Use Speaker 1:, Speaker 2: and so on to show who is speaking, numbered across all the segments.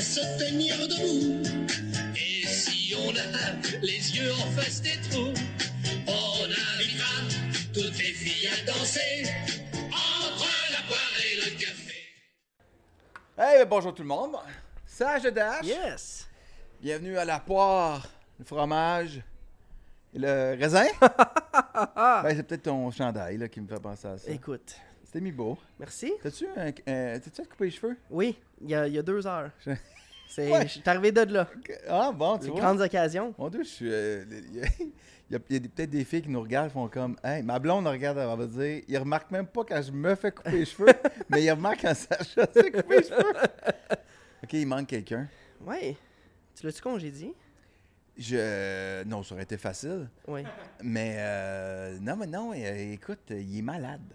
Speaker 1: se tenir debout. Et si on a les yeux en face des trous, on invitera toutes les filles à danser entre la poire et le café.
Speaker 2: Hey, ben, bonjour tout le monde. Sage de Dash.
Speaker 3: Yes!
Speaker 2: Bienvenue à la poire, le fromage et le raisin. ben, c'est peut-être ton chandail là, qui me fait penser à ça.
Speaker 3: Écoute,
Speaker 2: C'était mis beau.
Speaker 3: merci.
Speaker 2: T'as-tu un. euh, T'as-tu coupé les cheveux?
Speaker 3: Oui, il y a, il y a deux heures.
Speaker 2: Je-
Speaker 3: C'est,
Speaker 2: Ouais.
Speaker 3: Je suis arrivé de là.
Speaker 2: Ah bon, tu
Speaker 3: Les
Speaker 2: vois.
Speaker 3: grandes occasions.
Speaker 2: Mon Dieu, je suis. euh, Il y a, il y a- il y a des- peut-être des filles qui nous regardent font comme Hey, ma blonde elle regarde, elle va dire Ils remarquent même pas quand je me fais couper les cheveux, mais ils remarquent quand Sacha se fait couper les cheveux. Ok, il manque quelqu'un.
Speaker 3: Ouais. Tu l'as-tu congédié?
Speaker 2: Je. Non, ça aurait été facile.
Speaker 3: Oui.
Speaker 2: Mais euh, non, mais non, euh, écoute, euh, il est malade.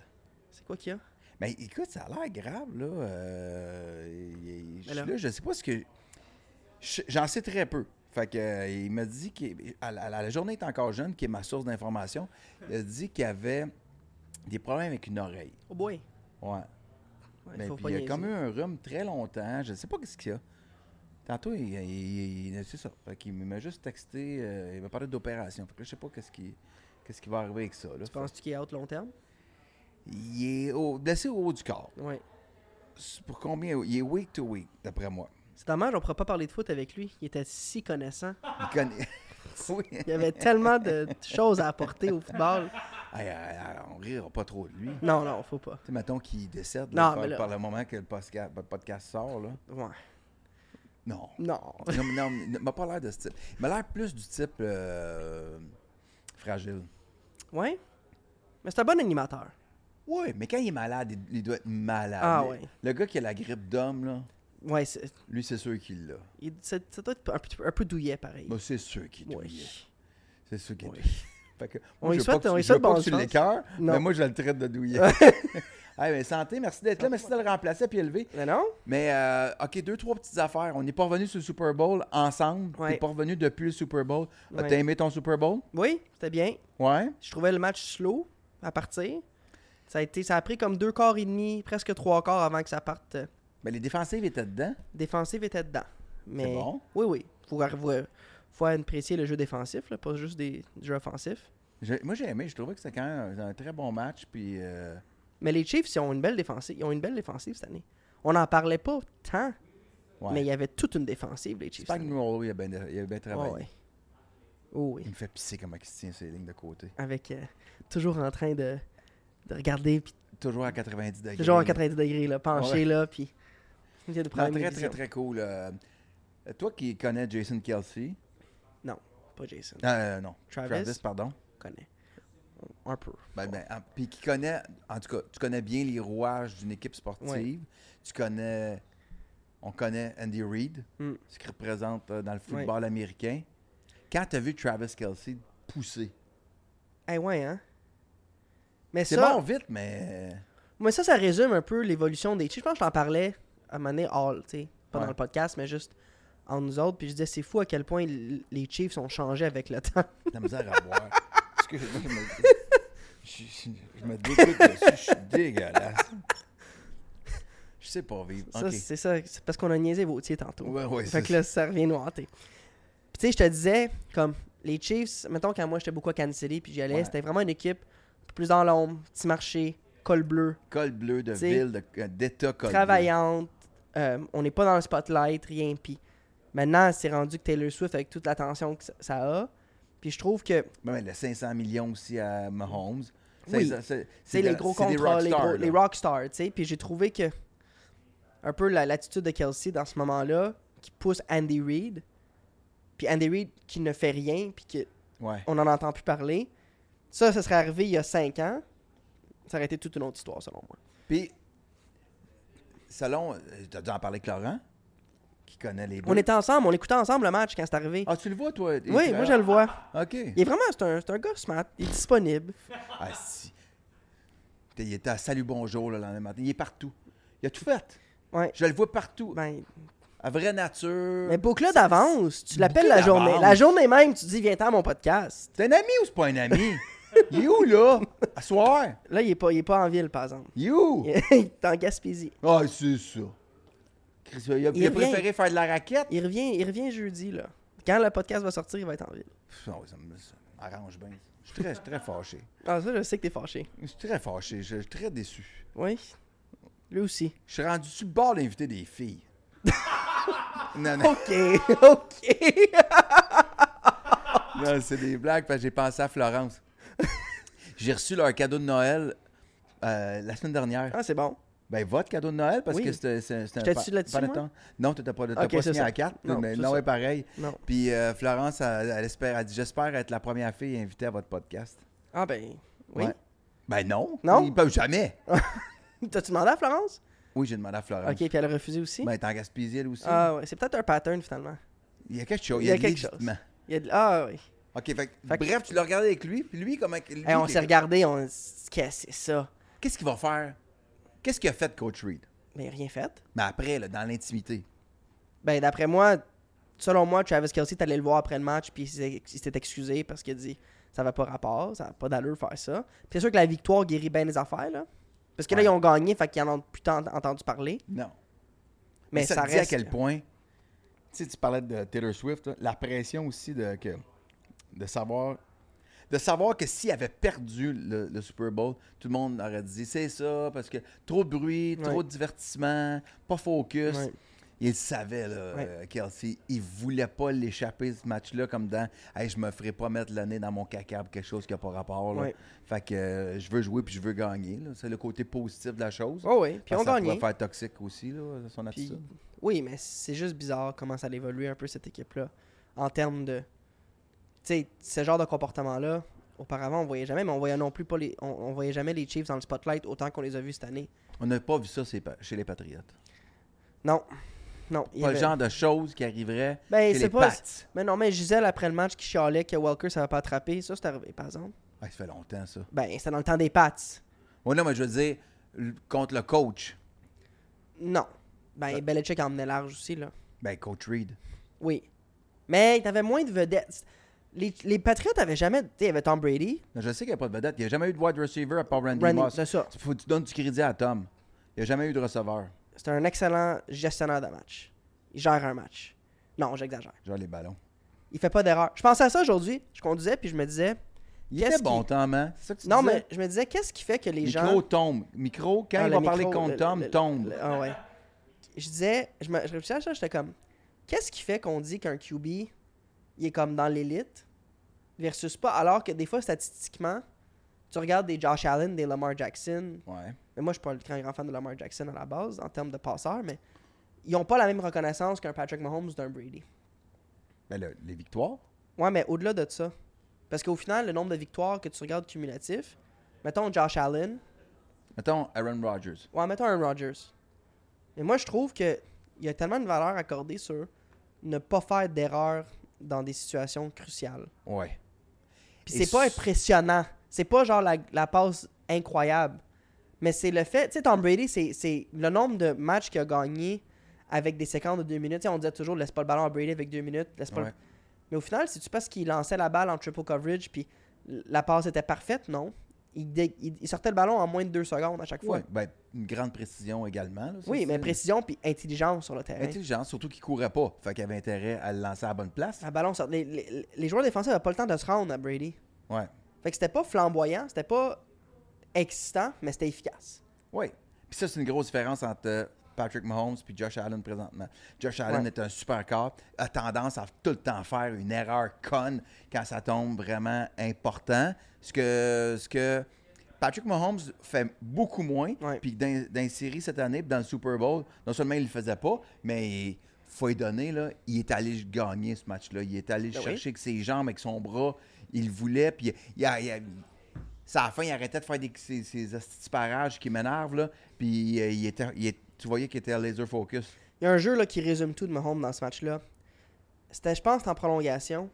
Speaker 3: C'est quoi qu'il y a?
Speaker 2: Mais écoute, ça a l'air grave, là. euh, il- il- je suis
Speaker 3: Alors?
Speaker 2: là, je sais pas ce que. je- J'en sais très peu. Fait que, euh, il m'a dit qu'à la, à la journée est encore jeune, qui est ma source d'information, il a dit qu'il avait des problèmes avec une oreille.
Speaker 3: Oh boy.
Speaker 2: Ouais.
Speaker 3: Ouais,
Speaker 2: Ben,
Speaker 3: faut
Speaker 2: puis
Speaker 3: pas
Speaker 2: il a
Speaker 3: niaiser.
Speaker 2: comme eu un rhume très longtemps. Je sais pas qu'est-ce qu'il y a. Tantôt, il, il- il- c'est ça. Fait qu'il m'a juste texté, euh, il m'a parlé d'opération. Fait que là, je sais pas qu'est-ce qui, qu'est-ce qui va arriver avec ça. là.
Speaker 3: Tu penses-tu qu'il est out long terme?
Speaker 2: Il est au- blessé au haut du corps.
Speaker 3: Oui.
Speaker 2: C'est Pour combien Il est week to week, d'après moi.
Speaker 3: C'est dommage, on pourra pas parler de foot avec lui. Il était si connaissant.
Speaker 2: Il connaît. oui.
Speaker 3: Il y avait tellement de choses à apporter au football.
Speaker 2: Hey, hey, hey, on rira pas trop de lui. Tu
Speaker 3: Non, non, faut pas.
Speaker 2: sais, mettons qu'il décède là,
Speaker 3: Non,
Speaker 2: par,
Speaker 3: mais là-
Speaker 2: par le moment que le posca- le podcast, sort. Là.
Speaker 3: Ouais.
Speaker 2: Non.
Speaker 3: Non.
Speaker 2: non, mais non, mais il m'a pas l'air de ce type. Il m'a l'air plus du type euh, fragile.
Speaker 3: Ouais. Mais c'est un bon animateur.
Speaker 2: Oui, mais quand il est malade, il, il doit être malade.
Speaker 3: Ah
Speaker 2: Le-
Speaker 3: ouais.
Speaker 2: Le gars qui a la grippe d'homme, là,
Speaker 3: Ouais, c'est,
Speaker 2: lui, c'est sûr qu'il l'a.
Speaker 3: il- c'est- ça doit être un, petit peu- un peu douillet pareil.
Speaker 2: Bah, c'est sûr qu'il
Speaker 3: Ouais.
Speaker 2: doit y être. C'est sûr qu'il
Speaker 3: Oui.
Speaker 2: est douillet. Fait que,
Speaker 3: On
Speaker 2: moi, je
Speaker 3: lui
Speaker 2: veux pas
Speaker 3: souhaite-
Speaker 2: que
Speaker 3: on
Speaker 2: tu-
Speaker 3: lui
Speaker 2: je veux
Speaker 3: souhaite
Speaker 2: pas
Speaker 3: bonne
Speaker 2: que tu
Speaker 3: chance.
Speaker 2: l'écœures, mais
Speaker 3: Non.
Speaker 2: moi, je le traite de douillet. hey, mais santé, merci d'être là, merci de le remplacer puis élever.
Speaker 3: Mais non?
Speaker 2: Mais, euh, OK, deux, trois petites affaires. On n'est pas revenu sur le Super Bowl ensemble.
Speaker 3: Ouais.
Speaker 2: T'es pas revenu depuis le Super Bowl. Ah,
Speaker 3: Ouais.
Speaker 2: T'as aimé ton Super Bowl?
Speaker 3: Oui, c'était bien.
Speaker 2: Ouais.
Speaker 3: Je trouvais le match slow à partir. Ça a, été, ça a pris comme deux quarts et demi, presque trois quarts avant que ça parte. euh,
Speaker 2: Mais Ben, les défensives étaient dedans.
Speaker 3: Défensive était dedans. Mais
Speaker 2: C'est bon.
Speaker 3: Oui, oui. Faut, arri- faut, faut apprécier le jeu défensif, là, pas juste des jeux offensifs.
Speaker 2: Je- moi, j'ai aimé. Je trouvais que c'était quand même un, un très bon match. Puis, euh,
Speaker 3: Mais les Chiefs, ils ont une belle défensive, ils ont une belle défensive cette année. On n'en parlait pas tant,
Speaker 2: ouais.
Speaker 3: mais il y avait toute une défensive, les Chiefs. cette année.
Speaker 2: Spagnuolo, il a bien, il a bien travaillé.
Speaker 3: Ouais, ouais. Oh, oui.
Speaker 2: Il me fait pisser comment il se tient ses lignes de côté.
Speaker 3: Avec euh, toujours en train de, de regarder, puis
Speaker 2: Toujours à 90 degrés.
Speaker 3: toujours à
Speaker 2: là.
Speaker 3: 90 degrés, là, penché,
Speaker 2: Ouais.
Speaker 3: là, puis. Il y a des
Speaker 2: Non,
Speaker 3: problèmes de
Speaker 2: très, très,
Speaker 3: vision.
Speaker 2: très cool. euh, toi qui connais Jason Kelsey.
Speaker 3: Non, pas Jason.
Speaker 2: Euh, non.
Speaker 3: Travis.
Speaker 2: pardon.
Speaker 3: connaît. Un peu.
Speaker 2: Ben, ben, en- puis qui connaît, en tout cas, tu connais bien les rouages d'une équipe sportive.
Speaker 3: Ouais.
Speaker 2: Tu connais, on connaît Andy Reid,
Speaker 3: Mm.
Speaker 2: ce qu'il représente euh, dans le football américain. Quand tu as vu Travis Kelsey pousser,
Speaker 3: Eh ouais, hein? Mais
Speaker 2: c'est
Speaker 3: ça,
Speaker 2: bon vite, mais euh,
Speaker 3: mais ça, ça résume un peu l'évolution des Chiefs. Je pense que je t'en parlais à un moment donné, all, tu sais. Pas
Speaker 2: Ouais.
Speaker 3: dans le podcast, mais juste en nous autres. Puis je disais, c'est fou à quel point l- les Chiefs ont changé avec le temps.
Speaker 2: de la misère à voir. Excuse-moi, je me, je, je- je me dégoûte dessus, je suis dégueulasse. Je sais pas vivre.
Speaker 3: Ça,
Speaker 2: Ok.
Speaker 3: c'est ça. C'est parce qu'on a niaisé Vautier tantôt.
Speaker 2: Ouais, ouais,
Speaker 3: fait
Speaker 2: c'est
Speaker 3: que là, ça revient nous hanter. Puis tu sais, je te disais, comme les Chiefs, mettons quand moi j'étais beaucoup à Kansas City, puis j'y allais,
Speaker 2: Ouais.
Speaker 3: c'était vraiment une équipe un peu plus dans l'ombre, petit marché, col bleu,
Speaker 2: Col bleu de
Speaker 3: T'sais,
Speaker 2: ville, de- euh, d'état col bleu.
Speaker 3: travaillante. euh, on n'est pas dans le spotlight, rien. Puis maintenant, c'est rendu que Taylor Swift, avec toute l'attention que ça- ça a, puis je trouve que
Speaker 2: Ben, ben, le 500 millions aussi à Mahomes.
Speaker 3: Oui.
Speaker 2: C'est- c'est-
Speaker 3: c'est
Speaker 2: de-
Speaker 3: les gros
Speaker 2: c'est des
Speaker 3: contrats, les,
Speaker 2: rockstars,
Speaker 3: gros-
Speaker 2: là.
Speaker 3: les rockstars, tu sais. Puis j'ai trouvé que un peu la- l'attitude de Kelsey dans ce moment-là, qui pousse Andy Reid, puis Andy Reid qui ne fait rien, puis que
Speaker 2: Ouais.
Speaker 3: on n'en entend plus parler. Ça, ça serait arrivé il y a 5 ans. Ça aurait été toute une autre histoire, selon moi.
Speaker 2: Puis, selon. euh, T'as dû en parler avec Laurent, qui connaît les
Speaker 3: On
Speaker 2: Bleus.
Speaker 3: était ensemble, on écoutait ensemble le match quand c'est arrivé.
Speaker 2: Ah, tu le vois, toi
Speaker 3: oui, moi je le vois.
Speaker 2: vois. OK.
Speaker 3: Il est vraiment, c'est un, c'est un gars smart, il est disponible.
Speaker 2: Ah, si. Putain, Il était à Salut Bonjour le lendemain matin. Il est partout. Il a tout fait.
Speaker 3: Ouais.
Speaker 2: Je le vois partout.
Speaker 3: Ben,
Speaker 2: à vraie nature.
Speaker 3: mais boucle d'avance, tu l'appelles
Speaker 2: Boucle
Speaker 3: la journée.
Speaker 2: Euh, d'avance.
Speaker 3: La journée même, tu dis viens-t'en à mon podcast.
Speaker 2: C'est un ami ou c'est pas un ami? il est où, là? À soir?
Speaker 3: Là, il est pas, il est pas en ville, par exemple.
Speaker 2: Il est où?
Speaker 3: Il est en Gaspésie.
Speaker 2: Ah, c'est ça. Chris, il a,
Speaker 3: Il
Speaker 2: il a
Speaker 3: revient.
Speaker 2: préféré faire de la raquette.
Speaker 3: Il revient, il revient jeudi, là. Quand le podcast va sortir, il va être en ville.
Speaker 2: Pff, non, Ah ça me- ça m'arrange bien. Je suis très, je suis très fâché.
Speaker 3: Ah, ça, je sais que t'es fâché.
Speaker 2: Je suis très fâché. Je je suis très déçu.
Speaker 3: Oui. Lui aussi.
Speaker 2: Je suis rendu sur le bord d'inviter des filles. non, non,
Speaker 3: OK, OK.
Speaker 2: non, c'est des blagues parce que j'ai pensé à Florence. j'ai reçu leur cadeau de Noël euh, la semaine dernière.
Speaker 3: Ah, c'est bon.
Speaker 2: Ben, votre cadeau de Noël, parce
Speaker 3: Oui.
Speaker 2: que c'était c'est- c'est un
Speaker 3: J'étais-tu
Speaker 2: pa-
Speaker 3: là-dessus, moi?
Speaker 2: panneton. Non, t'étais pas, t'as
Speaker 3: Ok,
Speaker 2: pas
Speaker 3: c'est
Speaker 2: signé
Speaker 3: ça.
Speaker 2: la carte,
Speaker 3: Non,
Speaker 2: mais
Speaker 3: c'est
Speaker 2: non,
Speaker 3: ça.
Speaker 2: est pareil.
Speaker 3: Non.
Speaker 2: Puis euh, Florence, elle, elle espère, elle dit J'espère être la première fille invitée à votre podcast.
Speaker 3: Ah, ben, oui.
Speaker 2: Ouais. Ben non.
Speaker 3: Non?
Speaker 2: Ils peuvent jamais.
Speaker 3: T'as-tu demandé à Florence?
Speaker 2: Oui, j'ai demandé à Florence.
Speaker 3: OK, puis elle a refusé aussi?
Speaker 2: Ben, t'es en Gaspésie, elle aussi.
Speaker 3: ah, ouais. C'est peut-être un pattern, finalement.
Speaker 2: Il y a quelque chose.
Speaker 3: Il y a
Speaker 2: de
Speaker 3: quelque chose.
Speaker 2: l'évitement.
Speaker 3: Il y a de- Ah, oui.
Speaker 2: OK, fait, que-
Speaker 3: Fait que-
Speaker 2: bref, tu l'as regardé avec lui, puis lui, comment. lui,
Speaker 3: Hey, on
Speaker 2: t'es-
Speaker 3: s'est regardé, on. Qu'est-ce que c'est ça?
Speaker 2: Qu'est-ce qu'il va faire Qu'est-ce qu'il a fait, Coach Reed
Speaker 3: Mais rien fait.
Speaker 2: Mais après, là, dans l'intimité.
Speaker 3: Ben, d'après moi, selon moi, Travis Kelsey, t'allais le voir après le match, puis il s'est- il s'était excusé parce qu'il a dit ça va pas rapport, ça n'a pas d'allure de faire ça. Puis c'est sûr que la victoire guérit bien les affaires, là. Parce que là,
Speaker 2: Ouais.
Speaker 3: ils ont gagné, fait qu'ils en ont plus tant entendu parler.
Speaker 2: Non.
Speaker 3: Mais,
Speaker 2: ça,
Speaker 3: ça
Speaker 2: te dit
Speaker 3: reste.
Speaker 2: à quel point. Tu sais, tu parlais de Taylor Swift, là, la pression aussi de, que, de savoir. De savoir que s'il avait perdu le, le Super Bowl, tout le monde aurait dit c'est ça, parce que trop de bruit, trop
Speaker 3: Ouais.
Speaker 2: de divertissement, pas focus.
Speaker 3: Ouais.
Speaker 2: Il le savait, là,
Speaker 3: Ouais.
Speaker 2: euh, Kelsey. Il voulait pas l'échapper, ce match-là, comme dans Hey, je me ferai pas mettre le nez dans mon caca pour quelque chose qui n'a pas rapport. là.
Speaker 3: Ouais.
Speaker 2: Fait que euh, je veux jouer puis je veux gagner. là. C'est le côté positif de la chose.
Speaker 3: Oh oui, puis
Speaker 2: Parce
Speaker 3: on
Speaker 2: que ça
Speaker 3: gagné.
Speaker 2: pouvait faire toxique aussi, là, son
Speaker 3: Puis-
Speaker 2: attitude.
Speaker 3: Oui, mais c'est juste bizarre comment ça a évolué un peu cette équipe-là. En termes de. Tu sais, ce genre de comportement-là, auparavant, on voyait jamais, mais on voyait non plus pas les. On, on voyait jamais les Chiefs dans le spotlight autant qu'on les a vus cette année.
Speaker 2: On n'a pas vu ça chez chez les Patriotes.
Speaker 3: Non. Non. il y
Speaker 2: Pas le
Speaker 3: avait-
Speaker 2: genre de choses qui arriveraient
Speaker 3: Ben,
Speaker 2: chez
Speaker 3: c'est
Speaker 2: les
Speaker 3: pas.
Speaker 2: Pats.
Speaker 3: Mais non, mais Gisèle, après le match, qui chialait que Welker, ça va pas attraper. Ça, c'est arrivé, par exemple.
Speaker 2: Ah, ça fait longtemps, ça.
Speaker 3: Ben, c'était dans le temps des pattes.
Speaker 2: Ouais, non, mais je veux dire, l- contre le coach,
Speaker 3: Non. Ben,
Speaker 2: Ah.
Speaker 3: Belichick en menait large aussi, là.
Speaker 2: ben, coach Reed.
Speaker 3: Oui. Mais t'avais moins de vedettes. Les, les Patriots avaient jamais. Tu sais, il y avait Tom Brady.
Speaker 2: Non, je sais qu'il n'y a pas de vedette. Il n'y a jamais eu de wide receiver à part Randy,
Speaker 3: Randy-
Speaker 2: Moss.
Speaker 3: c'est ça.
Speaker 2: Tu- Faut que tu donnes du crédit à Tom. Il n'y a jamais eu de receveur.
Speaker 3: C'est un excellent gestionnaire de match. Il gère un match. Non, j'exagère.
Speaker 2: Genre les ballons.
Speaker 3: Il fait pas d'erreur. Je pensais à ça aujourd'hui. Je conduisais, puis je me disais.
Speaker 2: Il
Speaker 3: qu'est-ce
Speaker 2: était bon,
Speaker 3: qui-
Speaker 2: Tom, hein? C'est ça que tu
Speaker 3: Non,
Speaker 2: disais?
Speaker 3: mais je me disais, qu'est-ce qui fait que les gens.
Speaker 2: Micro tombe. Micro, quand
Speaker 3: Ah,
Speaker 2: il
Speaker 3: le
Speaker 2: va parler
Speaker 3: micro,
Speaker 2: contre
Speaker 3: le-
Speaker 2: Tom,
Speaker 3: le-
Speaker 2: tombe.
Speaker 3: le- ah ouais. Je disais, je, me, je réfléchissais à ça, j'étais comme, qu'est-ce qui fait qu'on dit qu'un QB, il est comme dans l'élite versus pas, alors que des fois, statistiquement, tu regardes des Josh Allen, des Lamar Jackson,
Speaker 2: Ouais.
Speaker 3: mais moi, je suis pas le grand, grand fan de Lamar Jackson à la base, en termes de passeurs, mais ils ont pas la même reconnaissance qu'un Patrick Mahomes ou d'un Brady.
Speaker 2: Ben, le- les victoires.
Speaker 3: Ouais, mais au-delà de ça. Parce qu'au final, le nombre de victoires que tu regardes cumulatif, mettons Josh Allen,
Speaker 2: Mettons Aaron Rodgers.
Speaker 3: Ouais, mettons un Rodgers. Mais moi, je trouve que il y a tellement de valeur accordée sur ne pas faire d'erreur dans des situations cruciales.
Speaker 2: Ouais.
Speaker 3: Puis
Speaker 2: Et
Speaker 3: c'est pas
Speaker 2: s-
Speaker 3: impressionnant. C'est pas genre la, la passe incroyable. Mais c'est le fait. Tu sais, Tom Brady, c'est- c'est le nombre de matchs qu'il a gagné avec des séquences de deux minutes. Tu sais, on disait toujours, laisse pas le ballon à Brady avec deux minutes. Laisse pas le-
Speaker 2: Ouais.
Speaker 3: Mais au final, c'est-tu parce qu'il lançait la balle en triple coverage puis la passe était parfaite? Non. Il, dé- il- il sortait le ballon en moins de deux secondes à chaque fois.
Speaker 2: Ouais. Ben, une grande précision également. là, ça,
Speaker 3: Oui, mais
Speaker 2: c'est-
Speaker 3: précision puis intelligence sur le terrain.
Speaker 2: Intelligence, surtout qu'il courait pas. Fait qu'il avait intérêt à le lancer à la bonne place.
Speaker 3: La ballon sort- Les, les- les joueurs défensifs n'avaient pas le temps de se rendre à Brady.
Speaker 2: Ouais.
Speaker 3: Fait que c'était pas flamboyant, c'était pas excitant, mais c'était efficace.
Speaker 2: Oui. Puis ça, c'est une grosse différence entre euh, Patrick Mahomes et Josh Allen présentement. Josh Allen
Speaker 3: Ouais.
Speaker 2: est un super corps, a tendance à tout le temps faire une erreur conne quand ça tombe vraiment important. Ce que, ce que Patrick Mahomes fait beaucoup moins.
Speaker 3: Ouais.
Speaker 2: Puis dans, dans les séries cette année, puis dans le Super Bowl, non seulement il le faisait pas, mais faut lui donner, là, il est allé gagner ce match-là. Il est allé
Speaker 3: Ben oui.
Speaker 2: chercher avec ses jambes, avec son bras. Il voulait, puis il a- il a- ça, à la fin, il arrêtait de faire des, ces, ces hosties de parages qui m'énervent, là. Puis euh, il était, il est- tu voyais qu'il était à laser focus.
Speaker 3: Il y a un jeu là, qui résume tout de Mahomes dans ce match-là. C'était, je pense, en prolongation,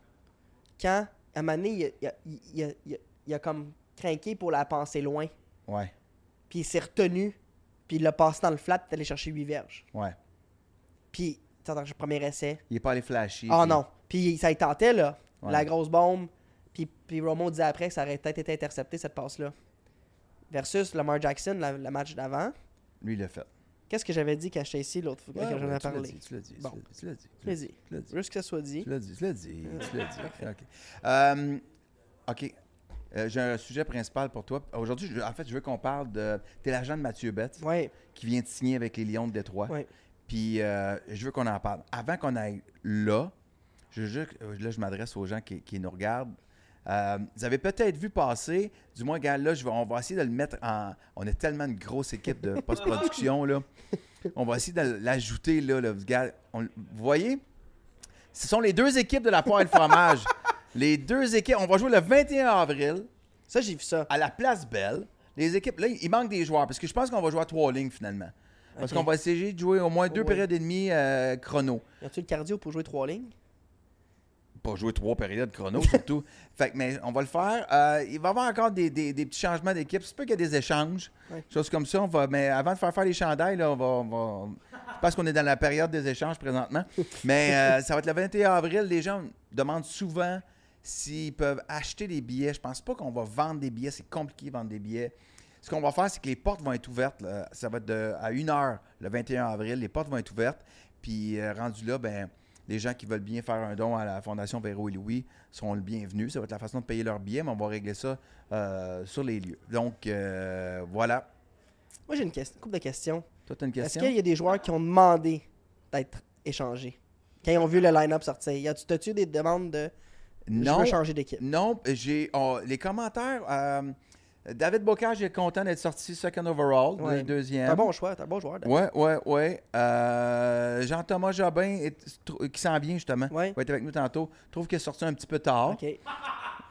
Speaker 3: quand, à un moment donné, il a, il a- il a- il a- il a comme craqué pour la penser loin,
Speaker 2: Ouais,
Speaker 3: puis il s'est retenu, puis il l'a passé dans le flat, puis il est allé chercher 8 verges.
Speaker 2: ouais.
Speaker 3: Puis, t'entends, le premier essai,
Speaker 2: Il est pas allé flashy.
Speaker 3: Ah
Speaker 2: puis-
Speaker 3: non. Puis ça y tentait, là.
Speaker 2: Ouais.
Speaker 3: La grosse bombe. Puis, puis Romo disait après que ça aurait peut-être été intercepté, cette passe-là. Versus Lamar Jackson, la- le match d'avant.
Speaker 2: Lui, il l'a fait.
Speaker 3: Qu'est-ce que j'avais dit quand j'étais ici l'autre fois,
Speaker 2: Ouais,
Speaker 3: quand j'en
Speaker 2: ouais,
Speaker 3: ai
Speaker 2: tu l'as
Speaker 3: parlé?
Speaker 2: dit, Tu l'as dit, tu
Speaker 3: Bon.
Speaker 2: l'as dit, tu l'as dit, tu l'as dit,
Speaker 3: Vas-y.
Speaker 2: tu l'as dit.
Speaker 3: Juste que ça soit dit.
Speaker 2: Tu l'as dit, tu l'as dit, tu l'as dit. OK. Euh, OK. Euh, J'ai un sujet principal pour toi. Aujourd'hui, je- en fait, je veux qu'on parle de. T'es l'agent de Mathieu Bette
Speaker 3: Ouais,
Speaker 2: qui vient de signer avec les Lions de Détroit.
Speaker 3: ouais.
Speaker 2: Puis euh, je veux qu'on en parle. Avant qu'on aille là, je, veux juste- euh, là, je m'adresse aux gens qui, qui nous regardent. Euh, vous avez peut-être vu passer, du moins, gars, là, je vais- on va essayer de le mettre en. On est tellement une grosse équipe de post-production, là. On va essayer de l'ajouter, là, là, gars. On- vous voyez? Ce sont les deux équipes de la poire et le fromage. les deux équipes. On va jouer le 21 avril
Speaker 3: Ça, j'ai vu ça.
Speaker 2: à la place belle, les équipes, là, il manque des joueurs parce que je pense qu'on va jouer à trois lignes finalement. Parce
Speaker 3: Ok.
Speaker 2: qu'on va essayer de jouer au moins deux
Speaker 3: Oui.
Speaker 2: périodes et demie euh, chrono.
Speaker 3: Y a-tu le cardio pour jouer trois lignes?
Speaker 2: Pas jouer trois périodes chrono surtout. fait que, mais on va le faire. Euh, il va y avoir encore des, des- des petits changements d'équipe. C'est peut qu'il y a des échanges,
Speaker 3: Ouais.
Speaker 2: choses comme ça. On va, mais avant de faire faire les chandails, là, on va. on va- je pense qu'on est dans la période des échanges présentement. Mais euh, ça va être le 21 avril. Les gens demandent souvent s'ils peuvent acheter des billets. Je pense pas qu'on va vendre des billets. C'est compliqué de vendre des billets. Ce qu'on va faire, c'est que les portes vont être ouvertes. là. Ça va être de- à 1h le 21 avril. Les portes vont être ouvertes. Puis euh, rendu là, ben, les gens qui veulent bien faire un don à la Fondation Véro et Louis seront le bienvenu. Ça va être la façon de payer leurs billets, mais on va régler ça euh, sur les lieux. Donc, euh, voilà.
Speaker 3: Moi, j'ai une, question, une couple de questions.
Speaker 2: Toi, tu as une
Speaker 3: Est-ce
Speaker 2: question?
Speaker 3: qu'il y a des joueurs qui ont demandé d'être échangés? Quand ils ont vu le line-up sortir, y a-tu t'as-tu des demandes de je
Speaker 2: Non.
Speaker 3: veux changer d'équipe?
Speaker 2: Non, j'ai on- les commentaires. euh, David Bocage est content d'être sorti second overall,
Speaker 3: Ouais.
Speaker 2: le deuxième.
Speaker 3: T'es un bon choix, t'es un bon joueur. Dan.
Speaker 2: Ouais, ouais, ouais. Euh, Jean-Thomas Jobin, est- tr- qui s'en vient justement,
Speaker 3: Ouais.
Speaker 2: va être avec nous tantôt, trouve qu'il est sorti un petit peu tard.
Speaker 3: Ok.
Speaker 2: Ouais,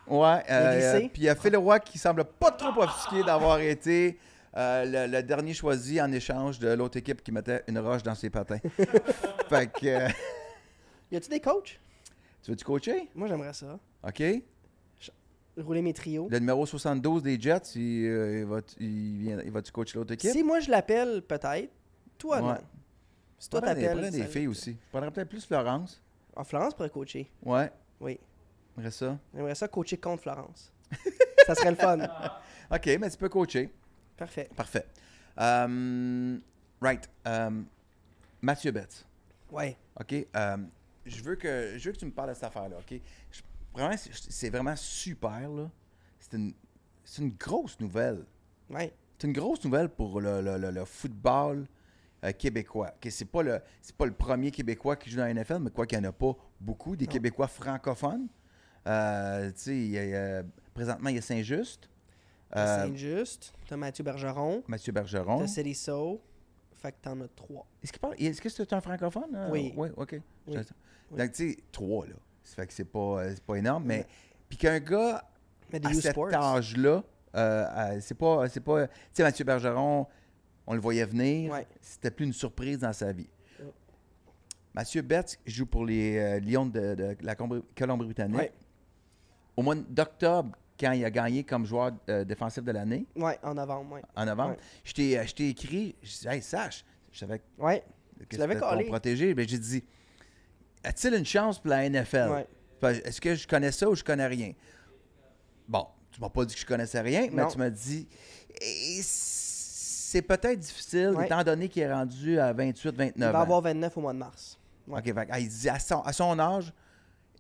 Speaker 3: a
Speaker 2: euh,
Speaker 3: glissé.
Speaker 2: puis il y a Phil Roy qui semble pas trop offusqué d'avoir été euh, le, le dernier choisi en échange de l'autre équipe qui mettait une roche dans ses patins. fait que, euh,
Speaker 3: Y a-tu des coachs?
Speaker 2: tu veux-tu coacher?
Speaker 3: Moi, j'aimerais ça.
Speaker 2: OK.
Speaker 3: Rouler mes trios.
Speaker 2: Le numéro 72 des Jets, il, euh, il va, il, vient- il va-tu coacher l'autre équipe?
Speaker 3: Si moi, je l'appelle, peut-être. Toi,
Speaker 2: Ouais.
Speaker 3: non. Si toi,
Speaker 2: Je prendrais- je
Speaker 3: t'appelles.
Speaker 2: prendrais des
Speaker 3: ça-
Speaker 2: filles aussi. Je prendrais peut-être plus Florence.
Speaker 3: En Florence pourrait coacher.
Speaker 2: Ouais,
Speaker 3: Oui.
Speaker 2: j'aimerais ça.
Speaker 3: J'aimerais ça coacher contre Florence. ça serait le fun.
Speaker 2: OK, mais tu peux coacher.
Speaker 3: Parfait.
Speaker 2: Parfait. Euh, right. euh, Mathieu Betts.
Speaker 3: Ouais.
Speaker 2: OK. euh, je, veux que, je veux que tu me parles de cette affaire-là, OK? Je- vraiment, c'est- c'est vraiment super, là. C'est une, c'est une grosse nouvelle.
Speaker 3: Ouais.
Speaker 2: C'est une grosse nouvelle pour le, le- le- le football euh, québécois. OK, c'est pas le c'est pas le premier Québécois qui joue dans la NFL, mais quoi qu'il n'y en a pas beaucoup, des Québécois francophones. Euh, tu sais, il y a, euh, présentement, il y a Saint-Juste, euh, Hein?
Speaker 3: Saint-Just. T'as Mathieu Bergeron.
Speaker 2: Mathieu Bergeron.
Speaker 3: T'as Célisso. Fait que t'en as trois.
Speaker 2: Est-ce qu'il parle- Est-ce que c'est un francophone? hein?
Speaker 3: Oui.
Speaker 2: Oui, OK.
Speaker 3: Oui.
Speaker 2: Je-
Speaker 3: Oui.
Speaker 2: Donc, tu sais, trois, là. Ça fait que c'est pas, euh, c'est pas énorme, mais...
Speaker 3: Ouais.
Speaker 2: Puis qu'un gars
Speaker 3: Mais des
Speaker 2: à
Speaker 3: U
Speaker 2: cet
Speaker 3: Sports.
Speaker 2: âge-là, euh, euh, c'est pas... c'est pas tu sais, Mathieu Bergeron, on le voyait venir.
Speaker 3: Ouais.
Speaker 2: C'était plus une surprise dans sa vie.
Speaker 3: Ouais.
Speaker 2: Mathieu Betts joue pour les euh, Lions de, de la Combri- Colombie-Britannique.
Speaker 3: Ouais.
Speaker 2: Au mois d'octobre, quand il a gagné comme joueur euh, défensif de l'année,
Speaker 3: Ouais, en novembre, ouais.
Speaker 2: en novembre,
Speaker 3: Ouais.
Speaker 2: je t'ai- euh, je t'ai écrit, je dis, hey, Sache, je savais que
Speaker 3: Ouais.
Speaker 2: que
Speaker 3: Tu l'avais
Speaker 2: c'était ton
Speaker 3: collé.
Speaker 2: protégé, ben, j'ai dit a-t-il une chance pour la NFL
Speaker 3: Ouais.
Speaker 2: Fait, Est-ce que je connais ça ou je connais rien Bon, tu m'as pas dit que je connaissais rien, mais
Speaker 3: Non.
Speaker 2: tu m'as dit Eh, c'est peut-être difficile
Speaker 3: Ouais.
Speaker 2: étant donné qu'il est rendu à 28 29
Speaker 3: Il va
Speaker 2: ans.
Speaker 3: avoir 29 au mois de mars. Ouais.
Speaker 2: OK, fait, ah, il dit à son, à son âge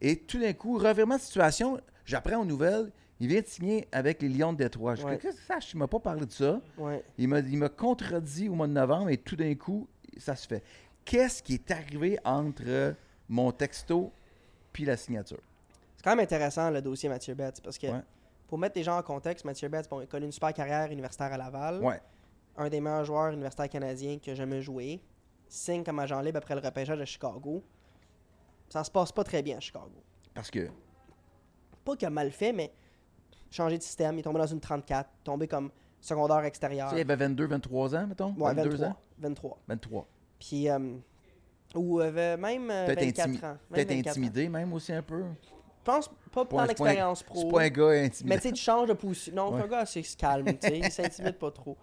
Speaker 2: et tout d'un coup revirement de situation, j'apprends aux nouvelles, il vient de signer avec les Lions de Détroit. Je dis
Speaker 3: Ouais.
Speaker 2: Qu'est-ce que ça, tu m'as pas parlé de ça.
Speaker 3: Ouais.
Speaker 2: Il m'a, il m'a contredit au mois de novembre et tout d'un coup, ça se fait. Qu'est-ce qui est arrivé entre mon texto puis la signature?
Speaker 3: C'est quand même intéressant le dossier Mathieu Betts parce que
Speaker 2: Ouais.
Speaker 3: pour mettre les gens en contexte, Mathieu Betts, bon, il a connu une super carrière universitaire à Laval.
Speaker 2: Ouais.
Speaker 3: un des meilleurs joueurs universitaires canadiens que j'ai jamais joué, signe comme agent libre après le repêchage à Chicago. Ça se passe pas très bien à Chicago.
Speaker 2: Parce que.
Speaker 3: Pas qu'il a mal fait, mais changer de système, il est tombé dans une 34, tombé comme secondaire extérieur.
Speaker 2: Tu sais, il avait 22, 23 ans, mettons?
Speaker 3: Ouais,
Speaker 2: 22
Speaker 3: 23,
Speaker 2: ans?
Speaker 3: 23.
Speaker 2: 23.
Speaker 3: Puis, euh, ou avait même euh,
Speaker 2: Peut-être,
Speaker 3: 24
Speaker 2: intimi-
Speaker 3: ans. même
Speaker 2: peut-être
Speaker 3: 24 ans.
Speaker 2: intimidé, même aussi un peu.
Speaker 3: Je pense
Speaker 2: Pas un-
Speaker 3: pas dans
Speaker 2: c'est pas un-
Speaker 3: l'expérience
Speaker 2: C'est
Speaker 3: pro.
Speaker 2: pas un gars
Speaker 3: Mais
Speaker 2: intimidé.
Speaker 3: tu sais, tu changes de position. Non, c'est
Speaker 2: Ouais.
Speaker 3: un gars assez calme, tu sais, il s'intimide pas trop.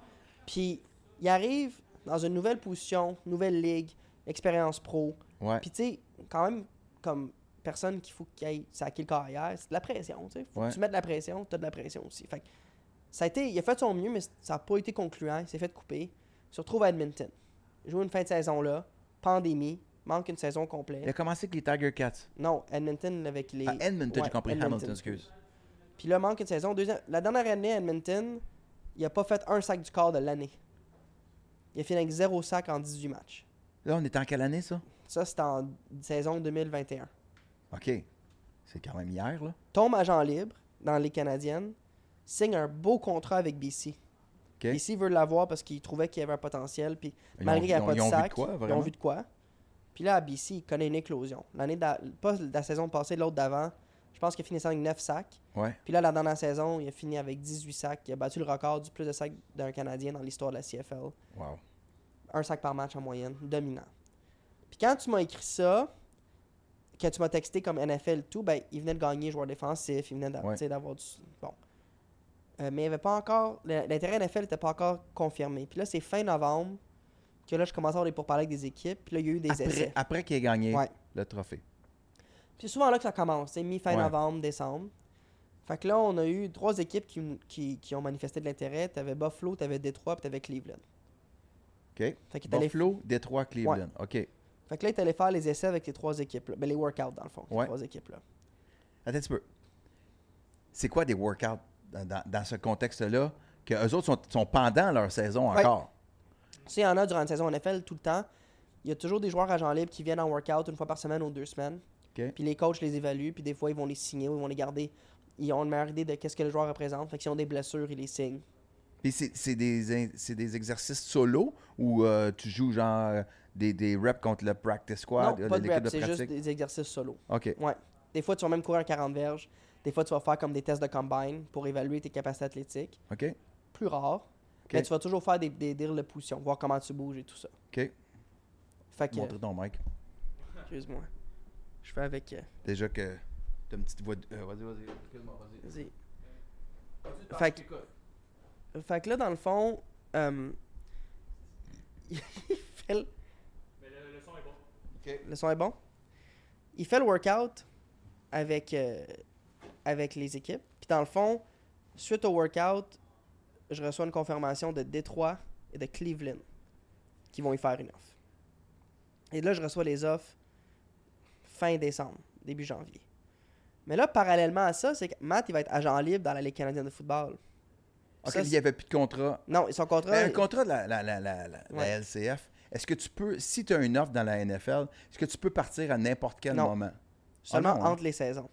Speaker 3: Puis, il arrive dans une nouvelle position, nouvelle ligue, expérience pro.
Speaker 2: Ouais.
Speaker 3: Puis, tu sais, quand même, comme personne qu'il faut qu'il aille sa kill carrière, c'est de la pression, tu sais. Faut
Speaker 2: Ouais.
Speaker 3: que tu mettes de la pression, t'as de la pression aussi. Fait que ça a été, il a fait de son mieux, mais ça n'a pas été concluant, il s'est fait couper. Il se retrouve à Edmonton. Jouer une fin de saison là, pandémie, manque une saison complète.
Speaker 2: Il a commencé avec les Tiger Cats.
Speaker 3: Non, Edmonton avec les.
Speaker 2: Ah, Edmonton,
Speaker 3: Ouais,
Speaker 2: j'ai compris.
Speaker 3: Edmonton.
Speaker 2: Hamilton, excuse.
Speaker 3: Puis là, manque une saison. Deuxième... La dernière année à Edmonton, il a pas fait un sac du corps de l'année. Il a fini avec zéro sac en 18 matchs.
Speaker 2: Là, on est en quelle année, ça?
Speaker 3: Ça, c'est en saison 2021.
Speaker 2: OK. C'est quand même hier, là.
Speaker 3: Tombe agent libre dans les Canadiennes, signe un beau contrat avec BC.
Speaker 2: OK.
Speaker 3: BC veut l'avoir parce qu'il trouvait qu'il y avait un potentiel. Puis
Speaker 2: Ils
Speaker 3: malgré
Speaker 2: ont-
Speaker 3: qu'il n'y
Speaker 2: ils
Speaker 3: avait
Speaker 2: ont- ils ont
Speaker 3: pas de
Speaker 2: vu de
Speaker 3: sac,
Speaker 2: quoi,
Speaker 3: ils ont
Speaker 2: vraiment?
Speaker 3: vu de quoi. Puis là, à BC, il connaît une éclosion. L'année d'a- pas de la saison passée, l'autre d'avant, je pense qu'il a fini avec 9 sacs.
Speaker 2: Ouais.
Speaker 3: Puis là, la dernière saison, il a fini avec 18 sacs. Il a battu le record du plus de sacs d'un Canadien dans l'histoire de la CFL.
Speaker 2: Wow.
Speaker 3: Un sac par match en moyenne, dominant. Puis quand tu m'as écrit ça, que tu m'as texté comme NFL et tout, ben, il venait de gagner joueur défensif, il venait d'a-
Speaker 2: Ouais.
Speaker 3: tu sais, d'avoir du. Bon. Euh, mais il y avait pas encore. le- L'intérêt NFL n'était pas encore confirmé. Puis là, c'est fin novembre que là, je commençais à avoir des pourparlers avec des équipes. Puis là, il y a eu des
Speaker 2: Après,
Speaker 3: essais.
Speaker 2: après qu'il ait gagné
Speaker 3: Ouais.
Speaker 2: le trophée.
Speaker 3: Puis c'est souvent là que ça commence, c'est mi-fin
Speaker 2: Ouais.
Speaker 3: novembre, décembre. Fait que là, on a eu trois équipes qui, qui, qui ont manifesté de l'intérêt. T'avais Buffalo, t'avais Détroit, puis t'avais Cleveland.
Speaker 2: OK.
Speaker 3: Fait que, t'allais-
Speaker 2: Buffalo, Détroit, Cleveland. OK.
Speaker 3: fait que là, t'allais faire les essais avec les trois équipes-là. Ben, les workouts, dans le fond, les
Speaker 2: Ouais.
Speaker 3: trois équipes-là.
Speaker 2: Attends un petit peu. C'est quoi des workouts dans, dans- dans ce contexte-là que eux autres sont, sont pendant leur saison
Speaker 3: Ouais.
Speaker 2: encore?
Speaker 3: Tu sais, il y en a durant la saison NFL tout le temps. Il y a toujours des joueurs agents libres qui viennent en workout une fois par semaine ou deux semaines.
Speaker 2: OK.
Speaker 3: Puis les coachs les évaluent, puis des fois, ils vont les signer ou ils vont les garder. Ils ont une meilleure idée de qu'est-ce que le joueur représente. Fait que s'ils ont des blessures, ils les signent.
Speaker 2: Puis c'est c'est des, in- c'est des exercices solo ou euh, tu joues genre euh, des, des reps contre le practice squad,
Speaker 3: non,
Speaker 2: euh,
Speaker 3: pas de
Speaker 2: l'équipe
Speaker 3: reps, c'est juste des exercices solo.
Speaker 2: OK.
Speaker 3: Ouais. Des fois, tu vas même courir un 40 verges. Des fois, tu vas faire comme des tests de combine pour évaluer tes capacités athlétiques.
Speaker 2: OK.
Speaker 3: Plus rare.
Speaker 2: Ok.
Speaker 3: Mais tu vas toujours faire des, des drills de position, voir comment tu bouges et tout ça.
Speaker 2: OK.
Speaker 3: Fait que.
Speaker 2: Montre ton mic.
Speaker 3: Excuse-moi. Je fais avec. euh,
Speaker 2: Déjà que t'as une petite voix de. euh, vas-y, vas-y. Excuse-moi, vas-y.
Speaker 3: vas-y. Fait que- Fait que là, dans le fond, euh, il fait le...
Speaker 2: Ok.
Speaker 3: le son est bon. Il fait le workout avec, euh, avec les équipes. Puis dans le fond, suite au workout, je reçois une confirmation de Détroit et de Cleveland qui vont y faire une offre. Et là, je reçois les offres fin décembre, début janvier. Mais là, parallèlement à ça, c'est que Matt, il va être agent libre dans la Ligue canadienne de football.
Speaker 2: OK,
Speaker 3: Ça,
Speaker 2: il n'y avait plus de contrat.
Speaker 3: Non, son contrat.
Speaker 2: Ben, un
Speaker 3: il-
Speaker 2: contrat de la, la- la- la- la- la
Speaker 3: Ouais.
Speaker 2: LCF, est-ce que tu peux, si tu as une offre dans la NFL, est-ce que tu peux partir à n'importe quel
Speaker 3: Non.
Speaker 2: moment?
Speaker 3: Seulement
Speaker 2: Ah non, hein?
Speaker 3: entre les saisons.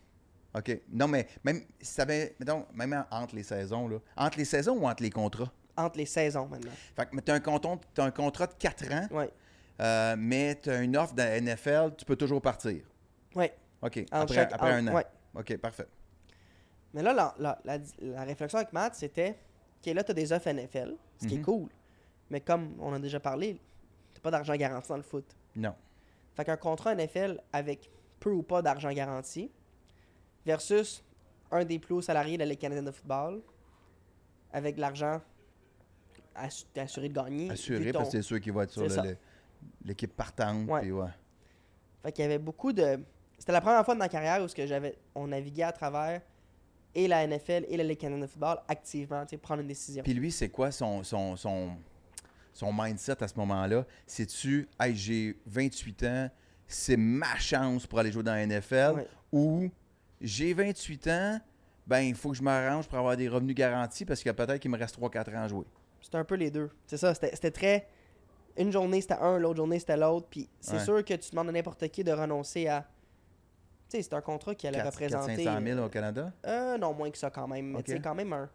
Speaker 2: OK. Non, mais même si tu avais, mettons, même en- entre les saisons, là, entre les saisons ou entre les contrats?
Speaker 3: Entre les saisons maintenant.
Speaker 2: Fait que tu as, un contrat de 4 ans,
Speaker 3: Oui.
Speaker 2: euh, mais tu as une offre dans la NFL, tu peux toujours partir.
Speaker 3: Oui.
Speaker 2: OK.
Speaker 3: Entre
Speaker 2: après
Speaker 3: chaque-
Speaker 2: après
Speaker 3: entre-
Speaker 2: un an.
Speaker 3: ouais.
Speaker 2: OK, parfait.
Speaker 3: Mais là, la, la- la- la réflexion avec Matt, c'était OK, là, tu as des offres NFL, ce qui est
Speaker 2: Mhm.
Speaker 3: cool. Mais comme on a déjà parlé, tu pas d'argent garanti dans le foot.
Speaker 2: Non.
Speaker 3: Fait qu'un contrat NFL avec peu ou pas d'argent garanti versus un des plus hauts salariés de la Ligue canadienne de football avec de l'argent assu- t'es assuré de gagner. vu
Speaker 2: Assuré,
Speaker 3: ton-
Speaker 2: parce que c'est sûr qu'il va être sur
Speaker 3: C'est
Speaker 2: le-
Speaker 3: ça.
Speaker 2: le- l'équipe partante.
Speaker 3: Ouais.
Speaker 2: puis ouais.
Speaker 3: Fait qu'il y avait beaucoup de. C'était la première fois de ma carrière où ce que j'avais, on naviguait à travers et la NFL et la Ligue canadienne de football activement, tu sais, prendre une décision.
Speaker 2: Puis lui, c'est quoi son, son, son, son mindset à ce moment-là? C'est-tu, hey, j'ai 28 ans, c'est ma chance pour aller jouer dans la NFL,
Speaker 3: Ouais.
Speaker 2: ou j'ai 28 ans, ben il faut que je m'arrange pour avoir des revenus garantis parce que peut-être qu'il me reste 3-4 ans à jouer.
Speaker 3: C'était un peu les deux. C'est ça, c'était c'était très. Une journée c'était un, l'autre journée c'était l'autre. Puis c'est
Speaker 2: Ouais.
Speaker 3: sûr que tu demandes à n'importe qui de renoncer à. Tu sais, c'est un contrat qui allait
Speaker 2: 4
Speaker 3: représenter.
Speaker 2: 500 000 au Canada?
Speaker 3: euh, non, moins que ça quand même. Mais
Speaker 2: Ok.
Speaker 3: tu sais, quand même un.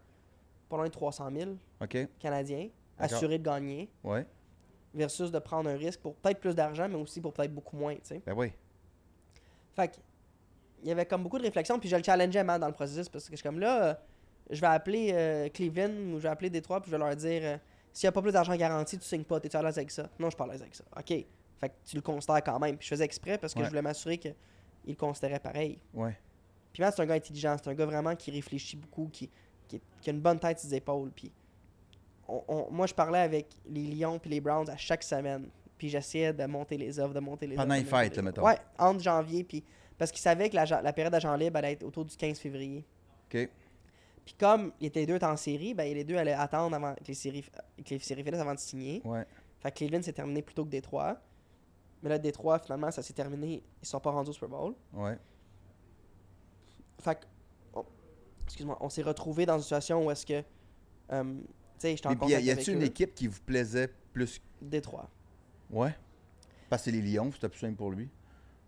Speaker 3: Pas loin de 300 000
Speaker 2: OK,
Speaker 3: Canadiens,
Speaker 2: D'accord.
Speaker 3: assurés de gagner,
Speaker 2: ouais.
Speaker 3: versus de prendre un risque pour peut-être plus d'argent, mais aussi pour peut-être beaucoup moins, tu sais.
Speaker 2: Ben oui.
Speaker 3: Fait que, il y avait comme beaucoup de réflexions, puis je le challengeais mal dans le processus parce que je suis comme là, euh, je vais appeler euh, Cleveland ou je vais appeler Détroit, puis je vais leur dire euh, s'il n'y a pas plus d'argent garanti, tu signes pas, t'es-tu à l'aise avec ça Non, je suis pas à l'aise avec ça. Ok. Fait que tu le considères quand même. Puis je faisais exprès parce que
Speaker 2: Ouais.
Speaker 3: je voulais m'assurer qu'il le considérait pareil.
Speaker 2: Ouais.
Speaker 3: Puis Matt, c'est un gars intelligent, c'est un gars vraiment qui réfléchit beaucoup, qui, qui, qui a une bonne tête sur ses épaules. Puis on- on- moi, je parlais avec les Lions puis les Browns à chaque semaine. Puis j'essayais de monter les offres, de monter les
Speaker 2: Pendant
Speaker 3: offres,
Speaker 2: les
Speaker 3: de monter
Speaker 2: fêtes, là,
Speaker 3: offres.
Speaker 2: mettons.
Speaker 3: Ouais, entre janvier. Puis, parce qu'ils savaient que la, ja- la période d'agent libre allait être autour du 15 février.
Speaker 2: OK.
Speaker 3: Puis comme les deux étaient en série, ben, les deux allaient attendre avant que les séries, que les séries finissent avant de signer.
Speaker 2: Ouais.
Speaker 3: Fait que Cleveland s'est terminé plus tôt que Détroit. Mais là, Détroit, finalement, ça s'est terminé. Ils sont pas rendus au Super Bowl.
Speaker 2: Ouais.
Speaker 3: Fait que, on- excuse-moi, on s'est retrouvé dans une situation où est-ce que, euh, tu sais, j'étais en
Speaker 2: Et puis, y a-
Speaker 3: contact
Speaker 2: y
Speaker 3: avec
Speaker 2: a-t-il une
Speaker 3: eux.
Speaker 2: équipe qui vous plaisait plus
Speaker 3: Détroit.
Speaker 2: Ouais. Parce que c'est les Lions, c'était plus simple pour lui.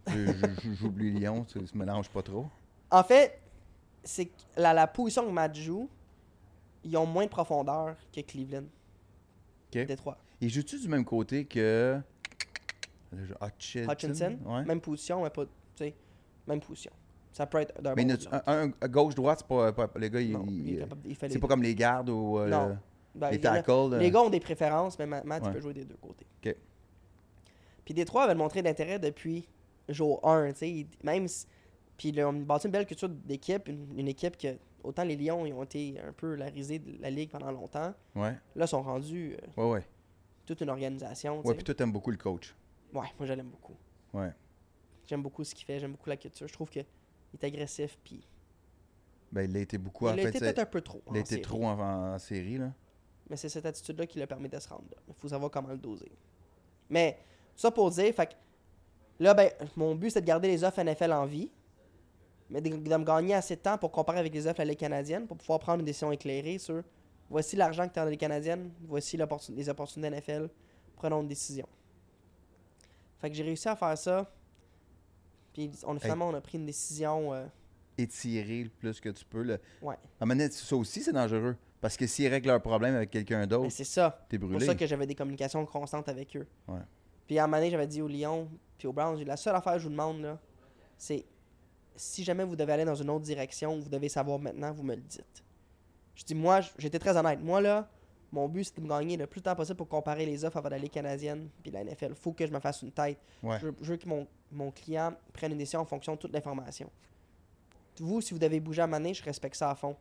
Speaker 2: Je- je- je- J'oublie les Lions, ça se mélange pas trop.
Speaker 3: En fait, c'est que la, la position que Matt joue, ils ont moins de profondeur que Cleveland.
Speaker 2: Ok.
Speaker 3: Détroit.
Speaker 2: Et joues-tu du même côté que. le jeu- Hutchinson.
Speaker 3: Hutchinson,
Speaker 2: ouais.
Speaker 3: même position, mais pas, tu sais, même position. Ça peut être d'un
Speaker 2: Mais
Speaker 3: bon
Speaker 2: une-
Speaker 3: autre.
Speaker 2: un, un- un gauche-droite, c'est pas, pas- Les gars, ils-
Speaker 3: Non, il est
Speaker 2: ils-
Speaker 3: capable- il fait les
Speaker 2: c'est pas
Speaker 3: deux.
Speaker 2: comme les gardes ou euh,
Speaker 3: Non. Ben,
Speaker 2: les
Speaker 3: il y en a-
Speaker 2: tackles. euh,
Speaker 3: Les gars ont des préférences, mais Ma- Matt, il
Speaker 2: Ouais.
Speaker 3: peut jouer des deux côtés.
Speaker 2: Ok.
Speaker 3: Puis Détroit avait montré l'intérêt depuis jour 1, tu sais. il- Même si- Puis là, on a bâti une belle culture d'équipe, une, une équipe que, autant les Lions, ils ont été un peu la risée de la Ligue pendant longtemps.
Speaker 2: Ouais,
Speaker 3: Là, ils sont rendus euh,
Speaker 2: ouais, ouais.
Speaker 3: toute une organisation, tu
Speaker 2: Ouais,
Speaker 3: sais.
Speaker 2: puis toi, t'aimes beaucoup le coach.
Speaker 3: Ouais, moi, je l'aime beaucoup.
Speaker 2: Ouais.
Speaker 3: J'aime beaucoup ce qu'il fait, j'aime beaucoup la culture. Je trouve que il est agressif, puis
Speaker 2: Ben, il l'a été beaucoup
Speaker 3: il
Speaker 2: en
Speaker 3: a
Speaker 2: fait.
Speaker 3: été
Speaker 2: c'est-
Speaker 3: peut-être un peu trop.
Speaker 2: il
Speaker 3: hein,
Speaker 2: a
Speaker 3: en
Speaker 2: été
Speaker 3: série.
Speaker 2: trop en, en série, là.
Speaker 3: Mais c'est cette attitude-là qui lui a permis de se rendre là. Il faut savoir comment le doser. Mais, ça pour dire, fait que là, ben, mon but, c'est de garder les offres NFL en vie, mais de, de me gagner assez de temps pour comparer avec les offres à la Ligue canadienne, pour pouvoir prendre une décision éclairée sur voici l'argent que tu as dans la Ligue canadienne, voici l'opportun- les opportunités NFL, prenons une décision. Fait que j'ai réussi à faire ça. Puis on, finalement, on a pris une décision. euh,
Speaker 2: Étirer le plus que tu peux. Là.
Speaker 3: ouais,
Speaker 2: À un moment donné, ça aussi, c'est dangereux. Parce que s'ils règlent leur problème avec quelqu'un
Speaker 3: mais
Speaker 2: d'autre,
Speaker 3: Ben, c'est ça.
Speaker 2: t'es
Speaker 3: C'est pour
Speaker 2: brûlé.
Speaker 3: ça que j'avais des communications constantes avec eux.
Speaker 2: Ouais.
Speaker 3: Puis à un moment donné, j'avais dit au Lyon puis au Browns, j'ai dit, la seule affaire que je vous demande, là, c'est si jamais vous devez aller dans une autre direction, vous devez savoir maintenant, vous me le dites. Je dis, moi, j- j'étais très honnête. Moi, là, mon but, c'est de me gagner le plus de temps possible pour comparer les offres avant la Ligue canadienne puis la NFL. faut que je me fasse une tête.
Speaker 2: Ouais.
Speaker 3: Je, je veux que mon, mon client prenne une décision en fonction de toute l'information. Vous, si vous devez bouger à un moment donné, je respecte ça à fond.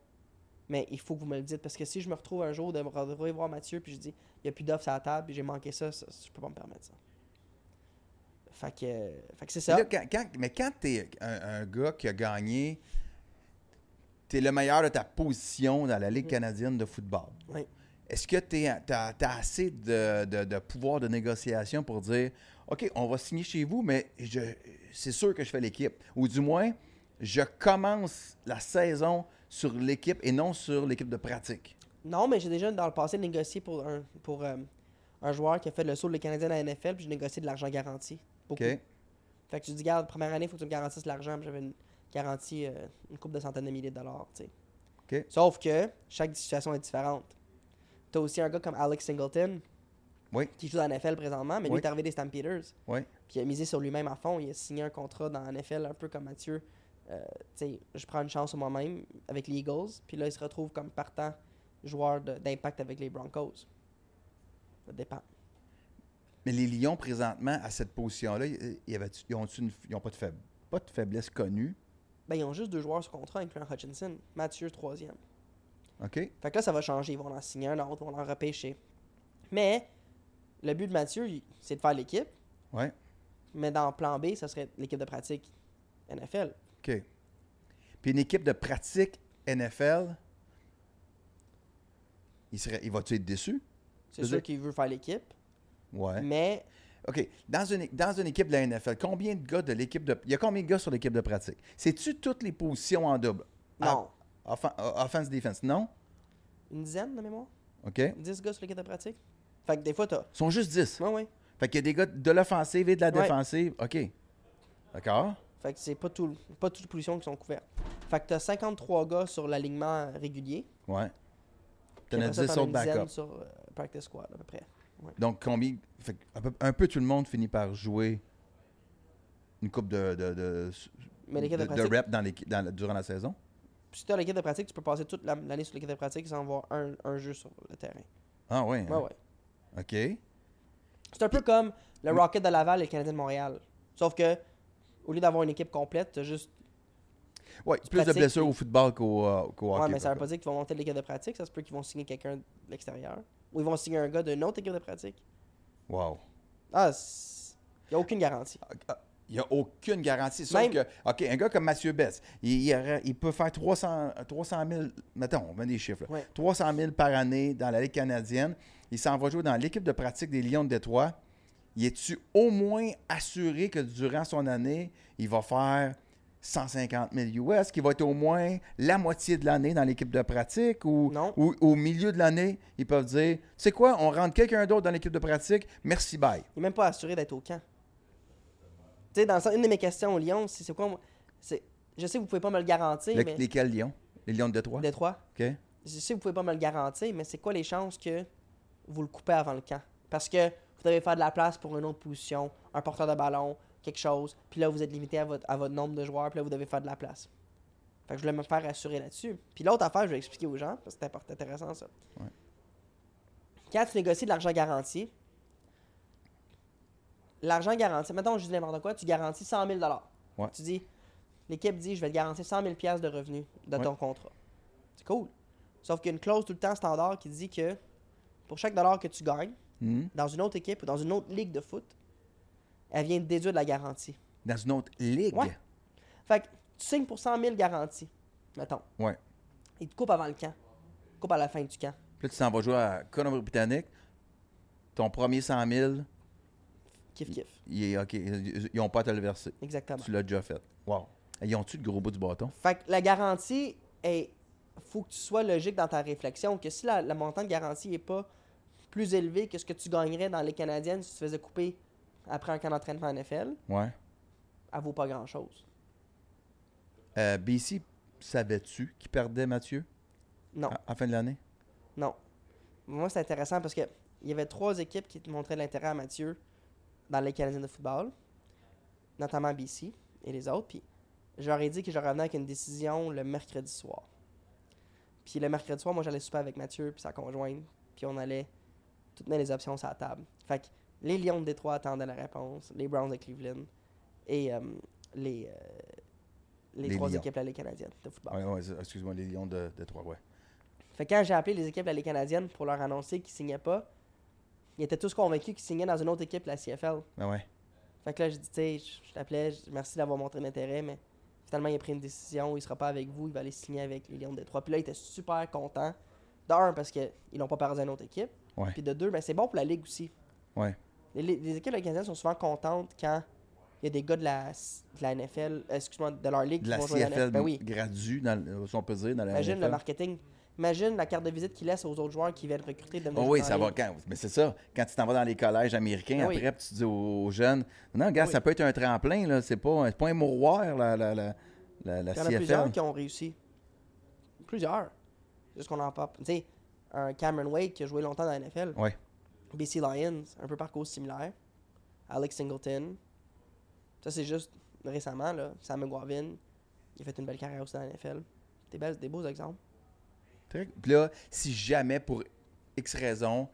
Speaker 3: Mais il faut que vous me le dites parce que si je me retrouve un jour de me retrouver voir Mathieu puis je dis il n'y a plus d'offres à la table puis j'ai manqué ça, ça, je peux pas me permettre ça. Fait que, fait que c'est ça.
Speaker 2: Mais, là, quand, quand- mais quand t'es un, un gars qui a gagné, t'es le meilleur de ta position dans la Ligue canadienne de football.
Speaker 3: Mm. Oui.
Speaker 2: Est-ce que tu as, assez de, de- de pouvoir de négociation pour dire OK, on va signer chez vous, mais je, c'est sûr que je fais l'équipe. Ou du moins, je commence la saison sur l'équipe et non sur l'équipe de pratique.
Speaker 3: Non, mais j'ai déjà dans le passé négocié pour un, pour, euh, un joueur qui a fait le saut de Canadien à la NFL puis j'ai négocié de l'argent garanti.
Speaker 2: OK?
Speaker 3: Beaucoup. Fait que je dis, garde, première année, il faut que tu me garantisses l'argent. Puis J'avais une garantie, euh, une coupe de centaines de milliers de dollars. tu sais.
Speaker 2: OK.
Speaker 3: Sauf que chaque situation est différente. T'as aussi un gars comme Alex Singleton
Speaker 2: Oui.
Speaker 3: qui joue dans la NFL présentement, mais lui
Speaker 2: Oui.
Speaker 3: est arrivé des Stampeders.
Speaker 2: Oui.
Speaker 3: Puis il a misé sur lui-même à fond. Il a signé un contrat dans la NFL un peu comme Mathieu. Euh, tu sais, je prends une chance sur moi-même avec les Eagles. Puis là, il se retrouve comme partant joueur de- d'impact avec les Broncos. Ça dépend.
Speaker 2: Mais les Lions, présentement, à cette position-là, y- y avait-tu- ils ont, ils ont pas, de faib- pas de faiblesse connue.
Speaker 3: Ben, ils ont juste deux joueurs sur contrat, incluant Hutchinson. Mathieu, troisième.
Speaker 2: OK?
Speaker 3: Fait que là, ça va changer. Ils vont en signer un autre, ils vont en repêcher. Mais le but de Mathieu, il- c'est de faire l'équipe.
Speaker 2: Ouais.
Speaker 3: Mais dans plan B, ça serait l'équipe de pratique NFL.
Speaker 2: OK. Puis une équipe de pratique NFL, il, serait, il va-tu être déçu?
Speaker 3: C'est
Speaker 2: Je veux
Speaker 3: sûr
Speaker 2: dire-
Speaker 3: qu'il veut faire l'équipe.
Speaker 2: Ouais.
Speaker 3: Mais
Speaker 2: OK. Dans une, dans une équipe de la NFL, combien de gars de l'équipe de. Il y a combien de gars sur l'équipe de pratique? C'est-tu toutes les positions en double?
Speaker 3: non.
Speaker 2: Ah, offen- ah, offense, defense, non?
Speaker 3: Une dizaine de mémoire
Speaker 2: OK. Ils
Speaker 3: 10 gars sur l'équipe de pratique Fait que des fois, t'as.
Speaker 2: sont juste 10.
Speaker 3: Ouais, ouais.
Speaker 2: Fait qu'il y a des gars de l'offensive et de la
Speaker 3: Ouais.
Speaker 2: défensive. OK. D'accord?
Speaker 3: Fait que c'est pas, tout, pas toutes les positions qui sont couvertes. Fait que t'as 53 gars sur l'alignement régulier.
Speaker 2: Ouais.
Speaker 3: puis
Speaker 2: T'en as
Speaker 3: après ça,
Speaker 2: 10
Speaker 3: t'en as
Speaker 2: sur le
Speaker 3: une dizaine
Speaker 2: backup.
Speaker 3: sur euh, Practice Squad, à peu près.
Speaker 2: Donc, combien. fait que un peu, un peu tout le monde finit par jouer une coupe de, de, de,
Speaker 3: Mais l'équipe de
Speaker 2: de- de
Speaker 3: pratique-
Speaker 2: rep dans l'équi- dans la- durant la saison.
Speaker 3: Si t'as l'équipe de pratique, tu peux passer toute la- l'année sur l'équipe de pratique sans avoir un, un jeu sur le terrain.
Speaker 2: Ah, ouais.
Speaker 3: Ouais,
Speaker 2: hein?
Speaker 3: ouais.
Speaker 2: OK.
Speaker 3: C'est un peu comme le
Speaker 2: Mais-
Speaker 3: Rocket de Laval et le Canadien de Montréal. Sauf que, au lieu d'avoir une équipe complète, t'as juste.
Speaker 2: Ouais,
Speaker 3: Tu
Speaker 2: plus de
Speaker 3: pratiques,
Speaker 2: blessures
Speaker 3: puis-
Speaker 2: au football qu'au euh, qu'au
Speaker 3: Ouais,
Speaker 2: hockey.
Speaker 3: mais ça
Speaker 2: par
Speaker 3: veut pas dire qu'ils vont monter de l'équipe de pratique, ça se peut qu'ils vont signer quelqu'un de l'extérieur. Ou ils vont signer un gars d'une autre équipe de pratique.
Speaker 2: Wow.
Speaker 3: Ah, il n'y a aucune garantie.
Speaker 2: Ah, Il n'y a aucune garantie. Sauf
Speaker 3: Même-
Speaker 2: que, OK, un gars comme Mathieu Bess, il, il aurait- il peut faire 300, 300 000, mettons, on met des chiffres, là.
Speaker 3: Ouais.
Speaker 2: 300 000 par année dans la Ligue canadienne. Il s'en va jouer dans l'équipe de pratique des Lions de Détroit. Il est-tu au moins assuré que durant son année, il va faire 150 000 US, qu'il va être au moins la moitié de l'année dans l'équipe de pratique ou,
Speaker 3: Non.
Speaker 2: ou au milieu de l'année, ils peuvent dire, c'est quoi, on rentre quelqu'un d'autre dans l'équipe de pratique, merci, bye.
Speaker 3: Il n'est même pas assuré d'être au camp. Tu sais, dans le sens, une de mes questions au Lyon, c'est c'est quoi. moi- c'est- Je sais que vous pouvez pas me le garantir,
Speaker 2: Le-
Speaker 3: mais.
Speaker 2: Lesquels Lions? Les Lions de Détroit?
Speaker 3: Détroit,
Speaker 2: OK.
Speaker 3: je sais que vous pouvez pas me le garantir, mais c'est quoi les chances que vous le coupez avant le camp? Parce que vous devez faire de la place pour une autre position, un porteur de ballon, quelque chose, puis là, vous êtes limité à votre, à votre nombre de joueurs, puis là, vous devez faire de la place. Fait que je voulais me faire rassurer là-dessus. Puis l'autre affaire, je vais expliquer aux gens, parce que c'est import- intéressant, ça.
Speaker 2: Ouais.
Speaker 3: Quand tu négocies de l'argent garanti, l'argent garanti, mettons, je dis n'importe quoi, tu garantis 100 000
Speaker 2: Ouais.
Speaker 3: Tu dis, l'équipe dit, je vais te garantir 100 000 de revenus de
Speaker 2: Ouais.
Speaker 3: ton contrat. C'est cool. Sauf qu'il y a une clause tout le temps standard qui dit que pour chaque dollar que tu gagnes
Speaker 2: Mhm.
Speaker 3: dans une autre équipe ou dans une autre ligue de foot, elle vient te déduire de la garantie.
Speaker 2: Dans une autre ligue?
Speaker 3: Ouais. Fait que tu signes pour 100 000 garanties, mettons.
Speaker 2: Ouais.
Speaker 3: Ils te coupent avant le camp. Ils te coupent à la fin du camp.
Speaker 2: Puis là, tu t'en vas jouer à Colombie-Britannique. Ton premier 100 000,
Speaker 3: Kiff, kiff.
Speaker 2: il est- ok, ils n'ont pas à te le verser.
Speaker 3: Exactement.
Speaker 2: Tu l'as déjà fait. Wow. Ils ont-tu le gros bout du bâton?
Speaker 3: Fait que la garantie, il faut que tu sois logique dans ta réflexion, que si la, le montant de garantie n'est pas plus élevé que ce que tu gagnerais dans les Canadiennes si tu te faisais couper après un camp d'entraînement en NFL,
Speaker 2: Ouais.
Speaker 3: elle vaut pas grand-chose.
Speaker 2: Euh, BC, savais-tu qu'il perdait Mathieu
Speaker 3: Non,
Speaker 2: à à la fin de l'année?
Speaker 3: non. Moi, c'est intéressant parce que il y avait trois équipes qui te montraient de l'intérêt à Mathieu dans les Canadiens de football, notamment BC et les autres. Puis j'aurais dit que je revenais avec une décision le mercredi soir. Puis le mercredi soir, moi, j'allais souper avec Mathieu puis sa conjointe. Puis on allait toutes mettre les options sur la table. Fait que les Lions de Détroit attendaient la réponse, les Browns de Cleveland et euh, les, euh, les,
Speaker 2: Les
Speaker 3: trois
Speaker 2: Lions.
Speaker 3: équipes de la Ligue canadienne de football.
Speaker 2: Bah, Ouais, ouais, c'est- excuse-moi, les Lions de, de Trois, ouais.
Speaker 3: Fait que quand j'ai appelé les équipes de la Ligue canadienne pour leur annoncer qu'ils signaient pas, ils étaient tous convaincus qu'ils signaient dans une autre équipe, la CFL.
Speaker 2: Ah ouais.
Speaker 3: Fait que là, j'ai dit, tu sais, je je t'appelais, je- merci d'avoir montré l'intérêt, mais finalement, il a pris une décision, il sera pas avec vous, il va aller signer avec les Lions de Détroit. Puis là, il était super content. De un, parce qu'ils n'ont pas perdu à une autre équipe.
Speaker 2: Ouais.
Speaker 3: Puis de deux, ben, c'est bon pour la Ligue aussi.
Speaker 2: Ouais.
Speaker 3: Les, les- les équipes de la Ligue canadienne sont souvent contentes quand il y a des gars de la, de la NFL, euh, excuse-moi, de leur Ligue
Speaker 2: De la
Speaker 3: qui vont jouer dans la
Speaker 2: CFL
Speaker 3: NFL. Ben oui.
Speaker 2: gradu, dans, le- si on peut dire, dans la
Speaker 3: Imagine le
Speaker 2: NFL.
Speaker 3: marketing. Imagine la carte de visite qu'ils laissent aux autres joueurs qui viennent recruter. de
Speaker 2: Oh
Speaker 3: devenir
Speaker 2: oui,
Speaker 3: joueurs
Speaker 2: ça
Speaker 3: en
Speaker 2: va
Speaker 3: ligne.
Speaker 2: quand. Mais c'est ça. Quand tu t'en vas dans les collèges américains,
Speaker 3: Ah oui.
Speaker 2: après, puis tu dis aux, aux jeunes Non, gars,
Speaker 3: Oui.
Speaker 2: ça peut être un tremplin, là. C'est pas, c'est pas un mouroir, la, la, la, la, la
Speaker 3: Il y en a plusieurs
Speaker 2: CFL.
Speaker 3: qui ont réussi. Plusieurs. C'est Juste qu'on en parle. Tu sais, un Cameron Wade qui a joué longtemps dans la NFL.
Speaker 2: Ouais.
Speaker 3: BC Lions, un peu parcours similaire. Alex Singleton. Ça, c'est juste récemment, là. Sam McGuavin. Il a fait une belle carrière aussi dans la NFL. Des, belles- des beaux exemples.
Speaker 2: Très- Puis là, si jamais, pour X raison,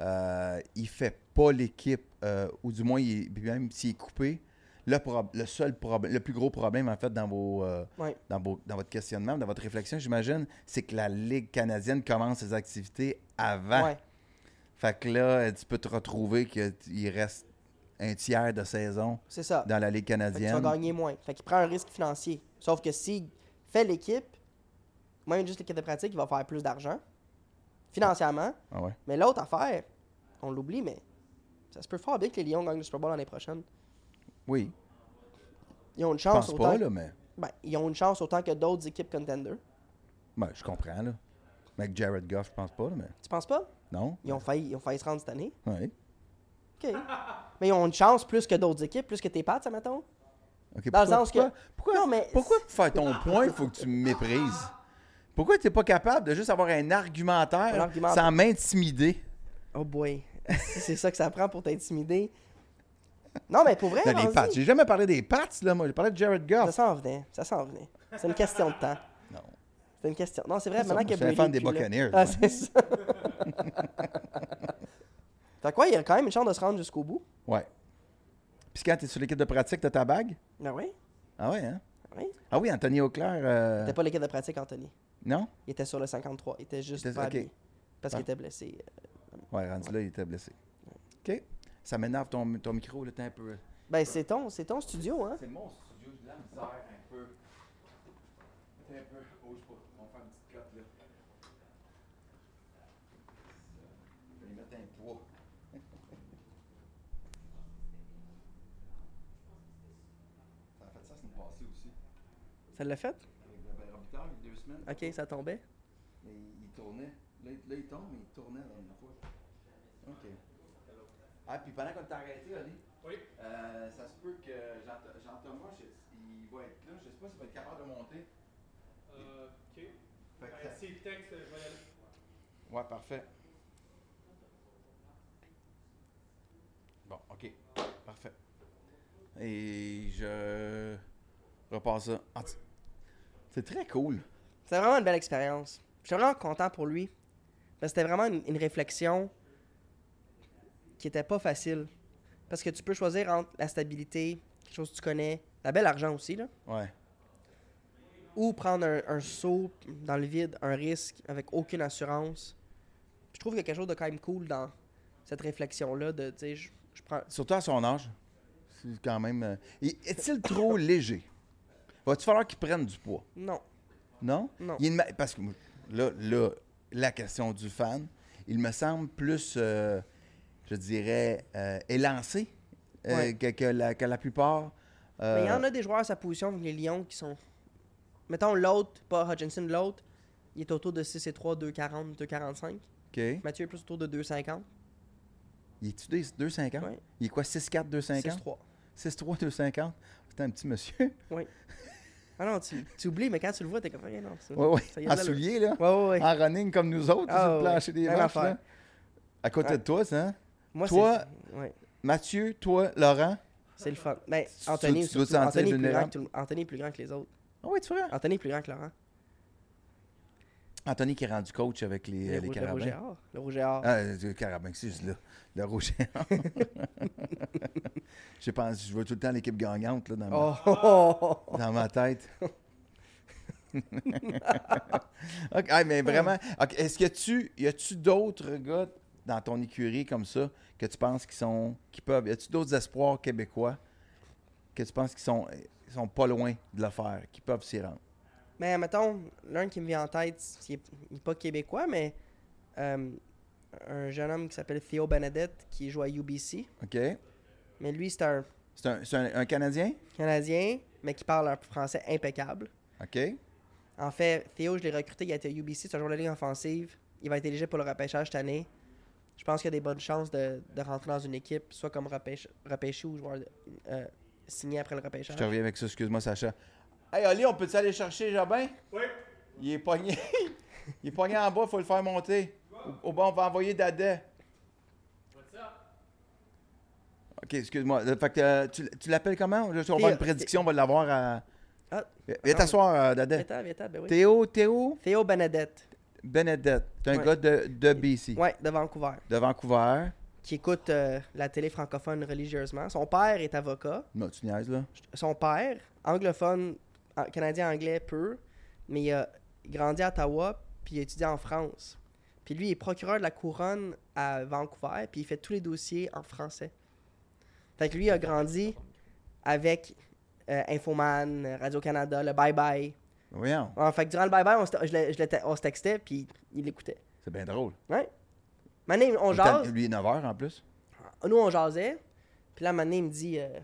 Speaker 2: euh, il fait pas l'équipe, euh, ou du moins, il, puis même s'il est coupé, le, prob- le seul problème, le plus gros problème, en fait, dans vos, euh,
Speaker 3: Ouais.
Speaker 2: dans, vos- dans votre questionnement, dans votre réflexion, j'imagine, c'est que la Ligue canadienne commence ses activités avant.
Speaker 3: Ouais.
Speaker 2: Fait que là, euh, tu peux te retrouver qu'il reste un tiers de saison
Speaker 3: C'est ça.
Speaker 2: dans la Ligue
Speaker 3: Fait que tu vas
Speaker 2: canadienne.
Speaker 3: gagner moins. Fait qu'il prend un risque financier. Sauf que s'il fait l'équipe, même juste l'équipe de pratique, il va faire plus d'argent financièrement.
Speaker 2: Ah ouais.
Speaker 3: Mais l'autre affaire, on l'oublie, mais ça se peut fort bien que les Lions gagnent le Super Bowl l'année prochaine.
Speaker 2: Oui,
Speaker 3: Ils ont une
Speaker 2: je
Speaker 3: chance
Speaker 2: pense
Speaker 3: autant.
Speaker 2: pas, là, mais
Speaker 3: ben, ils ont une chance autant que d'autres équipes contenders.
Speaker 2: ben, je comprends. Là. Mais avec Jared Goff, je pense pas, là, mais
Speaker 3: Tu penses pas?
Speaker 2: non.
Speaker 3: Ils ont failli, ils ont failli se rendre cette année.
Speaker 2: Ouais.
Speaker 3: OK. Mais ils ont une chance plus que d'autres équipes, plus que tes pattes, ça mettons.
Speaker 2: Ok,
Speaker 3: Dans
Speaker 2: pourquoi-
Speaker 3: le sens que-
Speaker 2: pourquoi- Pourquoi,
Speaker 3: Non, mais-
Speaker 2: pourquoi pour faire ton point, il faut que tu me méprises? Pourquoi tu n'es pas capable de juste avoir un argumentaire,
Speaker 3: Un argumentaire.
Speaker 2: sans m'intimider?
Speaker 3: Oh boy. Si c'est ça que ça prend pour t'intimider. Non, mais pour vrai,
Speaker 2: Dans les
Speaker 3: Eh, vas-y.
Speaker 2: pattes. J'ai jamais parlé des pattes, là, moi. J'ai parlé de Jared
Speaker 3: ça
Speaker 2: Goff.
Speaker 3: s'en venait. Ça s'en venait. C'est une question de temps.
Speaker 2: Non.
Speaker 3: C'est une question. Non, c'est vrai,
Speaker 2: Ça,
Speaker 3: maintenant
Speaker 2: moi,
Speaker 3: que
Speaker 2: je suis un
Speaker 3: Brady
Speaker 2: fan
Speaker 3: est
Speaker 2: des
Speaker 3: plus là.
Speaker 2: Buccaneers,
Speaker 3: Ah,
Speaker 2: moi.
Speaker 3: c'est ça. fait quoi, il y a quand même une chance de se rendre jusqu'au bout.
Speaker 2: Ouais. Puis quand tu es sur l'équipe de pratique, tu ta bague?
Speaker 3: Ben oui. ben
Speaker 2: Ah ouais, hein?
Speaker 3: Oui.
Speaker 2: Ah oui, Anthony Auclair. euh,
Speaker 3: C'était pas l'équipe de pratique, Anthony.
Speaker 2: Non?
Speaker 3: Il était sur le 53. Il était juste
Speaker 2: Il était-
Speaker 3: pas
Speaker 2: ok.
Speaker 3: habillé. Parce
Speaker 2: Ah.
Speaker 3: qu'il était blessé.
Speaker 2: Ouais, rendu là, il était blessé. OK. Ça m'énerve ton, ton micro, là, t'es un peu.
Speaker 3: Ben, c'est ton, c'est ton studio, hein?
Speaker 2: C'est mon studio, j'ai de la misère un peu. Attends un peu. Oh, je sais pas. On va faire une petite cote là. Je vais les mettre un poids. Ça a fait ça, c'est une passée aussi.
Speaker 3: Ça l'a fait?
Speaker 2: Avec le barometer, il y a deux semaines.
Speaker 3: Ok, ça tombait.
Speaker 2: Mais il il tournait. Là, il- là, il tombe, mais il tournait dans une fois. OK. Ah, puis pendant qu'on t'a arrêté, Ali, euh, ça se peut que Jean- Jean-Thomas, je- il va être là. Je sais pas s'il va être capable de monter.
Speaker 4: Euh, ok.
Speaker 2: Fait que
Speaker 4: Ben,
Speaker 2: ça-
Speaker 4: S'il texte, je vais y aller.
Speaker 2: Ouais, parfait. Bon, OK. Parfait. Et je repars ça. Ah, tu- C'est très cool.
Speaker 3: C'était vraiment une belle expérience. J'étais vraiment content pour lui. Parce que c'était vraiment une, une réflexion qui était pas facile. Parce que tu peux choisir entre la stabilité, quelque chose que tu connais, la belle argent aussi, là,
Speaker 2: Ouais.
Speaker 3: ou prendre un, un saut dans le vide, un risque avec aucune assurance. Puis je trouve qu'il y a quelque chose de quand même cool dans cette réflexion-là de, tu sais, je, je prends...
Speaker 2: Surtout à son âge. C'est quand même. euh, et- Est-il trop léger? Va-tu falloir qu'il prenne du poids?
Speaker 3: Non.
Speaker 2: Non?
Speaker 3: Non.
Speaker 2: Il ne m'a- parce que moi, là, là, la question du fan, il me semble plus, euh, je dirais, euh, élancé euh,
Speaker 3: Ouais.
Speaker 2: que, que la, que la plupart.
Speaker 3: Mais il y
Speaker 2: euh,
Speaker 3: en a des joueurs à sa position, comme les Lions, qui sont. Mettons l'autre, pas Hutchinson, l'autre, il est autour de 6 et 3, 2,40, 2,45.
Speaker 2: OK.
Speaker 3: Mathieu est plus autour de Hein? 2,50.
Speaker 2: Il est-tu des 2,50?
Speaker 3: Ouais.
Speaker 2: Il est quoi, 6,4, 2,50?
Speaker 3: 6-3.
Speaker 2: 6,3, 2,50? C'est un petit monsieur.
Speaker 3: Ah non, tu, tu oublies, mais quand tu le vois, t'es comme. rien non, ça-
Speaker 2: Oui, oui.
Speaker 3: ça y est,
Speaker 2: En
Speaker 3: de l'allure.
Speaker 2: soulier, là.
Speaker 3: Ouais, ouais, ouais.
Speaker 2: En running comme nous autres,
Speaker 3: Ah,
Speaker 2: sur le
Speaker 3: ouais,
Speaker 2: plancher
Speaker 3: ouais.
Speaker 2: des
Speaker 3: Même
Speaker 2: vaches,
Speaker 3: affaire.
Speaker 2: là. À côté
Speaker 3: Ouais.
Speaker 2: de toi, ça. hein?
Speaker 3: Moi,
Speaker 2: toi-
Speaker 3: c'est. Ouais,
Speaker 2: Mathieu, toi, Laurent.
Speaker 3: c'est le fun. Ben,
Speaker 2: Tu-
Speaker 3: Anthony,
Speaker 2: tu dois te
Speaker 3: surtout,
Speaker 2: sentir
Speaker 3: Anthony, est plus grand
Speaker 2: vulnérable.
Speaker 3: que tout le- Anthony est plus grand que les autres.
Speaker 2: Ah oui, tu vois.
Speaker 3: Anthony est plus grand que Laurent.
Speaker 2: Anthony qui est rendu coach avec les,
Speaker 3: le,
Speaker 2: les
Speaker 3: Rou- le
Speaker 2: carabins.
Speaker 3: Rouge et Or. Le Rouge et Or.
Speaker 2: Ah, le carabin, c'est juste là. Le rouge et or. je pense, je vois tout le temps l'équipe gagnante là, dans, ma-
Speaker 3: Oh, oh, oh, oh, oh.
Speaker 2: dans ma, tête. Ok, ah, mais vraiment, ok, est-ce que tu, y a-tu d'autres gars dans ton écurie comme ça que tu penses qui sont, qui peuvent, y a-tu d'autres espoirs québécois que tu penses qui sont, qui sont pas loin de le faire, qui peuvent s'y rendre?
Speaker 3: Mais mettons, l'un qui me vient en tête, c'est- il est, il est pas québécois, mais euh, un jeune homme qui s'appelle Theo Benedette qui joue à UBC.
Speaker 2: Ok,
Speaker 3: Mais lui, c'est un
Speaker 2: c'est un, c'est un- un Canadien,
Speaker 3: Canadien, mais qui parle un français impeccable.
Speaker 2: ok,
Speaker 3: En fait, Theo, je l'ai recruté, il a été à UBC, c'est un joueur de la ligue offensive. Il va être éligible pour le repêchage cette année. Je pense qu'il y a des bonnes chances de, de rentrer dans une équipe, soit comme repêche- repêché ou joueur de- euh, signé après le repêchage.
Speaker 2: je te reviens avec ça, excuse-moi Sacha. Hey Ali, on peut-tu aller chercher Jobin?
Speaker 4: Oui.
Speaker 2: Il est pogné. Il est pogné en bas, faut le faire monter. Au, au bas, on va envoyer Dada.
Speaker 4: What's up?
Speaker 2: OK, excuse-moi. Euh, Fait que euh, tu, tu l'appelles comment? Là, on va
Speaker 3: Théo-
Speaker 2: une prédiction, on va l'avoir à...
Speaker 3: Ah,
Speaker 2: Viens t'asseoir, euh, Dada.
Speaker 3: viens t'en, viens t'en, ben oui.
Speaker 2: Théo, Théo
Speaker 3: Theo Benedette,
Speaker 2: Benedette. T'es un
Speaker 3: Ouais.
Speaker 2: gars de, de BC,
Speaker 3: ouais, de Vancouver.
Speaker 2: de Vancouver.
Speaker 3: qui écoute euh, la télé francophone religieusement. Son père est avocat.
Speaker 2: Non, tu niaises, là.
Speaker 3: Son père, anglophone, an- canadien-anglais peu, mais il a grandi à Ottawa, puis il a étudié en France. Puis lui, il est procureur de la couronne à Vancouver, puis il fait tous les dossiers en français. Fait que lui, il a grandi avec euh, Infoman, Radio-Canada, le Bye Bye.
Speaker 2: Voyons,
Speaker 3: Ouais, fait que durant le Bye Bye, on se, je le- je le te- on se textait, puis il l'écoutait.
Speaker 2: c'est bien drôle.
Speaker 3: Ouais. Maintenant, on
Speaker 2: Il est à-
Speaker 3: jase.
Speaker 2: Lui, 9h en plus.
Speaker 3: nous, on jasait. Puis là, un moment donné, il me dit euh,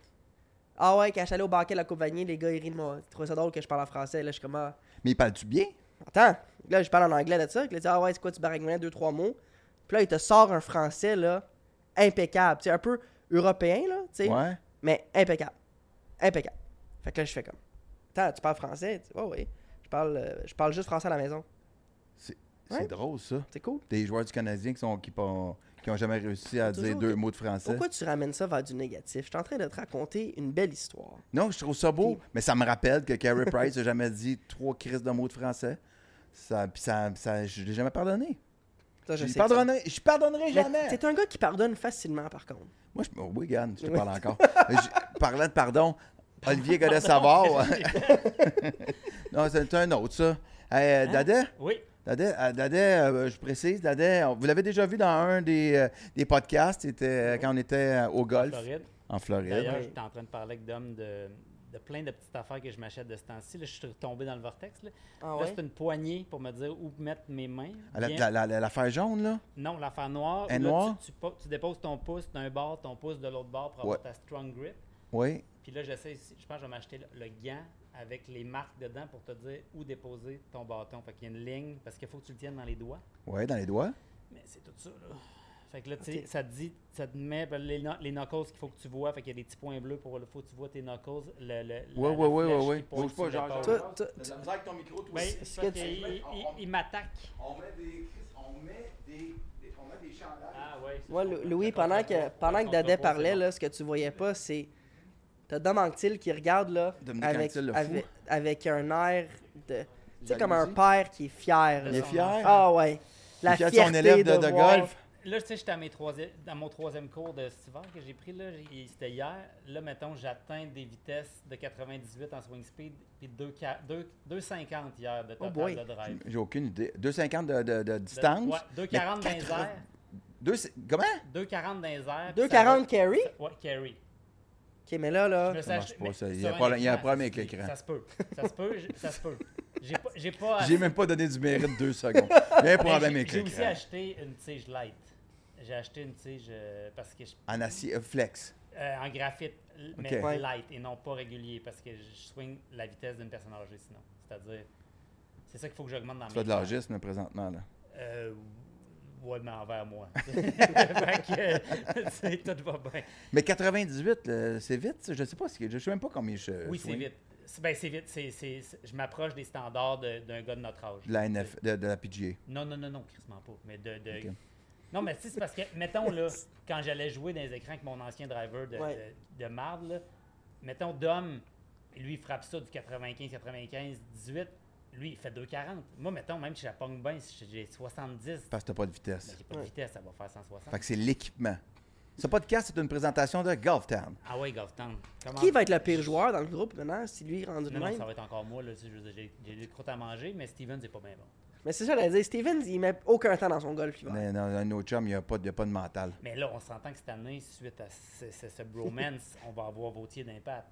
Speaker 3: Ah ouais, quand je suis allé au banquet de la Coupe Vanier, les gars, ils rient de moi. Ils trouvaient ça drôle que je parle en français. Là, je suis comme Ah,
Speaker 2: Mais il parle-tu bien?
Speaker 3: Attends, là, je parle en anglais de ça. Il a dit Ah ouais, c'est quoi, tu baragouinais deux, trois mots. Puis là, il te sort un français, là, impeccable. Tu sais, un peu européen, là, tu sais,
Speaker 2: Ouais.
Speaker 3: mais impeccable. Impeccable. Fait que là, je fais comme Attends, tu parles français Tu dis, Ouais, ouais. Je parle, euh, je parle juste français à la maison.
Speaker 2: C'est
Speaker 3: Ouais.
Speaker 2: drôle, ça.
Speaker 3: C'est cool.
Speaker 2: Des joueurs du Canadien qui sont qui n'ont jamais réussi à dire
Speaker 3: Toujours
Speaker 2: deux
Speaker 3: que-
Speaker 2: mots de français.
Speaker 3: Pourquoi tu ramènes ça vers du négatif Je suis en train de te raconter une belle histoire.
Speaker 2: Non, je trouve ça beau, mais ça me rappelle que Carey Price n'a jamais dit trois crises de mots de français. Ça, puis ça, ça- je l'ai jamais pardonné.
Speaker 3: Ça,
Speaker 2: Je
Speaker 3: sais
Speaker 2: ne
Speaker 3: que ça-
Speaker 2: pardonnerai, je pardonnerai
Speaker 3: Mais
Speaker 2: jamais.
Speaker 3: T'es un gars qui pardonne facilement, par contre.
Speaker 2: Moi, je, oh, oui, Gann, je te
Speaker 3: Oui.
Speaker 2: parle encore. Je- parlant de pardon, Olivier Godet-Savard. non, c'est un autre, ça. Hey, euh, Dadet,
Speaker 4: Oui.
Speaker 2: Dadet, euh, Dadet, euh, je précise, Dadet, on- vous l'avez déjà vu dans un des, euh, des podcasts, c'était euh, quand on était euh, au golf
Speaker 4: Floride.
Speaker 2: en Floride.
Speaker 5: D'ailleurs,
Speaker 3: ouais.
Speaker 5: j'étais en train de parler avec Dom de, Euh, de plein de petites affaires que je m'achète de ce temps-ci. Là, je suis retombé dans le vortex. Là,
Speaker 3: Ah
Speaker 5: Là,
Speaker 3: ouais?
Speaker 5: c'est une poignée pour me dire où mettre mes mains.
Speaker 2: Ah, la-
Speaker 5: Bien-
Speaker 2: la- la- la- L'affaire jaune, là?
Speaker 5: Non, l'affaire noire. où
Speaker 2: Elle
Speaker 5: là,
Speaker 2: noire?
Speaker 5: Tu, tu po- tu déposes ton pouce d'un bord, ton pouce de l'autre bord pour avoir
Speaker 2: Ouais.
Speaker 5: ta strong grip.
Speaker 2: Oui.
Speaker 5: Puis là, j'essaie, ici- je pense que je vais m'acheter le, le gant avec les marques dedans pour te dire où déposer ton bâton. Fait qu'il y a une ligne, parce qu'il faut que tu le tiennes dans les doigts.
Speaker 2: Oui, dans les doigts.
Speaker 5: Mais c'est tout ça, là. Fait que là, tu sais,
Speaker 3: Ok.
Speaker 5: ça te dit, ça te met ben, les, kno- les knuckles qu'il faut que tu vois. Fait qu'il y a des petits points bleus pour le faut que tu vois tes knuckles. Le, le, la-
Speaker 2: Ouais,
Speaker 5: la
Speaker 2: ouais, ouais,
Speaker 5: flèche
Speaker 2: ouais,
Speaker 5: qui
Speaker 2: ouais.
Speaker 5: pointe
Speaker 2: Bouge
Speaker 5: sur
Speaker 2: pas, genre,
Speaker 5: l'épaule.
Speaker 3: Toi-
Speaker 2: genre.
Speaker 3: toi-
Speaker 2: T'as de la misère avec ton micro, toi
Speaker 5: Ben,
Speaker 2: aussi.
Speaker 5: c'est
Speaker 3: ce
Speaker 5: parce
Speaker 3: que tu-
Speaker 5: qu'il- il, il- il m'attaque.
Speaker 2: On met des, on met des, des- on met des chandails.
Speaker 5: Ah ouais. c'est
Speaker 3: Moi,
Speaker 5: ça.
Speaker 3: Lou- Louis,
Speaker 5: Le
Speaker 3: pendant que,
Speaker 5: contrepoids,
Speaker 3: pendant
Speaker 5: le
Speaker 3: que Dadet
Speaker 5: contrepoids,
Speaker 3: parlait,
Speaker 5: c'est
Speaker 3: là, ce que tu voyais pas, c'est. T'as Dom Anctil qui regarde, là.
Speaker 2: Dominique
Speaker 3: Avec,
Speaker 2: Anctil, le fou.
Speaker 3: avec, avec un air de. Tu sais, comme un
Speaker 2: Jalousie.
Speaker 3: père qui est fier,
Speaker 2: Il est
Speaker 3: là.
Speaker 2: fier.
Speaker 3: Ah ouais. La
Speaker 2: Il fier de
Speaker 3: fierté
Speaker 2: son élève de, de
Speaker 3: voir-
Speaker 2: golf.
Speaker 5: Là, tu sais, j'étais à mes troisi- dans mon troisième cours de cet hiver que j'ai pris, là, j'ai- c'était hier. Là, mettons, j'atteins des vitesses de 98 en swing speed, puis 2,40 2 2,50 hier de
Speaker 3: Oh
Speaker 5: total
Speaker 3: boy.
Speaker 5: de drive.
Speaker 2: J'ai aucune idée. 2,50 de, de, de
Speaker 5: De-
Speaker 2: distance.
Speaker 5: ouais, 2,40 dans les
Speaker 2: mais 80
Speaker 5: airs.
Speaker 2: Deux, c'est- comment?
Speaker 5: 2,40 dans les airs. puis ça va-
Speaker 3: 2,40 carry?
Speaker 5: ça- Ouais, carry.
Speaker 3: Ok, mais là, là.
Speaker 5: Je me suis
Speaker 2: marche
Speaker 5: acheté-
Speaker 2: pas,
Speaker 5: mais
Speaker 2: ça. Il y
Speaker 5: sur
Speaker 2: a pas-
Speaker 5: un
Speaker 2: il y a un
Speaker 5: écran,
Speaker 2: problème
Speaker 5: ça
Speaker 2: avec
Speaker 5: se dit.
Speaker 2: l'écran.
Speaker 5: Ça se peut. Ça se peut. je- Ça se peut. J'ai pas. J'ai pas
Speaker 2: J'ai même pas donné du mérite deux secondes. Il y a un
Speaker 5: mais
Speaker 2: problème
Speaker 5: j'ai-
Speaker 2: avec
Speaker 5: J'ai
Speaker 2: le
Speaker 5: aussi acheté une tige light. J'ai acheté une tige euh, parce que je
Speaker 2: En acier euh, flex.
Speaker 5: Euh, en graphite, l- mais
Speaker 2: Ok. Ouais.
Speaker 5: light et non pas régulier parce que je swing la vitesse d'une personne âgée sinon. C'est-à-dire, c'est ça qu'il faut que j'augmente dans
Speaker 2: Tu
Speaker 5: mes
Speaker 2: fais de
Speaker 5: plans.
Speaker 2: l'agisme présentement. Là.
Speaker 5: Euh, ouais, mais envers moi. fait que, euh, c'est- tout va bien.
Speaker 2: Mais 98, là, c'est vite. ça? Je sais pas. si- Je sais même pas combien je.
Speaker 5: Oui, c'est
Speaker 2: swing.
Speaker 5: vite. C'est- Ben, c'est vite. C'est, c'est- c'est- je m'approche des standards de- d'un gars de notre âge.
Speaker 2: De la, NF, de, de la PGA.
Speaker 5: Non, non, non, non, crissement pas. Mais de, de-
Speaker 2: Ok.
Speaker 5: Non, mais tu sais, c'est parce que, mettons, là, quand j'allais jouer dans les écrans avec mon ancien driver de,
Speaker 3: Ouais.
Speaker 5: de, de marde, là, mettons, Dom, lui, il frappe ça du 95, 95, 18. Lui, il fait 2,40. Moi, mettons, même si je la pogne bien, si j'ai 70,
Speaker 2: Parce que t'as pas de
Speaker 5: ben,
Speaker 2: vitesse.
Speaker 5: j'ai pas de
Speaker 3: Ouais.
Speaker 5: vitesse, ça va faire 160.
Speaker 2: Fait que c'est l'équipement. Ce podcast, c'est une présentation de Golf Town.
Speaker 5: Ah ouais, Govtown. Comment...
Speaker 3: Qui va être le pire joueur dans le groupe maintenant si lui est rendu le
Speaker 5: Non, non,
Speaker 3: même?
Speaker 5: ça va être encore moi, là. tu sais, je veux dire, J'ai j'ai des croûtes à manger, mais Steven, c'est pas bien bon.
Speaker 3: Mais c'est ça, j'allais dire. Stevens, il met aucun temps dans son golf. l'hiver.
Speaker 2: Mais Dans un autre chum, il n'y a, pas de- y a pas de mental.
Speaker 5: Mais là, on s'entend que cette année, suite à ce, ce- ce bromance, on va avoir Vautier d'impact.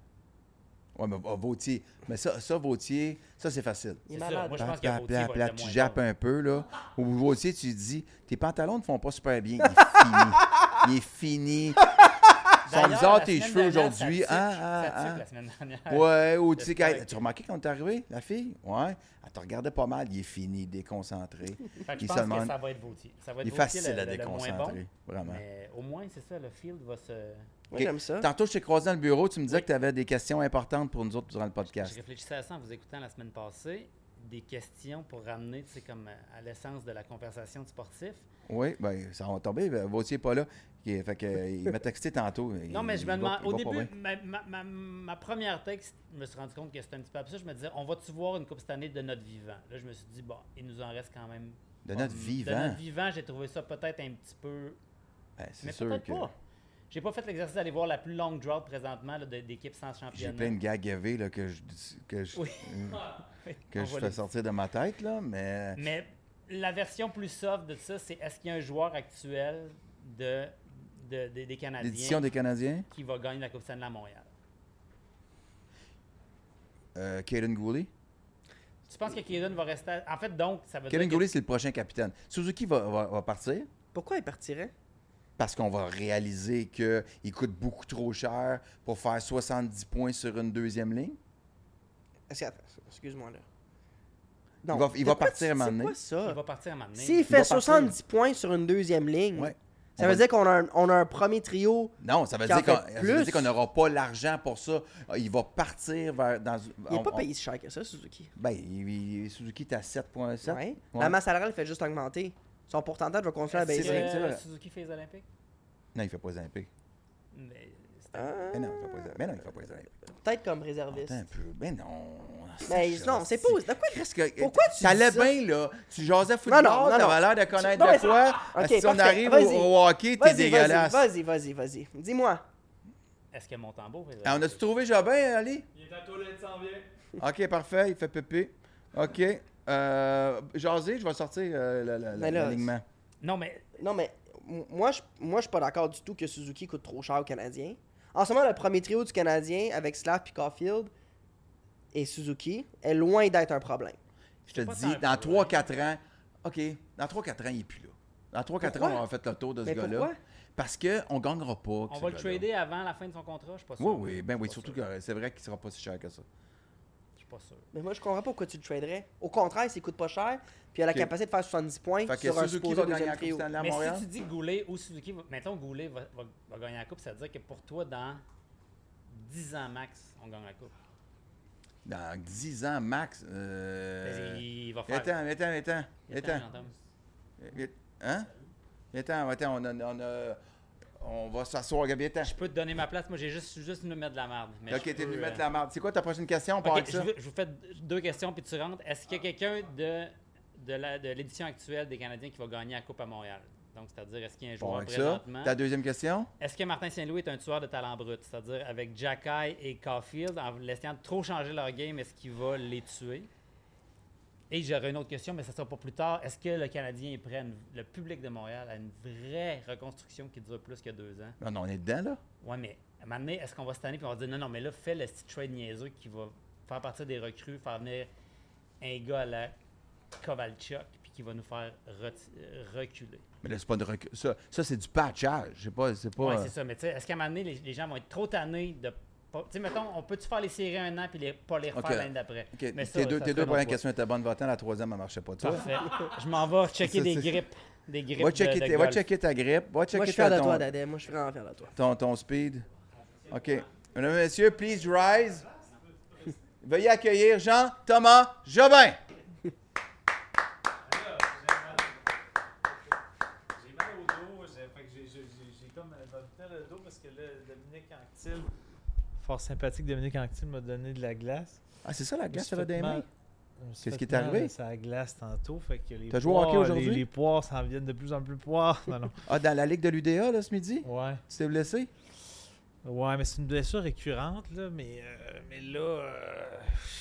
Speaker 2: Ouais, mais ah, Vautier. Mais ça, ça Vautier, ça, c'est facile.
Speaker 3: Il est
Speaker 5: C'est ça.
Speaker 3: malade.
Speaker 5: Moi, je
Speaker 2: Plat,
Speaker 5: pense que
Speaker 2: plat,
Speaker 5: Vautier
Speaker 2: plat,
Speaker 5: va être
Speaker 2: plat,
Speaker 5: le
Speaker 2: tu
Speaker 5: moins
Speaker 2: jappes
Speaker 5: bon.
Speaker 2: un peu, là. Au Vautier, tu dis, tes pantalons ne font pas super bien. Il est fini. Il est fini. Ils sont
Speaker 5: D'ailleurs,
Speaker 2: bizarres
Speaker 5: la
Speaker 2: tes
Speaker 5: semaine
Speaker 2: cheveux
Speaker 5: dernière,
Speaker 2: aujourd'hui.
Speaker 5: ça
Speaker 2: Ah,
Speaker 5: tique,
Speaker 2: ah,
Speaker 5: ça tique
Speaker 2: ah.
Speaker 5: la semaine dernière.
Speaker 2: Ouais, ou tu sais,
Speaker 5: J'espère
Speaker 2: quand- tu as remarqué quand t'es arrivé, la fille? Ouais. Elle te regardait pas mal. Il est fini, déconcentré.
Speaker 5: Fait
Speaker 2: Il
Speaker 5: que je pense
Speaker 2: se demande-
Speaker 5: que ça va être Vautier. Ça va être
Speaker 2: Il est
Speaker 5: Vautier
Speaker 2: facile
Speaker 5: le-
Speaker 2: à
Speaker 5: le- le moins bon,
Speaker 2: déconcentrer. Vraiment.
Speaker 5: mais au moins, c'est ça, le field va se...
Speaker 3: Moi,
Speaker 2: Ok.
Speaker 3: j'aime ça.
Speaker 2: Tantôt, je t'ai croisé dans le bureau. Tu me disais
Speaker 5: Oui.
Speaker 2: que tu avais des questions importantes pour nous autres durant le
Speaker 5: Je
Speaker 2: podcast.
Speaker 5: réfléchissais à ça en vous écoutant la semaine passée. Des questions pour ramener, tu sais, comme euh, à à l'essence de la conversation du sportif.
Speaker 2: Oui, ben, ça va tomber. ben, Vautier est pas là. Ok, fait que, euh, il m'a texté tantôt.
Speaker 5: Non,
Speaker 2: Il-
Speaker 5: mais je
Speaker 2: il
Speaker 5: me
Speaker 2: va-
Speaker 5: demande,
Speaker 2: il
Speaker 5: au
Speaker 2: va pas bien.
Speaker 5: début, ma, ma- ma- ma première texte, je me suis rendu compte que c'était un petit peu absurde. Je me disais, on va-tu voir une Coupe cette année de notre vivant? Là, je me suis dit, bon, il nous en reste quand même.
Speaker 2: De
Speaker 5: pas-
Speaker 2: notre
Speaker 5: Oh, De
Speaker 2: vivant?
Speaker 5: notre vivant, j'ai trouvé ça peut-être un petit peu.
Speaker 2: Ben, c'est
Speaker 5: Mais
Speaker 2: sûr
Speaker 5: peut-être
Speaker 2: que.
Speaker 5: pas. J'ai pas fait l'exercice d'aller voir la plus longue drought présentement là, de- d'équipe sans
Speaker 2: J'ai
Speaker 5: championnat.
Speaker 2: plein de gags gavés là, que je, que je,
Speaker 5: Oui.
Speaker 2: que
Speaker 5: On
Speaker 2: je
Speaker 5: va
Speaker 2: fais
Speaker 5: les-
Speaker 2: sortir de ma tête, là, mais
Speaker 5: Mais la version plus soft de ça, c'est est-ce qu'il y a un joueur actuel de, de- de- des
Speaker 2: l'édition
Speaker 5: Canadiens
Speaker 2: des Canadiens,
Speaker 5: qui va gagner la Coupe Stanley à Montréal?
Speaker 2: euh, Kaden Gooley.
Speaker 5: Tu penses que Kaden va rester. à- En fait, donc, ça veut
Speaker 2: Kaden
Speaker 5: dire. que-
Speaker 2: Gooley, c'est le prochain capitaine. Suzuki va, va- va partir
Speaker 3: Pourquoi il partirait?
Speaker 2: parce qu'on va réaliser qu'il coûte beaucoup trop cher pour faire 70 points sur une deuxième ligne.
Speaker 3: Est-ce que- attends, Excuse-moi là.
Speaker 2: Il va- il va
Speaker 3: C'est quoi-
Speaker 2: partir à un moment donné.
Speaker 3: C'est quoi
Speaker 5: Il
Speaker 3: ça?
Speaker 5: va partir à un moment donné.
Speaker 3: S'il
Speaker 2: va
Speaker 3: fait
Speaker 2: partir.
Speaker 3: 70 points sur une deuxième ligne,
Speaker 2: Ouais.
Speaker 3: ça
Speaker 2: On
Speaker 3: veut
Speaker 2: va-
Speaker 3: dire qu'on a, un- on a un premier trio.
Speaker 2: Non, ça veut
Speaker 3: Qu'il en
Speaker 2: dire qu'on
Speaker 3: fait
Speaker 2: ça veut
Speaker 3: plus.
Speaker 2: dire qu'on n'aura pas l'argent pour ça. Ah, Il va partir vers. Dans,
Speaker 3: Il n'est
Speaker 2: Ben, on-
Speaker 3: pas
Speaker 2: on-
Speaker 3: payé si cher que ça, Suzuki.
Speaker 2: ben, il- il- Suzuki est à 7,7.
Speaker 3: Ouais.
Speaker 2: Ouais.
Speaker 3: La masse salariale fait juste augmenter. Son pourcentage va continuer à
Speaker 5: Est-ce
Speaker 2: c'est
Speaker 5: que,
Speaker 3: baisser.
Speaker 2: vrai.
Speaker 5: euh, Suzuki fait les Olympiques?
Speaker 2: Non, il fait pas Olympique.
Speaker 5: Mais c'était-
Speaker 3: Ah,
Speaker 2: Mais non, il fait pas Olympique. Mais non, il fait pas Olympique.
Speaker 3: Peut-être comme réserviste.
Speaker 2: Attends un peu. Mais non.
Speaker 3: Mais
Speaker 2: Sacha,
Speaker 3: Ben, non, c'est pas. de quoi-
Speaker 2: Qu'est-ce que.
Speaker 3: Pourquoi tu
Speaker 2: T'allais
Speaker 3: dis ça?
Speaker 2: bien, là. Tu jasais football,
Speaker 3: non, non.
Speaker 2: t'avais l'air de connaître
Speaker 3: Non, mais
Speaker 2: de quoi.
Speaker 3: Ok,
Speaker 2: si on
Speaker 3: parfait.
Speaker 2: arrive
Speaker 3: Vas-y.
Speaker 2: au, au hockey, t'es
Speaker 3: Vas-y, vas-y,
Speaker 2: dégueulasse.
Speaker 3: vas-y, vas-y, vas-y. Dis-moi.
Speaker 5: Est-ce que Montembeau fait les
Speaker 2: Ah, on a-tu
Speaker 5: Olympiques?
Speaker 2: trouvé Jobin, Ali?
Speaker 4: Il est à la toilette, s'en vient.
Speaker 2: OK, parfait. Il fait pépé. OK. Euh, jaser, je vais sortir euh, la- la- la-
Speaker 3: Mais Ben là,
Speaker 2: l'alignement.
Speaker 5: Non, mais
Speaker 3: Non, mais m- moi, je moi, je suis pas d'accord du tout que Suzuki coûte trop cher aux Canadiens. En ce moment, le premier trio du Canadien avec Slav puis Caulfield et Suzuki est loin d'être un problème.
Speaker 2: Je te
Speaker 5: pas
Speaker 2: dis,
Speaker 5: tant
Speaker 2: dans
Speaker 5: un
Speaker 2: 3-4 ans, OK, dans 3-4 ans, il n'est plus là. Dans 3-4 ans, on
Speaker 3: Pourquoi?
Speaker 2: va avoir fait le tour de ce
Speaker 3: Mais
Speaker 2: gars-là.
Speaker 3: pourquoi?
Speaker 2: Parce qu'on ne gagnera pas.
Speaker 5: On va le trader avant la fin de son contrat, je suis pas sûr.
Speaker 2: Oui, oui, ben oui,
Speaker 5: Je suis pas
Speaker 2: surtout
Speaker 5: sûr.
Speaker 2: que c'est vrai qu'il ne sera pas si cher que ça.
Speaker 5: Je suis pas sûr.
Speaker 3: Mais moi, je comprends pas pourquoi tu le traderais. Au contraire, il coûte pas cher, puis il a la
Speaker 2: Ok.
Speaker 3: capacité de faire 70 points
Speaker 2: Fait que
Speaker 3: sur un
Speaker 2: Suzuki va
Speaker 3: supposé
Speaker 2: gagner
Speaker 3: deuxième
Speaker 2: la Coupe
Speaker 3: trio.
Speaker 2: Stanley à
Speaker 5: Mais
Speaker 2: Montréal.
Speaker 5: si tu dis Goulet ou Suzuki, va- mettons Goulet va, va- va gagner la coupe, ça veut dire que pour toi, dans 10 ans max, on gagne la coupe.
Speaker 2: Dans 10 ans, max. Euh...
Speaker 5: il va faire.
Speaker 2: Attends, attends, attends.
Speaker 5: Il attend,
Speaker 2: Attends.
Speaker 5: j'entends.
Speaker 2: Hein? Attends, attends, on, a, on, a- on va s'asseoir, Gabi. Attends.
Speaker 5: Je peux te donner ma place, moi j'ai juste, juste venu mettre de la merde. mais
Speaker 2: Ok,
Speaker 5: je
Speaker 2: t'es venu
Speaker 5: peux,
Speaker 2: mettre
Speaker 5: euh,
Speaker 2: la merde. C'est quoi ta prochaine question? On part
Speaker 5: Ok,
Speaker 2: avec
Speaker 5: je,
Speaker 2: ça.
Speaker 5: veux- je vous fais deux questions puis tu rentres. Est-ce qu'il y a quelqu'un de, de, la- de l'édition actuelle des Canadiens qui va gagner la Coupe à Montréal? Donc, c'est-à-dire, est-ce qu'il y a un
Speaker 2: On part
Speaker 5: joueur
Speaker 2: avec ça.
Speaker 5: présentement?
Speaker 2: Ta deuxième question?
Speaker 5: Est-ce que Martin Saint-Louis est un tueur de talent brut? C'est-à-dire, avec Jacky et Caulfield, en laissant trop changer leur game, est-ce qu'il va les tuer? Et j'aurais une autre question, mais ça sera pour plus tard. Est-ce que le Canadien est prêt, à une- le public de Montréal, à une vraie reconstruction qui dure plus que deux ans?
Speaker 2: Non, non, on est dedans, là.
Speaker 5: Ouais, mais à un moment donné, est-ce qu'on va cette année puis on va dire non, non, mais là, fais le petit trade niaiseux qui va faire partir des recrues, faire venir un gars à la Kovalchuk puis qui va nous faire reti- euh, reculer.
Speaker 2: Mais là, c'est pas de recul. Ça, ça c'est du patchage. Je sais pas, c'est pas.
Speaker 5: Ouais,
Speaker 2: euh,
Speaker 5: c'est ça. Mais tu sais, est-ce qu'à un moment donné, les, les gens vont être trop tannés de. pas- Tu sais, mettons, on peut-tu faire les séries un an puis les, pas les refaire
Speaker 2: Ok.
Speaker 5: l'année d'après?
Speaker 2: Ok,
Speaker 5: Mais ça,
Speaker 2: tes deux,
Speaker 5: ça
Speaker 2: tes
Speaker 5: serait
Speaker 2: deux
Speaker 5: une
Speaker 2: premières
Speaker 5: autre
Speaker 2: questions étaient bonnes, va-t'en, la troisième, elle marchait pas. Toi.
Speaker 5: fois. Parfait. Je m'en vais checker
Speaker 2: Ça,
Speaker 5: des
Speaker 2: c'est-
Speaker 5: grippes. Des grippes.
Speaker 2: Va
Speaker 5: de-
Speaker 2: checker,
Speaker 5: de
Speaker 2: tes- va
Speaker 5: golf.
Speaker 2: checker ta grippe, va checker
Speaker 3: Moi, je suis
Speaker 2: ta-
Speaker 3: fier de
Speaker 2: ton,
Speaker 3: toi, Dadé. Moi, je suis vraiment fier de toi.
Speaker 2: ton, ton speed. OK. Mesdames et messieurs, please rise. Veuillez accueillir Jean-Thomas Jobin.
Speaker 4: J'ai mal au dos, j'ai- fait que j'ai- j'ai j'ai- j'ai comme euh, va me tenir le dos parce que là, Dominique Anctil, fort sympathique Dominique Anctil m'a donné de la glace.
Speaker 2: Ah, c'est ça la glace,
Speaker 4: Je
Speaker 2: ça
Speaker 4: me
Speaker 2: va
Speaker 4: suis fait
Speaker 2: des mains?
Speaker 4: mal. Je me suis
Speaker 2: Qu'est-ce
Speaker 4: fait
Speaker 2: qui est
Speaker 4: mal,
Speaker 2: arrivé?
Speaker 4: là, C'est la glace tantôt, fait que les
Speaker 2: T'as joué au hockey
Speaker 4: poires, les-
Speaker 2: aujourd'hui?
Speaker 4: Les, poires s'en viennent de plus en plus poires. Non, non.
Speaker 2: Ah, dans la ligue de l'UDA, là, ce midi?
Speaker 4: Ouais.
Speaker 2: Tu t'es blessé?
Speaker 4: Ouais, mais c'est une blessure récurrente, là, mais, euh, mais là, euh,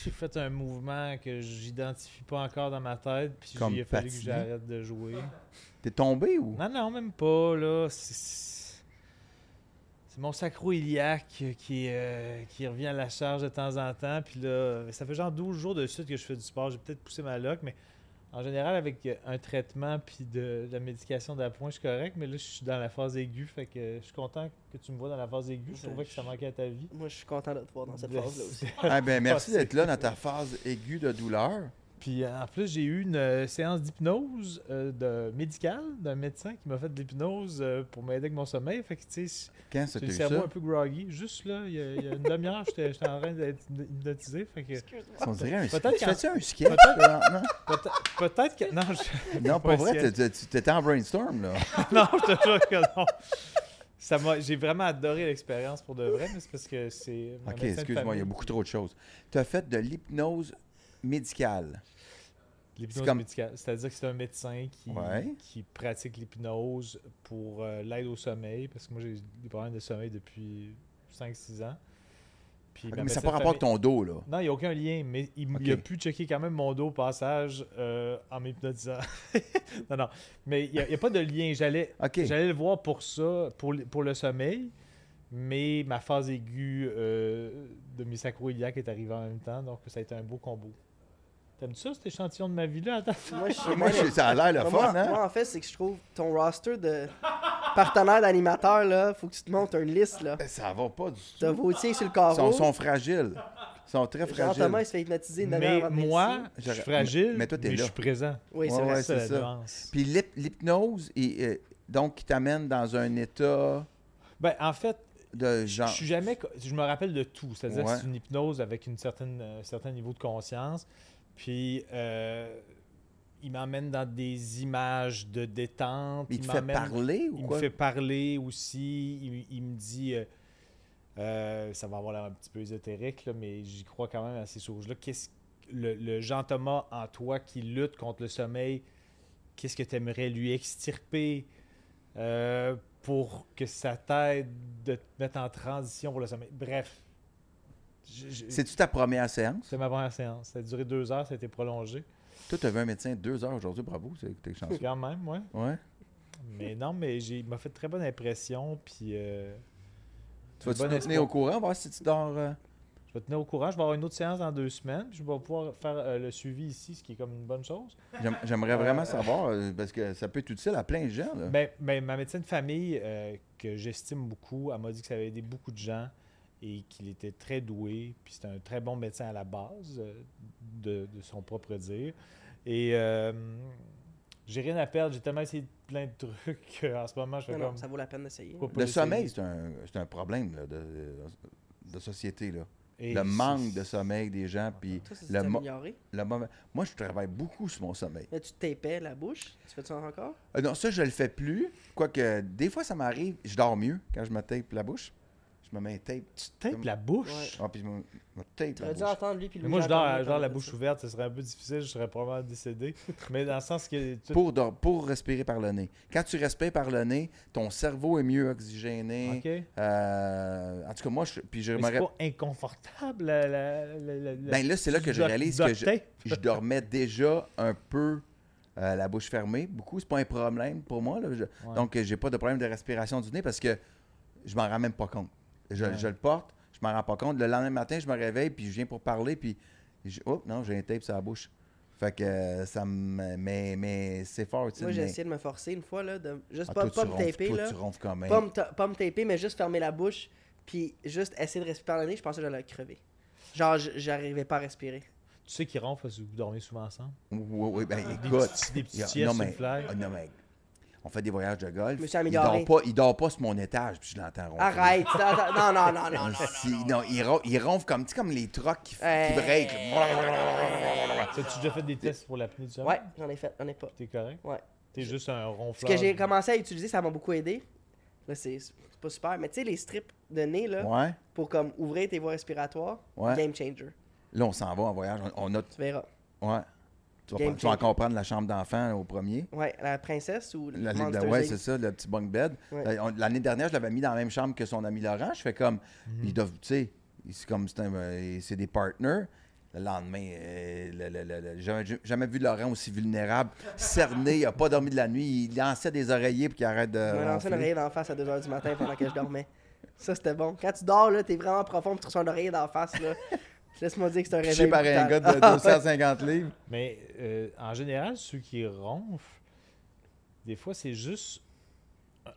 Speaker 4: j'ai fait un mouvement que j'identifie pas encore dans ma tête, puis
Speaker 2: Comme
Speaker 4: il a fallu que
Speaker 2: patiner?
Speaker 4: j'arrête de jouer.
Speaker 2: T'es tombé ou?
Speaker 4: Non, non, même pas, là. C'est- C'est c'est mon sacro-iliac qui, euh, qui revient à la charge de temps en temps. Puis là, ça fait genre 12 jours de suite que je fais du sport. J'ai peut-être poussé ma loque, mais en général, avec euh, un traitement puis de, de la médication d'appoint, je suis correct. Mais là, je suis dans la phase aiguë. Fait que je suis content que tu me vois dans la phase aiguë. Je
Speaker 3: Ça,
Speaker 4: trouvais que ça manquait à ta vie.
Speaker 3: Moi, je suis content de te voir dans cette
Speaker 4: De-
Speaker 3: phase-là aussi.
Speaker 2: Ah, ben, merci d'être là dans ta phase aiguë de douleur.
Speaker 4: Puis euh, en plus, j'ai eu une euh, séance d'hypnose euh, de médicale d'un médecin qui m'a fait de l'hypnose euh, pour m'aider avec mon sommeil. Fait que, tu sais,
Speaker 2: Quand ça t'as
Speaker 4: J'ai le
Speaker 2: eu
Speaker 4: cerveau
Speaker 2: ça?
Speaker 4: un peu groggy. Juste là, il y a, il y a une demi-heure, j'étais j'étais en train d'être hypnotisé. Fait que
Speaker 3: Excuse-moi.
Speaker 2: On dirait un
Speaker 4: Peut-être
Speaker 2: sketch.
Speaker 4: quand-
Speaker 2: Fais-tu un sketch?
Speaker 4: Peut-être-
Speaker 2: là, non?
Speaker 4: peut-être peut-être que. Non, je,
Speaker 2: Non, pas
Speaker 4: Ouais,
Speaker 2: vrai,
Speaker 4: ciel.
Speaker 2: t'es- t'es- t'étais en brainstorm, là.
Speaker 4: non, je te jure que non. Ça m'a- J'ai vraiment adoré l'expérience pour de vrai, mais c'est parce que c'est. mon
Speaker 2: OK,
Speaker 4: médecin de
Speaker 2: excuse-moi, il y
Speaker 4: famille.
Speaker 2: a beaucoup trop de choses. Tu as fait de l'hypnose médicale.
Speaker 4: L'hypnose
Speaker 2: C'est comme-
Speaker 4: médicale. C'est-à-dire que c'est un médecin qui,
Speaker 2: Ouais.
Speaker 4: qui pratique l'hypnose pour euh, l'aide au sommeil, parce que moi, j'ai des problèmes de sommeil depuis 5-6 ans. Puis
Speaker 2: Ok,
Speaker 4: ma
Speaker 2: mais ça n'a
Speaker 4: médecin
Speaker 2: pas
Speaker 4: de
Speaker 2: rapport avec
Speaker 4: famille-
Speaker 2: ton dos, là.
Speaker 4: Non, il n'y a aucun lien, mais il, m- il a
Speaker 2: Ok.
Speaker 4: pu checker quand même mon dos au passage euh, en m'hypnotisant. non, non. Mais il n'y a, il y a pas de lien. J'allais
Speaker 2: Ah, OK.
Speaker 4: j'allais le voir pour ça, pour, le- pour le sommeil, mais ma phase aiguë euh, de mes sacro-iliaques est arrivée en même temps, donc ça a été un beau combo. T'aimes ça, cet échantillon de ma vie là? Attends.
Speaker 3: Moi, je suis-
Speaker 2: Moi, je- ça a l'air le
Speaker 3: moi,
Speaker 2: fun, hein?
Speaker 3: moi, en fait, c'est que je trouve ton roster de partenaires d'animateurs, là, faut que tu te montes une liste, là.
Speaker 2: Ben, Ça va pas du tout.
Speaker 3: T'as Vautier sur
Speaker 2: Ils
Speaker 3: le
Speaker 2: sont,
Speaker 3: carreau.
Speaker 2: sont fragiles. Ils sont très
Speaker 3: Jean Thomas, il
Speaker 2: fragiles.
Speaker 3: se fait hypnotiser une
Speaker 4: Mais
Speaker 3: dernière avant de venir
Speaker 4: moi,
Speaker 3: ici.
Speaker 4: je suis
Speaker 2: J'aurais-
Speaker 4: fragile,
Speaker 2: mais-
Speaker 4: mais,
Speaker 2: mais toi, t'es
Speaker 4: je
Speaker 2: là.
Speaker 4: suis présent.
Speaker 3: Oui, c'est
Speaker 2: Ouais,
Speaker 3: vrai.
Speaker 2: ouais.
Speaker 4: ça, la
Speaker 2: c'est ça.
Speaker 4: nuance.
Speaker 2: Puis l'hyp- l'hypnose, il- euh, donc, qui t'amène dans un état
Speaker 4: Ben, en fait,
Speaker 2: de
Speaker 4: Je
Speaker 2: euh, genre...
Speaker 4: suis jamais. co- Je me rappelle de tout. C'est-à-dire
Speaker 2: Ouais.
Speaker 4: que c'est une hypnose avec une certaine, euh, un certain niveau de conscience. Puis, euh, il m'emmène dans des images de détente.
Speaker 2: Il te fait
Speaker 4: m'emmène-
Speaker 2: parler
Speaker 4: Il
Speaker 2: ou
Speaker 4: me
Speaker 2: quoi?
Speaker 4: fait parler aussi. Il, il me dit. euh, euh, ça va avoir l'air un petit peu ésotérique, là, mais j'y crois quand même à ces choses-là. Qu'est-ce le, le Jean-Thomas en toi qui lutte contre le sommeil, qu'est-ce que tu aimerais lui extirper euh, pour que ça t'aide de te mettre en transition pour le sommeil? Bref. Je- je-
Speaker 2: C'est-tu ta première séance?
Speaker 4: C'est ma première séance. Ça a duré deux heures, ça a été prolongé.
Speaker 2: Toi, tu avais un médecin deux heures aujourd'hui, bravo, c'est- t'es chanceux.
Speaker 4: Quand même, ouais.
Speaker 2: Ouais.
Speaker 4: Mais non, mais j'ai, il m'a fait très bonne impression. Puis, euh,
Speaker 2: Tu vas-tu
Speaker 4: Bon
Speaker 2: nous tenir
Speaker 4: espoir.
Speaker 2: au courant, voir si tu dors. euh,
Speaker 4: Je vais te tenir au courant. Je vais avoir une autre séance dans deux semaines. puis je vais pouvoir faire euh, le suivi ici, ce qui est comme une bonne chose.
Speaker 2: j'aime- J'aimerais vraiment savoir, euh, parce que ça peut être utile à plein de gens. là.
Speaker 4: Ben, ben, ma médecin de famille, euh, que j'estime beaucoup, elle m'a dit que ça avait aidé beaucoup de gens et qu'il était très doué. Puis c'est un très bon médecin à la base, euh, de, de son propre dire. Et euh, j'ai rien à perdre. J'ai tellement essayé plein de trucs qu'en ce moment, je fais
Speaker 3: Non,
Speaker 4: comme.
Speaker 3: non, ça vaut la peine d'essayer.
Speaker 4: pourquoi pas
Speaker 2: Le
Speaker 4: l'essayer?
Speaker 2: sommeil, c'est un, c'est un problème là, de, euh, de société. Là.
Speaker 4: Et
Speaker 2: Le
Speaker 4: c'est-
Speaker 2: manque de sommeil des gens, puis
Speaker 3: Toi, ça s'est
Speaker 2: le, mo-
Speaker 3: amélioré.
Speaker 2: le mauvais- Moi, je travaille beaucoup sur mon sommeil.
Speaker 3: Mais tu tapais la bouche. Tu fais ça encore?
Speaker 2: Euh, non, ça, je le fais plus. Quoique, des fois, ça m'arrive, je dors mieux quand je me tape la bouche. Je me mets un tape.
Speaker 4: Tu tapes la bouche.
Speaker 2: Ah, puis je me, me tape
Speaker 3: Tu
Speaker 2: la
Speaker 3: aurais dû
Speaker 2: bouche.
Speaker 3: entendre lui puis
Speaker 4: Mais
Speaker 3: lui.
Speaker 4: moi, je dors,
Speaker 3: entendre
Speaker 4: je dors la
Speaker 3: parler de
Speaker 4: bouche
Speaker 3: ça.
Speaker 4: ouverte, ce serait un peu difficile, je serais probablement décédé. Mais dans le sens que. tout-
Speaker 2: Pour, dor- pour respirer par le nez. Quand tu respires par le nez, ton cerveau est mieux oxygéné.
Speaker 4: Ok. Mais
Speaker 2: Euh, en tout cas, moi, je, puis je me
Speaker 4: C'est
Speaker 2: ré-
Speaker 4: pas inconfortable. la- la- la- la- la-
Speaker 2: Ben là, c'est là que
Speaker 4: du
Speaker 2: je
Speaker 4: duct-
Speaker 2: réalise que
Speaker 4: duct
Speaker 2: je-
Speaker 4: tape.
Speaker 2: je dormais déjà un peu euh, la bouche fermée. Beaucoup, c'est pas un problème pour moi. là. Je- Donc, euh, j'ai pas de problème de respiration du nez parce que je m'en rends même pas compte. Je,
Speaker 4: Ouais.
Speaker 2: je le porte, je m'en rends pas compte. Le lendemain matin, je me réveille, puis je viens pour parler, puis je- oh non, j'ai un tape sur la bouche. Fait que euh, ça me. Mais, mais c'est fort, tu sais.
Speaker 3: Moi, j'ai
Speaker 2: mais-
Speaker 3: essayé de me forcer une fois, là, de juste
Speaker 2: Ah,
Speaker 3: pas,
Speaker 2: toi,
Speaker 3: pas
Speaker 2: tu
Speaker 3: me
Speaker 2: ronfles,
Speaker 3: taper,
Speaker 2: toi,
Speaker 3: là.
Speaker 2: tu ronfles quand même.
Speaker 3: Pas me, ta- pas me taper, mais juste fermer la bouche, puis juste essayer de respirer par le nez, je pensais que j'allais crever. Genre, j- j'arrivais pas à respirer.
Speaker 4: Tu sais qu'ils ronflent parce que vous dormez souvent ensemble.
Speaker 2: Oui, oui, ben
Speaker 4: Ah, Des
Speaker 2: écoute.
Speaker 4: petits- des petits
Speaker 2: il y a-
Speaker 4: siestes
Speaker 2: non,
Speaker 4: sur
Speaker 2: mais-
Speaker 4: le fly.
Speaker 2: ah, non, mais on fait des voyages de golf.
Speaker 3: Je me suis
Speaker 2: il
Speaker 3: amélioré.
Speaker 2: dort pas, il dort pas sur mon étage, puis je l'entends ronfler.
Speaker 3: Arrête! attends, non, non, non, non, non.
Speaker 2: Si- non, il, ron- il ronfle comme, tu sais, comme les trocs qui, f- qui
Speaker 3: Hey.
Speaker 2: break.
Speaker 4: As-tu déjà fait des tests pour l'apnée du sommeil?
Speaker 3: Ouais, j'en ai fait, j'en ai pas.
Speaker 4: T'es correct?
Speaker 3: Ouais.
Speaker 4: T'es juste un
Speaker 3: Ce
Speaker 4: ronfleur.
Speaker 3: que j'ai commencé à utiliser, ça m'a beaucoup aidé. Là, c'est c'est pas super, mais tu sais, les strips de nez, là,
Speaker 2: Ouais.
Speaker 3: pour comme ouvrir tes voies respiratoires,
Speaker 2: Ouais.
Speaker 3: game changer.
Speaker 2: Là, on s'en va en voyage. On, on a.
Speaker 3: Tu verras.
Speaker 2: Ouais. Tu vas, prendre-
Speaker 3: Game
Speaker 2: tu vas
Speaker 3: changer.
Speaker 2: encore prendre la chambre d'enfant là, au premier.
Speaker 3: Ouais, la princesse ou le
Speaker 2: La- la-
Speaker 3: Monsters
Speaker 2: ouais,
Speaker 3: Inc.
Speaker 2: c'est ça, le petit bunk bed.
Speaker 3: Ouais.
Speaker 2: Euh, on- L'année dernière, je l'avais mis dans la même chambre que son ami Laurent. Je fais comme,
Speaker 3: Mhm.
Speaker 2: ils doivent, tu sais, c'est comme, c'est un- euh, c'est des partners. Le lendemain, euh, le- le- le- le- jamais, j'ai jamais vu Laurent aussi vulnérable, cerné, il n'a pas dormi de la nuit, il lançait des oreillers pour qu'il arrête de.
Speaker 3: Je me lançais
Speaker 2: ronfler.
Speaker 3: une oreiller d'en face à 2h du matin pendant que je dormais. Ça, c'était bon. Quand tu dors, là, t'es vraiment profond, puis tu reçois une oreiller d'en face, là. Laisse-moi dire que c'est un
Speaker 2: Couché
Speaker 3: réveil.
Speaker 2: par un gars
Speaker 3: brutal.
Speaker 2: de
Speaker 3: Ah.
Speaker 2: 250 livres.
Speaker 4: Mais euh, en général, ceux qui ronflent, des fois, c'est juste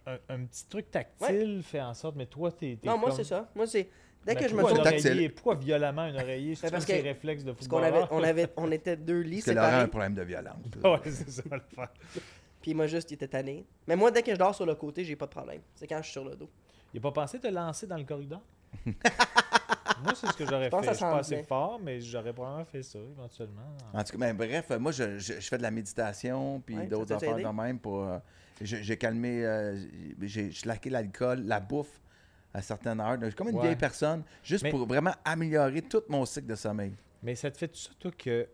Speaker 4: un, un- un petit truc tactile fait en sorte. Mais toi, t'es. t'es
Speaker 3: Non, moi,
Speaker 4: comme-
Speaker 3: c'est ça. Moi, c'est. Dès
Speaker 4: Mais
Speaker 3: que je me
Speaker 4: pourquoi
Speaker 2: tourne-
Speaker 4: un
Speaker 3: trouve.
Speaker 4: oreiller?
Speaker 2: Tactile.
Speaker 4: Pourquoi violemment une oreiller? C'est
Speaker 3: Mais parce
Speaker 4: parce que
Speaker 3: que-
Speaker 4: réflexe de
Speaker 3: Parce qu'on avait,
Speaker 4: footballeur.
Speaker 3: on avait, on était deux lits
Speaker 2: Parce que Laurent a un
Speaker 3: séparés.
Speaker 2: problème de violence. là.
Speaker 4: Ouais, c'est ça l'affaire.
Speaker 3: Puis moi, juste, il était tanné. Mais moi, dès que je dors sur le côté, j'ai pas de problème. C'est quand je suis sur le dos.
Speaker 4: Il a pas pensé te lancer dans le corridor? Moi, c'est ce que j'aurais
Speaker 3: pense
Speaker 4: fait.
Speaker 3: que
Speaker 4: Je
Speaker 3: ça
Speaker 4: suis pas
Speaker 3: sent bien.
Speaker 4: assez fort, mais j'aurais probablement fait ça éventuellement.
Speaker 2: En tout cas, ben, bref, moi, je, je- je fais de la méditation puis
Speaker 3: Ouais,
Speaker 2: d'autres
Speaker 3: ça t'a
Speaker 2: affaires
Speaker 3: aidé?
Speaker 2: de même. Pour, euh, je- j'ai calmé, euh, j'ai j'ai slacké l'alcool, la bouffe à certaines heures. Je suis comme une
Speaker 4: Ouais.
Speaker 2: vieille personne, juste
Speaker 4: Mais-
Speaker 2: pour vraiment améliorer tout mon cycle de sommeil.
Speaker 4: Mais ça te fait tout ça, toi, que.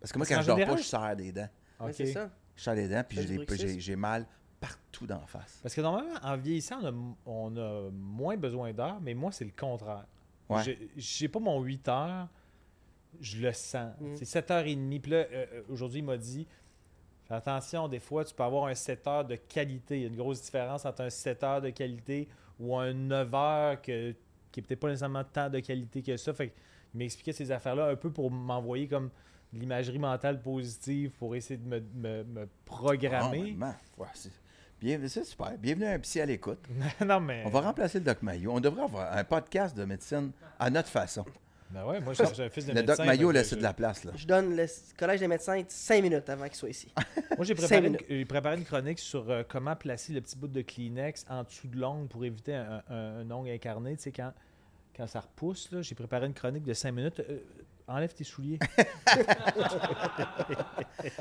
Speaker 2: Parce que moi,
Speaker 4: Parce
Speaker 2: quand
Speaker 4: qu'en
Speaker 2: je dors
Speaker 4: général,
Speaker 2: pas, je serre des dents.
Speaker 3: Ouais,
Speaker 4: Ok.
Speaker 3: c'est ça.
Speaker 2: Je serre des dents puis
Speaker 3: Fais
Speaker 2: j'ai
Speaker 3: du
Speaker 2: des- j'ai-
Speaker 3: bruxisme.
Speaker 2: j'ai mal partout d'en face.
Speaker 4: Parce que normalement, en vieillissant, on a, on a moins besoin d'heures, mais moi, c'est le contraire.
Speaker 2: Ouais.
Speaker 4: Je J'ai pas mon 8 heures, je le sens.
Speaker 3: Mm.
Speaker 4: C'est 7h30. Puis là, euh, euh, aujourd'hui, il m'a dit Fais attention, des fois, tu peux avoir un 7 heures de qualité. Il y a une grosse différence entre un 7 heures de qualité ou un 9 heures que, qui est peut-être pas nécessairement tant de qualité que ça. Fait qu'il m'expliquait ces affaires-là un peu pour m'envoyer comme de l'imagerie mentale positive pour essayer de me, me- me programmer.
Speaker 2: Normalement, ouais, c'est- bien- c'est super. Bienvenue à un psy à l'écoute.
Speaker 4: non, mais.
Speaker 2: On va remplacer le Doc Mayo. On devrait avoir un podcast de médecine à notre façon.
Speaker 4: Ben ouais, moi, j'ai j'ai un fils de
Speaker 2: Le Doc
Speaker 4: médecin,
Speaker 2: Mayo
Speaker 4: donc,
Speaker 2: laisse
Speaker 4: euh,
Speaker 2: de la place, là.
Speaker 3: Je donne le collège des médecins 5 minutes avant qu'il soit ici.
Speaker 2: Ah.
Speaker 4: Moi, j'ai
Speaker 3: Cinq
Speaker 4: préparé, une-
Speaker 3: minutes.
Speaker 4: j'ai préparé une chronique sur euh, comment placer le petit bout de Kleenex en dessous de l'ongle pour éviter un, un- un ongle incarné. Tu sais, quand, quand ça repousse, là, j'ai préparé une chronique de 5 minutes. Euh, enlève tes souliers.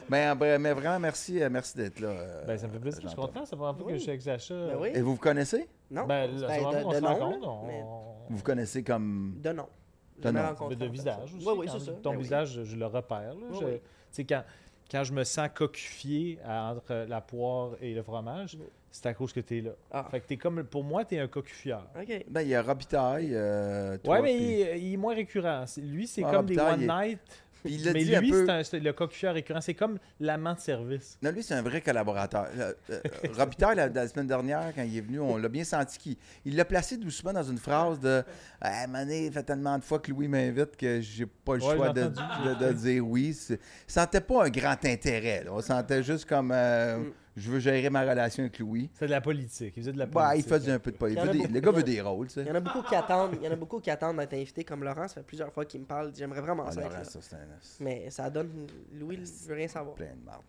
Speaker 2: Mais, en vrai- mais vraiment, merci, euh, merci d'être là. euh,
Speaker 4: ben, ça me fait plaisir. Je suis
Speaker 2: Jean-Paul.
Speaker 4: content. Ça fait un peu que je suis avec Sacha.
Speaker 3: Ben oui.
Speaker 2: Et vous vous connaissez?
Speaker 3: Non?
Speaker 4: Ben, là, c'est
Speaker 3: Ben,
Speaker 4: vraiment qu'on
Speaker 3: de, de
Speaker 4: se
Speaker 3: nom,
Speaker 4: rencontre.
Speaker 3: là,
Speaker 4: on-
Speaker 3: mais
Speaker 2: Vous vous connaissez comme...
Speaker 3: de nom.
Speaker 2: De
Speaker 3: Jamais
Speaker 2: nom.
Speaker 3: rencontré
Speaker 4: Mais de
Speaker 3: en
Speaker 4: visage
Speaker 3: personne.
Speaker 4: aussi.
Speaker 3: Oui, oui,
Speaker 4: quand
Speaker 3: c'est ça.
Speaker 4: même. Ton
Speaker 3: Ben oui.
Speaker 4: visage, je- je le repère. là.
Speaker 3: Oui,
Speaker 4: Je-
Speaker 3: oui.
Speaker 4: Tu sais, quand, quand je me sens coquifié à- entre la poire et le fromage, c'est à cause que tu es là.
Speaker 3: Ah.
Speaker 4: Fait que t'es comme, pour moi, tu es un coquifieur.
Speaker 3: OK.
Speaker 2: Ben, il y a Robitaille, euh, toi,
Speaker 4: Ouais, mais
Speaker 2: puis-
Speaker 4: il, il est moins récurrent. C'est- Lui, c'est
Speaker 2: Ah,
Speaker 4: comme des
Speaker 2: Robitaille,
Speaker 4: one
Speaker 2: il
Speaker 4: night.
Speaker 2: Puis il l'a
Speaker 4: Mais
Speaker 2: dit
Speaker 4: lui,
Speaker 2: un peu.
Speaker 4: c'est un- c'est le coquilleur récurrent. C'est comme l'amant de service.
Speaker 2: Non, lui, c'est un vrai collaborateur. Euh, euh, Robitaille, la, la semaine dernière, quand il est venu, on l'a bien senti qu'il il l'a placé doucement dans une phrase de Ah, Mané, il fait tellement de fois que Louis m'invite que j'ai pas le
Speaker 4: Ouais,
Speaker 2: choix
Speaker 4: je l'ai
Speaker 2: de, de- de dire oui. C'est- sentait pas un grand intérêt. là. On sentait juste comme euh,
Speaker 4: Mm.
Speaker 2: Je veux gérer ma relation avec Louis.
Speaker 4: C'est de la politique. Il faisait de la politique.
Speaker 2: Bah, il faisait un peu de pas. il
Speaker 3: Il y en
Speaker 2: veut
Speaker 3: a
Speaker 2: des-
Speaker 3: beaucoup,
Speaker 2: le gars veut
Speaker 3: ouais.
Speaker 2: des rôles, tu sais.
Speaker 3: Il y en a beaucoup qui attendent, il y en a beaucoup qui attendent d'être invités comme Laurent. Ça fait plusieurs fois qu'il me parle. J'aimerais vraiment
Speaker 2: Ah,
Speaker 3: ça. être
Speaker 2: Laurent,
Speaker 3: là.
Speaker 2: ça, c'est un- c'est
Speaker 3: Mais ça donne. Louis ne veut rien savoir.
Speaker 2: plein de marde.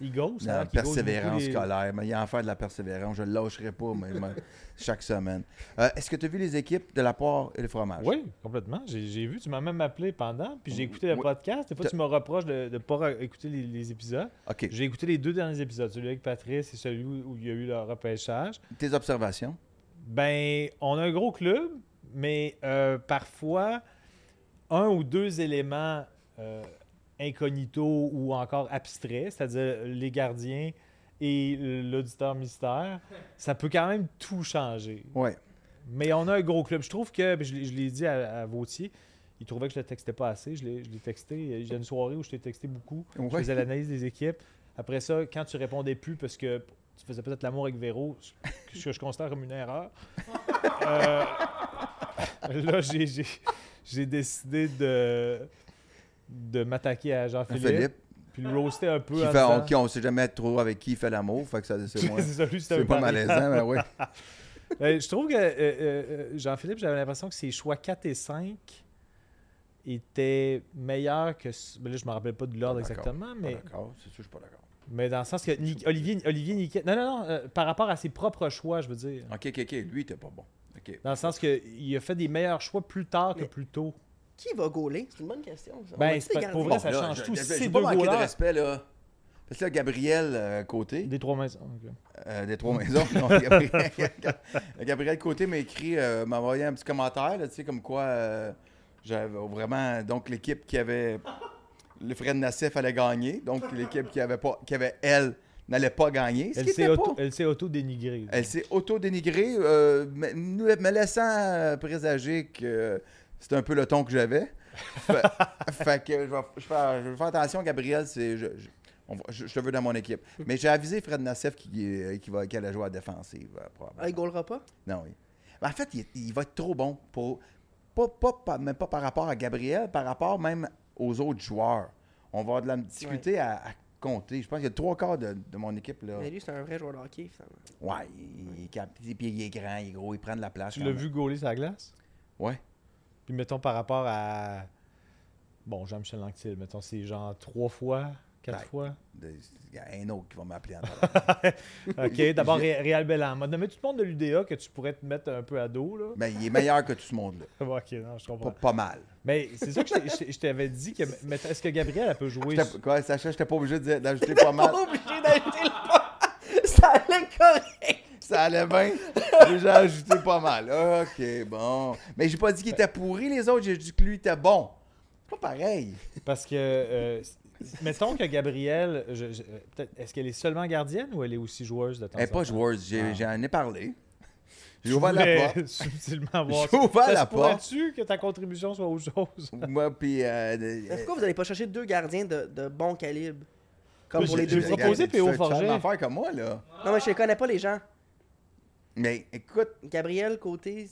Speaker 4: Il gauche.
Speaker 2: La persévérance scolaire. Mais il y a en faire de la persévérance. Je ne lâcherai pas mais, mais, chaque semaine. Euh, Est-ce que tu as vu les équipes de la poire et le fromage?
Speaker 4: Oui, complètement. J'ai j'ai vu, tu m'as même appelé pendant, puis j'ai écouté le
Speaker 2: Oui.
Speaker 4: podcast. Des fois,
Speaker 2: T'as-
Speaker 4: tu me reproches de ne pas re- écouter les, les épisodes.
Speaker 2: OK.
Speaker 4: J'ai écouté les deux derniers épisodes, celui avec Patrice et celui où où il y a eu le repêchage.
Speaker 2: Tes observations?
Speaker 4: Ben, on a un gros club, mais euh, parfois, un ou deux éléments euh, incognito ou encore abstraits, c'est-à-dire les gardiens et l'auditeur mystère, ça peut quand même tout changer.
Speaker 2: Oui.
Speaker 4: Mais on a un gros club. Je trouve que, puis je, l'ai- je l'ai dit à, à Vautier, il trouvait que je le textais pas assez. Je l'ai je l'ai texté. Il y a une soirée où je t'ai texté beaucoup. Je
Speaker 2: Ouais.
Speaker 4: faisais l'analyse des équipes. Après ça, quand tu répondais plus parce que tu faisais peut-être l'amour avec Véro, ce que je, considère comme une erreur, euh, là, j'ai- j'ai j'ai décidé de, de m'attaquer à Jean-Philippe.
Speaker 2: Philippe,
Speaker 4: Puis le roaster un peu.
Speaker 2: qui
Speaker 4: en
Speaker 2: fait, on,
Speaker 4: disant-
Speaker 2: qui- on sait jamais trop avec qui il fait l'amour. Fait que ça, c'est moins-
Speaker 4: C'est ça, lui, c'était
Speaker 2: C'est
Speaker 4: un
Speaker 2: pas
Speaker 4: variant.
Speaker 2: malaisant, mais oui.
Speaker 4: Euh, je trouve que euh, euh, euh, Jean-Philippe, j'avais l'impression que ses choix 4 et 5 étaient meilleurs que. ce- ben là, je me rappelle pas de l'ordre
Speaker 2: Pas d'accord.
Speaker 4: exactement, mais,
Speaker 2: D'accord, c'est sûr, je suis pas d'accord.
Speaker 4: mais dans le sens que Ni- Olivier, Olivier Niquet. Non, non, non, euh, par rapport à ses propres choix, je veux dire.
Speaker 2: OK, OK, OK. Lui, t'es pas bon. OK.
Speaker 4: Dans le sens qu'il a fait des meilleurs choix plus tard que
Speaker 3: Mais-
Speaker 4: plus tôt.
Speaker 3: Qui va gauler C'est une bonne question. ça. On
Speaker 4: Ben,
Speaker 3: a-tu
Speaker 4: c'est
Speaker 3: des
Speaker 4: pas- pour
Speaker 3: gardiens?
Speaker 4: vrai, ça
Speaker 2: Là,
Speaker 4: change
Speaker 2: je-
Speaker 4: tout.
Speaker 2: je-
Speaker 4: Si
Speaker 2: je-
Speaker 4: c'est
Speaker 2: Je vais
Speaker 4: deux
Speaker 2: manquer de
Speaker 4: goalers-
Speaker 2: respect, là. Parce que là, Gabriel euh, Côté,
Speaker 4: Des trois maisons. ok.
Speaker 2: euh, des Trois Maisons, non, Gabriel, Gabriel Côté m'a écrit, euh, m'a envoyé un petit commentaire, là, tu sais, comme quoi euh, j'avais vraiment. Donc, l'équipe qui avait. Le Fred Nassif allait gagner. Donc, l'équipe qui avait, pas, qui avait elle, n'allait pas gagner. Ce
Speaker 4: Elle
Speaker 2: qui
Speaker 4: s'est
Speaker 2: était pas. Eh,
Speaker 4: auto- Elle s'est auto-dénigrée.
Speaker 2: Elle s'est auto-dénigrée, euh, me, nous- me laissant euh, présager que euh, c'était un peu le ton que j'avais. fait, fait que je vais, je vais faire, je vais faire attention, Gabriel, c'est, je, je- on va- je- je te veux dans mon équipe. Mais j'ai avisé Fred Nassef qui, euh, qui va, qui allait jouer à la défensive, euh, probablement.
Speaker 3: Ah, il gaulera pas
Speaker 2: Non, oui. Mais en fait, il, il va être trop bon pour. Pas, pas, pas- même pas par rapport à Gabriel, par rapport même aux autres joueurs. On va avoir de la difficulté à, à compter. Je pense qu'il y a trois quarts de, de mon équipe. Là.
Speaker 3: Mais lui, c'est un vrai joueur de hockey, finalement.
Speaker 2: Ouais, il, il capte- puis il est grand, il est gros, il prend de la place.
Speaker 4: Tu
Speaker 2: quand
Speaker 4: l'as
Speaker 2: même.
Speaker 4: vu gauler sa glace?
Speaker 2: Ouais.
Speaker 4: Puis mettons par rapport à. Bon, Jean-Michel Lanctil, mettons, c'est genre trois fois, quatre
Speaker 2: Ouais.
Speaker 4: fois.
Speaker 2: De- Il y a un autre qui va m'appeler en tabarnak.
Speaker 4: OK, d'abord, Ré- Réal Bellan. M'a nommé tout le monde de l'UDA que tu pourrais te mettre un peu à dos, là.
Speaker 2: Mais il est meilleur que tout ce monde-là.
Speaker 4: Bon, OK, non, je
Speaker 2: Pas,
Speaker 4: comprends.
Speaker 2: pas mal.
Speaker 4: Mais c'est ça que je t'ai- je t'ai- je t'avais dit que... mais Est-ce que Gabriel, elle peut jouer...
Speaker 2: J'étais- Quoi, Sacha, j'étais pas obligé de dire- d'ajouter pas mal.
Speaker 3: Pas obligé d'ajouter le pas. Ça allait correct.
Speaker 2: Ça allait bien. J'ai ajouté pas mal. OK, bon. Mais j'ai pas dit qu'il était pourri, les autres. J'ai dit que lui était bon. C'est pas pareil.
Speaker 4: Parce que... euh, mettons que Gabriel... je- je- peut-être- Est-ce qu'elle est seulement gardienne ou elle est aussi joueuse de temps
Speaker 2: Elle est
Speaker 4: en
Speaker 2: pas
Speaker 4: temps?
Speaker 2: joueuse. J'ai-
Speaker 4: Ah.
Speaker 2: J'en ai parlé. J'ai
Speaker 4: Je
Speaker 2: ouvert
Speaker 4: voulais
Speaker 2: la porte.
Speaker 4: subtilement voir
Speaker 2: J'ai
Speaker 4: ça.
Speaker 2: ouvert
Speaker 4: Ça
Speaker 2: la
Speaker 4: se pourrait-tu que ta contribution soit autre chose?
Speaker 2: Moi, puis. euh, de-
Speaker 3: Mais pourquoi vous n'allez pas chercher deux gardiens de, de bon calibre Comme
Speaker 4: Mais
Speaker 3: pour
Speaker 4: j'ai-
Speaker 3: les
Speaker 4: j'ai
Speaker 3: deux
Speaker 2: Regarde,
Speaker 3: équipes.
Speaker 4: proposé
Speaker 2: tu
Speaker 4: P.O.
Speaker 2: fais- tu fais la
Speaker 4: Forget.
Speaker 2: même affaire comme moi, là.
Speaker 3: Non, mais je ne connais pas les gens.
Speaker 2: Mais écoute,
Speaker 3: Gabriel, côté,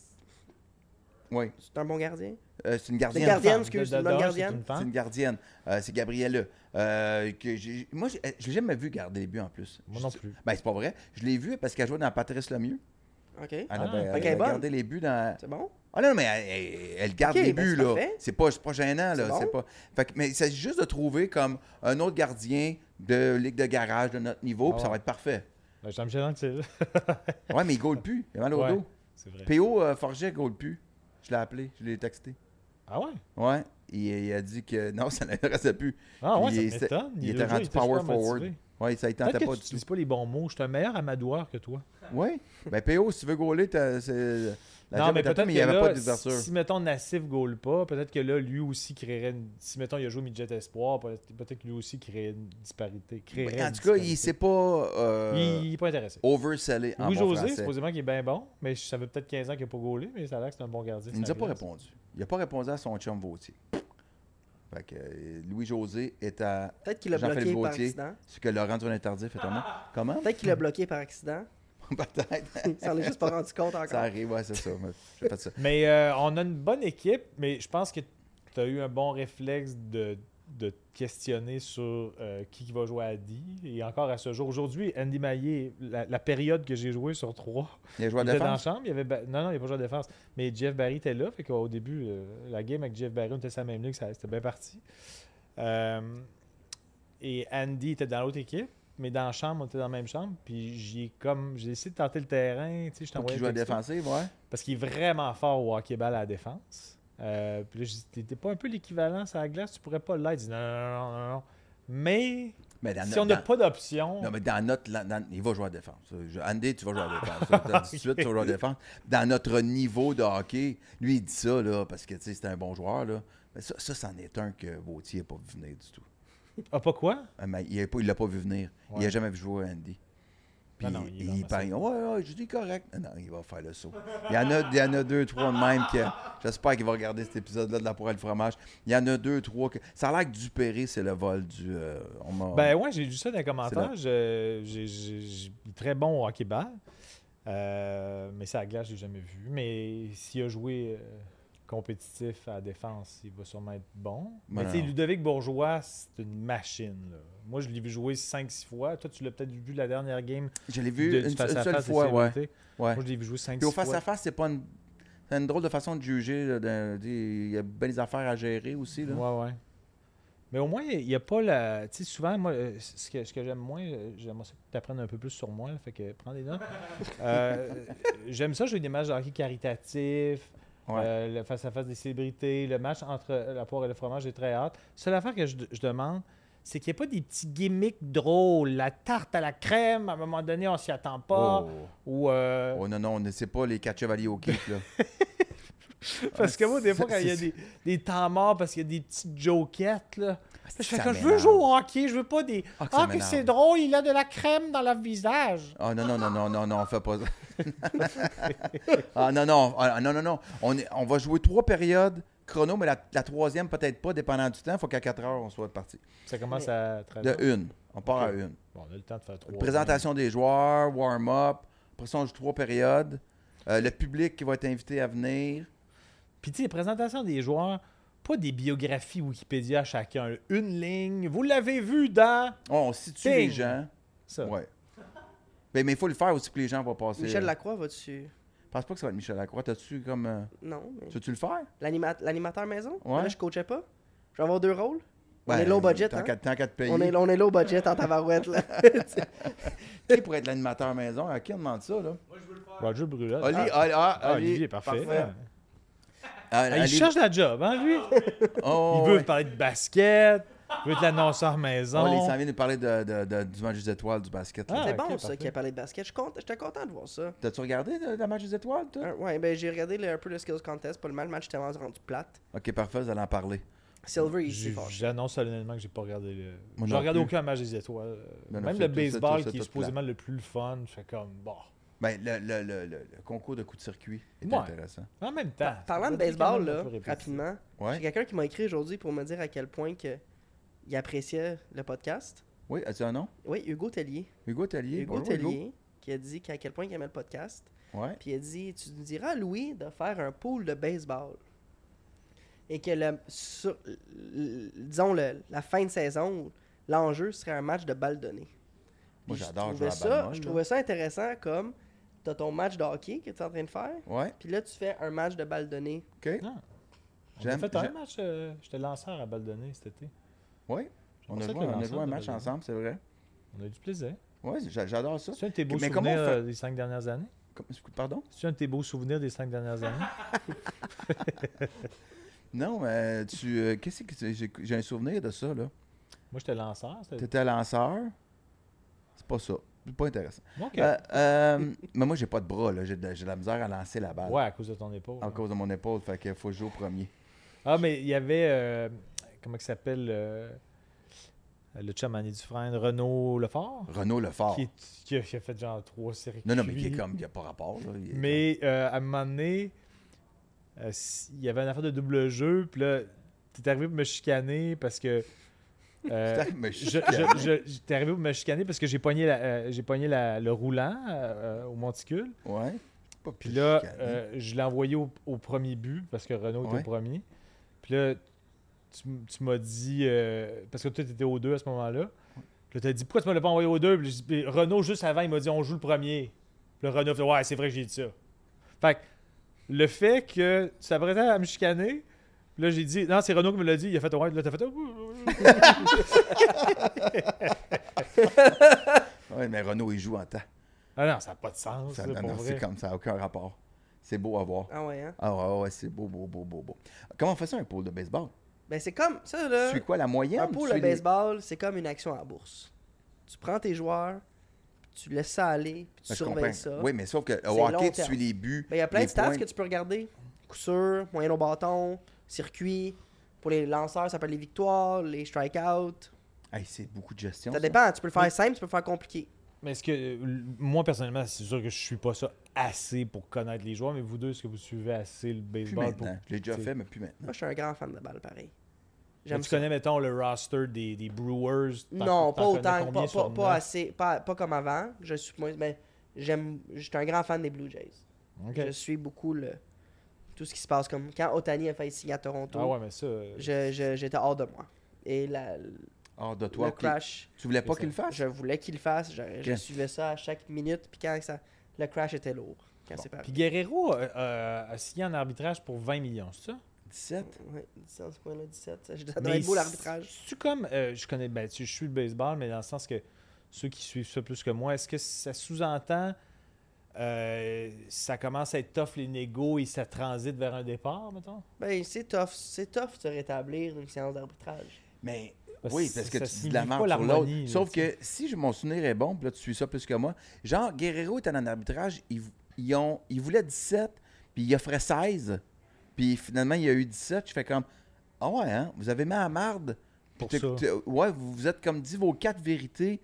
Speaker 2: oui.
Speaker 3: c'est un bon gardien.
Speaker 2: Euh, c'est une
Speaker 3: C'est une
Speaker 2: gardienne.
Speaker 3: gardienne,
Speaker 4: Femme.
Speaker 3: excuse,
Speaker 4: De-
Speaker 3: c'est
Speaker 4: de-
Speaker 3: une bonne
Speaker 4: dehors,
Speaker 3: gardienne.
Speaker 4: une
Speaker 2: C'est
Speaker 4: femme.
Speaker 2: une gardienne. Euh, c'est Gabriella. Euh, que j'ai- moi, j'ai- je l'ai jamais vue garder les buts en plus.
Speaker 4: Moi non
Speaker 2: Je-
Speaker 4: plus.
Speaker 2: Ben, c'est pas vrai. Je l'ai vue parce qu'elle jouait dans Patrice Lemieux.
Speaker 3: OK.
Speaker 2: Elle
Speaker 4: Ah.
Speaker 2: avait, elle
Speaker 3: Ok,
Speaker 2: avait
Speaker 3: bonne.
Speaker 2: gardé les buts dans.
Speaker 3: C'est bon?
Speaker 2: Ah non, non, mais elle, elle- elle garde
Speaker 3: Ok,
Speaker 2: les
Speaker 3: ben,
Speaker 2: buts,
Speaker 3: c'est
Speaker 2: là.
Speaker 3: parfait.
Speaker 2: C'est pas, c'est pas gênant, là.
Speaker 3: C'est bon.
Speaker 2: C'est pas... fait que- mais il s'agit juste de trouver comme un autre gardien de ligue de garage de notre niveau, puis ça
Speaker 4: Ah.
Speaker 2: va être parfait.
Speaker 4: Ben, Jean-Michel Lanctil.
Speaker 2: Ouais, mais il goal plus. Il a mal au
Speaker 4: Ouais,
Speaker 2: dos.
Speaker 4: c'est vrai.
Speaker 2: PO euh, Forget goal plus. Je l'ai appelé, je l'ai texté.
Speaker 4: Ah ouais?
Speaker 2: Ouais. Il, il a dit que non, ça l'intéressait plus.
Speaker 4: Ah ouais,
Speaker 2: Puis
Speaker 4: ça
Speaker 2: il-
Speaker 4: m'étonne.
Speaker 2: Il,
Speaker 4: le
Speaker 2: était
Speaker 4: jeu,
Speaker 2: rendu
Speaker 4: super
Speaker 2: power forward.
Speaker 4: motivé.
Speaker 2: Oui, ça ne
Speaker 4: Peut-être
Speaker 2: tentait pas
Speaker 4: que tu
Speaker 2: du tout.
Speaker 4: n'utilises pas les bons mots. Je suis un meilleur amadoueur que toi.
Speaker 2: Oui. Ben, PO, si tu veux gauler, t'as- c'est. La
Speaker 4: non,
Speaker 2: job
Speaker 4: mais
Speaker 2: est à toi,
Speaker 4: peut-être
Speaker 2: mais il
Speaker 4: que
Speaker 2: n'y avait
Speaker 4: là,
Speaker 2: pas d'ouverture.
Speaker 4: Si, mettons, Nassif goal pas, peut-être que là, lui aussi créerait une... Si, mettons, il a joué midget espoir, peut-être peut-être que lui aussi créerait une disparité. créerait
Speaker 2: Ben, en
Speaker 4: une
Speaker 2: tout cas,
Speaker 4: disparité.
Speaker 2: il s'est pas euh,
Speaker 4: Il- il est pas intéressé.
Speaker 2: oversellé en
Speaker 4: Oui,
Speaker 2: bon
Speaker 4: José,
Speaker 2: français.
Speaker 4: supposément qu'il est bien bon, mais ça fait peut-être 15 ans qu'il n'a pas goalé, mais ça a l'air que c'est un bon gardien.
Speaker 2: Il nous a
Speaker 4: sur la
Speaker 2: pas
Speaker 4: glace.
Speaker 2: répondu. Il n'a pas répondu à son chum Vautier. Fait que euh, Louis-José est à
Speaker 3: Peut-être qu'il l'a bloqué
Speaker 2: Jean-Philippe
Speaker 3: par
Speaker 2: Gauthier.
Speaker 3: accident.
Speaker 2: ce que Laurent tourne tardif est Thomas. Comment?
Speaker 3: Peut-être qu'il l'a bloqué par accident.
Speaker 2: Peut-être.
Speaker 3: Ça en est juste pas rendu compte
Speaker 2: ça
Speaker 3: encore.
Speaker 2: arrive, ouais, c'est ça. Moi, J'ai fait ça.
Speaker 4: Mais euh, on a une bonne équipe, mais je pense que tu as eu un bon réflexe de, de te questionner sur euh, qui qui va jouer à D. Et encore à ce jour, aujourd'hui, Andy Maillé, la, la période que j'ai joué sur 3,
Speaker 2: Il a joué à
Speaker 4: il était dans la
Speaker 2: défense.
Speaker 4: chambre. Il y avait Ba- Non, non, il n'y a pas joué à défense. Mais Jeff Barry était là. Fait qu'au début, euh, la game avec Jeff Barry, on était sur la même ligne. ça- C'était bien parti. Euh, et Andy était dans l'autre équipe. Mais dans la chambre, on était dans la même chambre. Puis j'ai comme j'ai essayé de tenter le terrain. Tu sais, je
Speaker 2: Pour qu'il
Speaker 4: t'envoyais
Speaker 2: joue
Speaker 4: un
Speaker 2: à
Speaker 4: texto.
Speaker 2: défensive, ouais.
Speaker 4: Parce qu'il est vraiment fort au hockey-ball à la défense. Euh, puis là, j'ai dit, t'étais pas un peu l'équivalent sur la glace, tu pourrais pas l'être. Il dit, non, non, non, non, non, non. Mais
Speaker 2: Mais dans,
Speaker 4: si on
Speaker 2: dans-
Speaker 4: n'a pas d'option,
Speaker 2: Non, mais dans notre. la- dans- il va jouer à la défense. Je- Andy, tu vas jouer à
Speaker 4: Ah,
Speaker 2: la défense. Je te le dis tout de suite, tu vas jouer à la défense. Dans notre niveau de hockey, lui, il dit ça, là, parce que, tu sais, c'est un bon joueur, là. Mais ça, ça, c'en est un que Vautier n'a pas vu venir du tout.
Speaker 4: ah, pas quoi?
Speaker 2: Ah, Mais il ne l'a pas vu venir. Il n'a
Speaker 4: Ouais.
Speaker 2: jamais vu jouer Andy. Puis
Speaker 4: Non, non, il est
Speaker 2: il,
Speaker 4: vraiment
Speaker 2: paraît, ouais, ouais, je dis correct. Ah Non, il va faire le saut. Il y en a, il y en a deux, trois de même que. J'espère qu'il va regarder cet épisode-là de la poire et le fromage. Il y en a deux, trois que. Ça a l'air que Dupéré, c'est le vol du. euh, on m'a-
Speaker 4: Ben ouais, j'ai lu ça dans
Speaker 2: là.
Speaker 4: les commentaires. Je- j'ai- j'ai- j'ai- il est très bon au hockey-ball. Euh, mais ça, à glace, je l'ai jamais vu. Mais s'il a joué euh, compétitif à la défense, il va sûrement être bon. Mais
Speaker 2: Ben
Speaker 4: tu sais,
Speaker 2: non.
Speaker 4: Ludovic Bourgeois, c'est une machine. là. Moi, je l'ai vu jouer 5-6 fois. Toi, tu l'as peut-être vu la dernière game
Speaker 2: je l'ai vu
Speaker 4: de-
Speaker 2: une,
Speaker 4: du
Speaker 2: une
Speaker 4: face à
Speaker 2: seule
Speaker 4: face de
Speaker 2: fois, ouais.
Speaker 4: CVT.
Speaker 2: ouais.
Speaker 4: Moi, je l'ai vu jouer 5-6
Speaker 2: Puis au
Speaker 4: fois.
Speaker 2: face à face, c'est pas une. C'est une drôle de façon de juger. là, de- de- Il y a bien des affaires à gérer aussi. Là.
Speaker 4: Ouais, ouais. Mais au moins, il n'y a pas la. Tu sais, souvent, moi, euh, ce que, ce que j'aime moins, euh, j'aimerais ça que tu apprennes un peu plus sur moi, là, fait que prends des notes. Euh, j'aime ça, j'ai des matchs de hockey caritatifs,
Speaker 2: Ouais.
Speaker 4: euh, le face-à-face des célébrités, le match entre euh, la poire et le fromage, j'ai très hâte. Seule affaire que je, je demande, c'est qu'il n'y ait pas des petits gimmicks drôles. La tarte à la crème, à un moment donné, on s'y attend pas.
Speaker 2: Oh.
Speaker 4: Ou. euh,
Speaker 2: Oh, non, non, on ne sait pas les quatre chevaliers au kick. Là.
Speaker 4: Parce que moi, des fois,
Speaker 2: c'est-
Speaker 4: quand il y a
Speaker 2: c'est-
Speaker 4: des, des temps morts, parce qu'il y a des petites jokettes, là. Je fais
Speaker 2: ça
Speaker 4: que je veux
Speaker 2: m'énerve.
Speaker 4: jouer au hockey, je veux pas des.
Speaker 2: Ah,
Speaker 4: Ah,
Speaker 2: que ça
Speaker 4: que c'est
Speaker 2: m'énerve.
Speaker 4: drôle, il a de la crème dans le visage.
Speaker 2: Ah non, non, non, non, non, non, on fait pas ça. ah non, non, ah, non, non, non. On, est- on va jouer trois périodes chrono, mais la, la troisième peut-être pas, dépendant du temps. Il faut qu'à 4 heures, on soit parti.
Speaker 4: Ça commence à
Speaker 2: De
Speaker 4: travailler.
Speaker 2: une. On part à
Speaker 4: Ah Ok.
Speaker 2: une.
Speaker 4: Bon, on a le temps de faire trois.
Speaker 2: euh, Présentation des joueurs, warm-up. Après ça, on joue trois périodes. Euh, le public qui va être invité à venir.
Speaker 4: Puis, tu sais, présentation des joueurs, pas des biographies Wikipédia à chacun. Une ligne. Vous l'avez vu dans.
Speaker 2: Oh, on situe les
Speaker 4: Ting.
Speaker 2: gens.
Speaker 4: Ça.
Speaker 2: Ouais. Ben, mais il faut le faire aussi que les gens vont passer.
Speaker 3: Michel
Speaker 2: euh,
Speaker 3: Lacroix, vas-tu.
Speaker 2: Je pense pas que ça va être Michel Lacroix. T'as-tu comme. euh,
Speaker 3: Non, mais.
Speaker 2: Tu veux-tu le faire?
Speaker 3: L'anima- L'animateur maison
Speaker 2: Ouais.
Speaker 3: Là, je coachais pas. Je vais avoir deux rôles. On
Speaker 2: Ben,
Speaker 3: est low budget.
Speaker 2: Tant
Speaker 3: hein?
Speaker 2: qu'à tant qu'à te payer.
Speaker 3: On, est, on est low budget en tabarouette. Là.
Speaker 2: Qui pourrait être l'animateur maison? À qui on demande ça, là?
Speaker 4: Roger Brulotte.
Speaker 2: Oli,
Speaker 4: Ah,
Speaker 2: Oli, ah,
Speaker 4: ah,
Speaker 2: Oli.
Speaker 4: Olivier, parfait.
Speaker 2: Ah,
Speaker 4: Ah, il
Speaker 2: Oli-
Speaker 4: cherche la job, hein, lui.
Speaker 2: Oh,
Speaker 4: il veut
Speaker 2: ouais.
Speaker 4: parler de basket, il veut être l'annonceur maison.
Speaker 2: Oh, il s'en vient de parler de, de- de- du match des étoiles du basket. là.
Speaker 4: Ah.
Speaker 3: C'est bon,
Speaker 4: ok,
Speaker 3: ça,
Speaker 4: parfait.
Speaker 3: qui a parlé de basket. Je suis cont- J'étais content de voir ça.
Speaker 2: T'as-tu regardé euh, le, le match des étoiles, toi?
Speaker 3: Hein, Ouais, ben j'ai regardé le- un peu le skills contest. Pas le mal, le match était vraiment rendu plate.
Speaker 2: Ok, parfait, vous allez en parler.
Speaker 3: Silver, il s'est
Speaker 4: J'ai-
Speaker 3: fâché.
Speaker 4: J'annonce solennellement que j'ai pas regardé le.
Speaker 2: Moi
Speaker 4: J'ai
Speaker 2: non
Speaker 4: regardé
Speaker 2: plus. Ben
Speaker 4: aucun match des étoiles. Euh,
Speaker 2: Non, non,
Speaker 4: Même
Speaker 2: c'est
Speaker 4: le
Speaker 2: tout ça,
Speaker 4: baseball
Speaker 2: tout ça,
Speaker 4: qui est
Speaker 2: tout
Speaker 4: supposément le plus fun, je fais comme bon.
Speaker 2: Ben, le, le- le- le- le concours de coups de circuit est
Speaker 4: Ouais.
Speaker 2: intéressant.
Speaker 4: En même temps.
Speaker 3: Par- Parlant de
Speaker 4: c'est quand
Speaker 3: baseball,
Speaker 4: même un
Speaker 3: là,
Speaker 4: peu répétitif.
Speaker 3: rapidement, j'ai
Speaker 2: Ouais.
Speaker 3: quelqu'un qui m'a écrit aujourd'hui pour me dire à quel point que il appréciait le podcast.
Speaker 2: Oui, as-tu un nom?
Speaker 3: Oui, Hugo Tellier.
Speaker 2: Hugo Tellier.
Speaker 3: Hugo
Speaker 2: Bonjour,
Speaker 3: Tellier, qui a dit qu'à quel point il aimait le podcast.
Speaker 2: Ouais.
Speaker 3: Puis il a dit Tu nous diras, à Louis, de faire un pool de baseball. Et que, le, sur- le- disons, le- la fin de saison, l'enjeu serait un match de balle donnée.
Speaker 2: Moi,
Speaker 3: Puis je
Speaker 2: j'adore
Speaker 3: trouvais
Speaker 2: jouer à
Speaker 3: ça-
Speaker 2: balle molle,
Speaker 3: Je
Speaker 2: là.
Speaker 3: trouvais ça intéressant comme t'as ton match de hockey que tu es en train de faire,
Speaker 2: Ouais,
Speaker 3: puis là, tu fais un match de balle donnée.
Speaker 2: ok.
Speaker 4: Ah. On a
Speaker 2: J'aime-
Speaker 4: fait un
Speaker 2: j'aime-
Speaker 4: match, euh, j'étais lanceur à balle donnée cet été.
Speaker 2: Ouais.
Speaker 4: J'aime
Speaker 2: On a
Speaker 4: ça
Speaker 2: joué,
Speaker 4: que le
Speaker 2: on a
Speaker 4: lanceur
Speaker 2: joué un
Speaker 4: de
Speaker 2: match
Speaker 4: balle donnée.
Speaker 2: ensemble, c'est vrai.
Speaker 4: On a eu du plaisir.
Speaker 2: Ouais, j'a- j'adore ça.
Speaker 4: C'est un de tes beaux
Speaker 2: Ah, Mais comment on
Speaker 4: souvenirs
Speaker 2: fait-
Speaker 4: euh, des cinq dernières années.
Speaker 2: Com- Pardon?
Speaker 4: C'est un de tes beaux souvenirs des cinq dernières années.
Speaker 2: Ah! Non, mais tu. euh, Qu'est-ce que tu- j'ai- J'ai un souvenir de ça, là.
Speaker 4: Moi, j'étais lanceur. c'était-
Speaker 2: T'étais lanceur. C'est pas ça. C'est pas intéressant.
Speaker 4: Ok.
Speaker 2: Euh, euh, mais moi, j'ai pas de bras, là. J'ai de, j'ai de la misère à lancer la balle.
Speaker 4: Ouais, à cause de ton épaule. hein.
Speaker 2: En cause de mon épaule, fait qu'il faut jouer au premier.
Speaker 4: Ah, mais il y avait. euh, comment il s'appelle euh, Le chum Annie Dufresne, Renaud Lefort.
Speaker 2: Renaud Lefort.
Speaker 4: Qui, est- qui a, qui a fait genre trois circuits.
Speaker 2: Non, non, mais qui est comme. Il n'y a pas rapport, là. Il est
Speaker 4: Mais euh, à un moment donné, euh, s- il y avait une affaire de double jeu, puis là, tu t'es arrivé pour me chicaner parce que. euh,
Speaker 2: Putain, mais
Speaker 4: je, je, je- je- t'es arrivé pour me chicaner parce que j'ai pogné, la, euh, j'ai pogné la- le roulant euh, euh, au monticule.
Speaker 2: Ouais. Pas
Speaker 4: Puis
Speaker 2: plus hein.
Speaker 4: là,
Speaker 2: chicané.
Speaker 4: euh, je l'ai envoyé au, au premier but parce que Renault était
Speaker 2: Ouais.
Speaker 4: au premier. Puis là, tu, m- tu m'as dit. euh, parce que toi, tu étais au 2 à ce moment-là. Puis là, tu as dit pourquoi tu m'as pas envoyé au 2 Puis, j'ai dit- Renault, juste avant, il m'a dit on joue le premier. Puis là, Renault fait ouais, c'est vrai que j'ai dit ça. Fait que le fait que tu t'apprêtais à me chicaner. puis Là, j'ai dit, non, c'est Renault qui me l'a dit. Il a fait, ouais, là, t'as fait, oh,
Speaker 2: Ouais, mais Renault, il joue en temps.
Speaker 4: Ah non, ça n'a pas de sens,
Speaker 2: Ça,
Speaker 4: là,
Speaker 2: non,
Speaker 4: pour
Speaker 2: non,
Speaker 4: vrai.
Speaker 2: c'est comme ça, aucun rapport. C'est beau à voir.
Speaker 3: Ah ouais, hein?
Speaker 2: Ah ouais, ouais, ouais, c'est beau, beau, beau, beau, beau. Comment on fait ça, un pôle de baseball?
Speaker 3: Ben, c'est comme ça, là.
Speaker 2: Tu suis quoi, la moyenne?
Speaker 3: Un
Speaker 2: Tu
Speaker 3: pôle
Speaker 2: suis
Speaker 3: de
Speaker 2: les-
Speaker 3: baseball, c'est comme une action à la bourse. Tu prends tes joueurs, puis tu laisses ça aller, puis
Speaker 2: Ben,
Speaker 3: tu
Speaker 2: je
Speaker 3: surveilles
Speaker 2: comprends.
Speaker 3: ça.
Speaker 2: Oui, mais sauf que au
Speaker 3: C'est long
Speaker 2: hockey, tu
Speaker 3: terme.
Speaker 2: suis les buts.
Speaker 3: Ben, il y a plein
Speaker 2: les
Speaker 3: de stats
Speaker 2: points.
Speaker 3: que tu peux regarder. Coup sûr, moyen au bâton, circuit. Pour les lanceurs, ça peut être les victoires, les strikeouts.
Speaker 2: Hey, c'est beaucoup de gestion.
Speaker 3: Ça
Speaker 2: ça.
Speaker 3: dépend. Tu peux le faire simple, tu peux le faire compliqué.
Speaker 4: Mais est-ce que, euh, moi, personnellement, c'est sûr que je suis pas ça assez pour connaître les joueurs, mais vous deux, est-ce que vous suivez assez le
Speaker 2: Plus
Speaker 4: baseball pour...
Speaker 2: maintenant. Je l'ai déjà
Speaker 4: tu sais.
Speaker 2: fait, mais plus maintenant.
Speaker 3: Moi, je suis un grand fan de balle, pareil.
Speaker 4: Mais
Speaker 3: J'aime
Speaker 4: tu
Speaker 3: ça.
Speaker 4: connais, mettons, le roster des, des Brewers?
Speaker 3: Non,
Speaker 4: T'en- t'en
Speaker 3: pas
Speaker 4: connais
Speaker 3: autant,
Speaker 4: combien
Speaker 3: pas,
Speaker 4: sur
Speaker 3: pas, pas
Speaker 4: neuf?
Speaker 3: assez, pas, pas comme avant. Je suis moins, ben, j'aime, j'étais un grand fan des Blue Jays.
Speaker 4: Ok.
Speaker 3: Je suis beaucoup le tout ce qui se passe comme quand Otani a failli signer à Toronto,
Speaker 4: Ah ouais, mais ça... euh,
Speaker 3: je- je- j'étais hors de moi. Et la,
Speaker 2: Hors Ah, de
Speaker 3: le
Speaker 2: toi, puis-
Speaker 3: crash,
Speaker 2: tu voulais pas
Speaker 4: C'est
Speaker 2: qu'il le fasse?
Speaker 3: je voulais qu'il le fasse, je, je
Speaker 2: Ok.
Speaker 3: suivais ça à chaque minute, puis quand ça, le crash était lourd. Quand c'est pas
Speaker 4: Puis Guerrero euh, euh, a signé en arbitrage pour 20 millions, c'est ça?
Speaker 2: 17?
Speaker 3: ouais, 17, en ce point-là, 17, ça, je- ça doit être beau
Speaker 4: c'est-
Speaker 3: l'arbitrage.
Speaker 4: C'est-tu comme... euh, je connais... Ben, tu- je suis le baseball, mais dans le sens que ceux qui suivent ça plus que moi, est-ce que ça sous-entend... euh, ça commence à être tough les négos et ça transite vers un départ, mettons?
Speaker 3: Ben, c'est tough, c'est tough de se rétablir une séance d'arbitrage.
Speaker 2: Mais
Speaker 4: Parce
Speaker 2: oui,
Speaker 4: que
Speaker 2: parce
Speaker 4: ça-
Speaker 2: que
Speaker 4: ça
Speaker 2: tu dis de la
Speaker 4: signifie
Speaker 2: marque
Speaker 4: pas
Speaker 2: sur
Speaker 4: l'harmonie,
Speaker 2: l'autre.
Speaker 4: là,
Speaker 2: Sauf
Speaker 4: tu
Speaker 2: que si je- mon souvenir est bon, puis là, tu suis ça plus que moi. Genre, Guerrero était en arbitrage, il, vou- ils ont, il voulait 17, puis il offrait 16. Puis finalement, il y a eu 17. Je fais comme, ah ouais, hein, vous avez mis à marde. Puis
Speaker 4: Pour
Speaker 2: t'es-
Speaker 4: ça.
Speaker 2: t'es- Ouais, vous vous êtes comme dit vos quatre vérités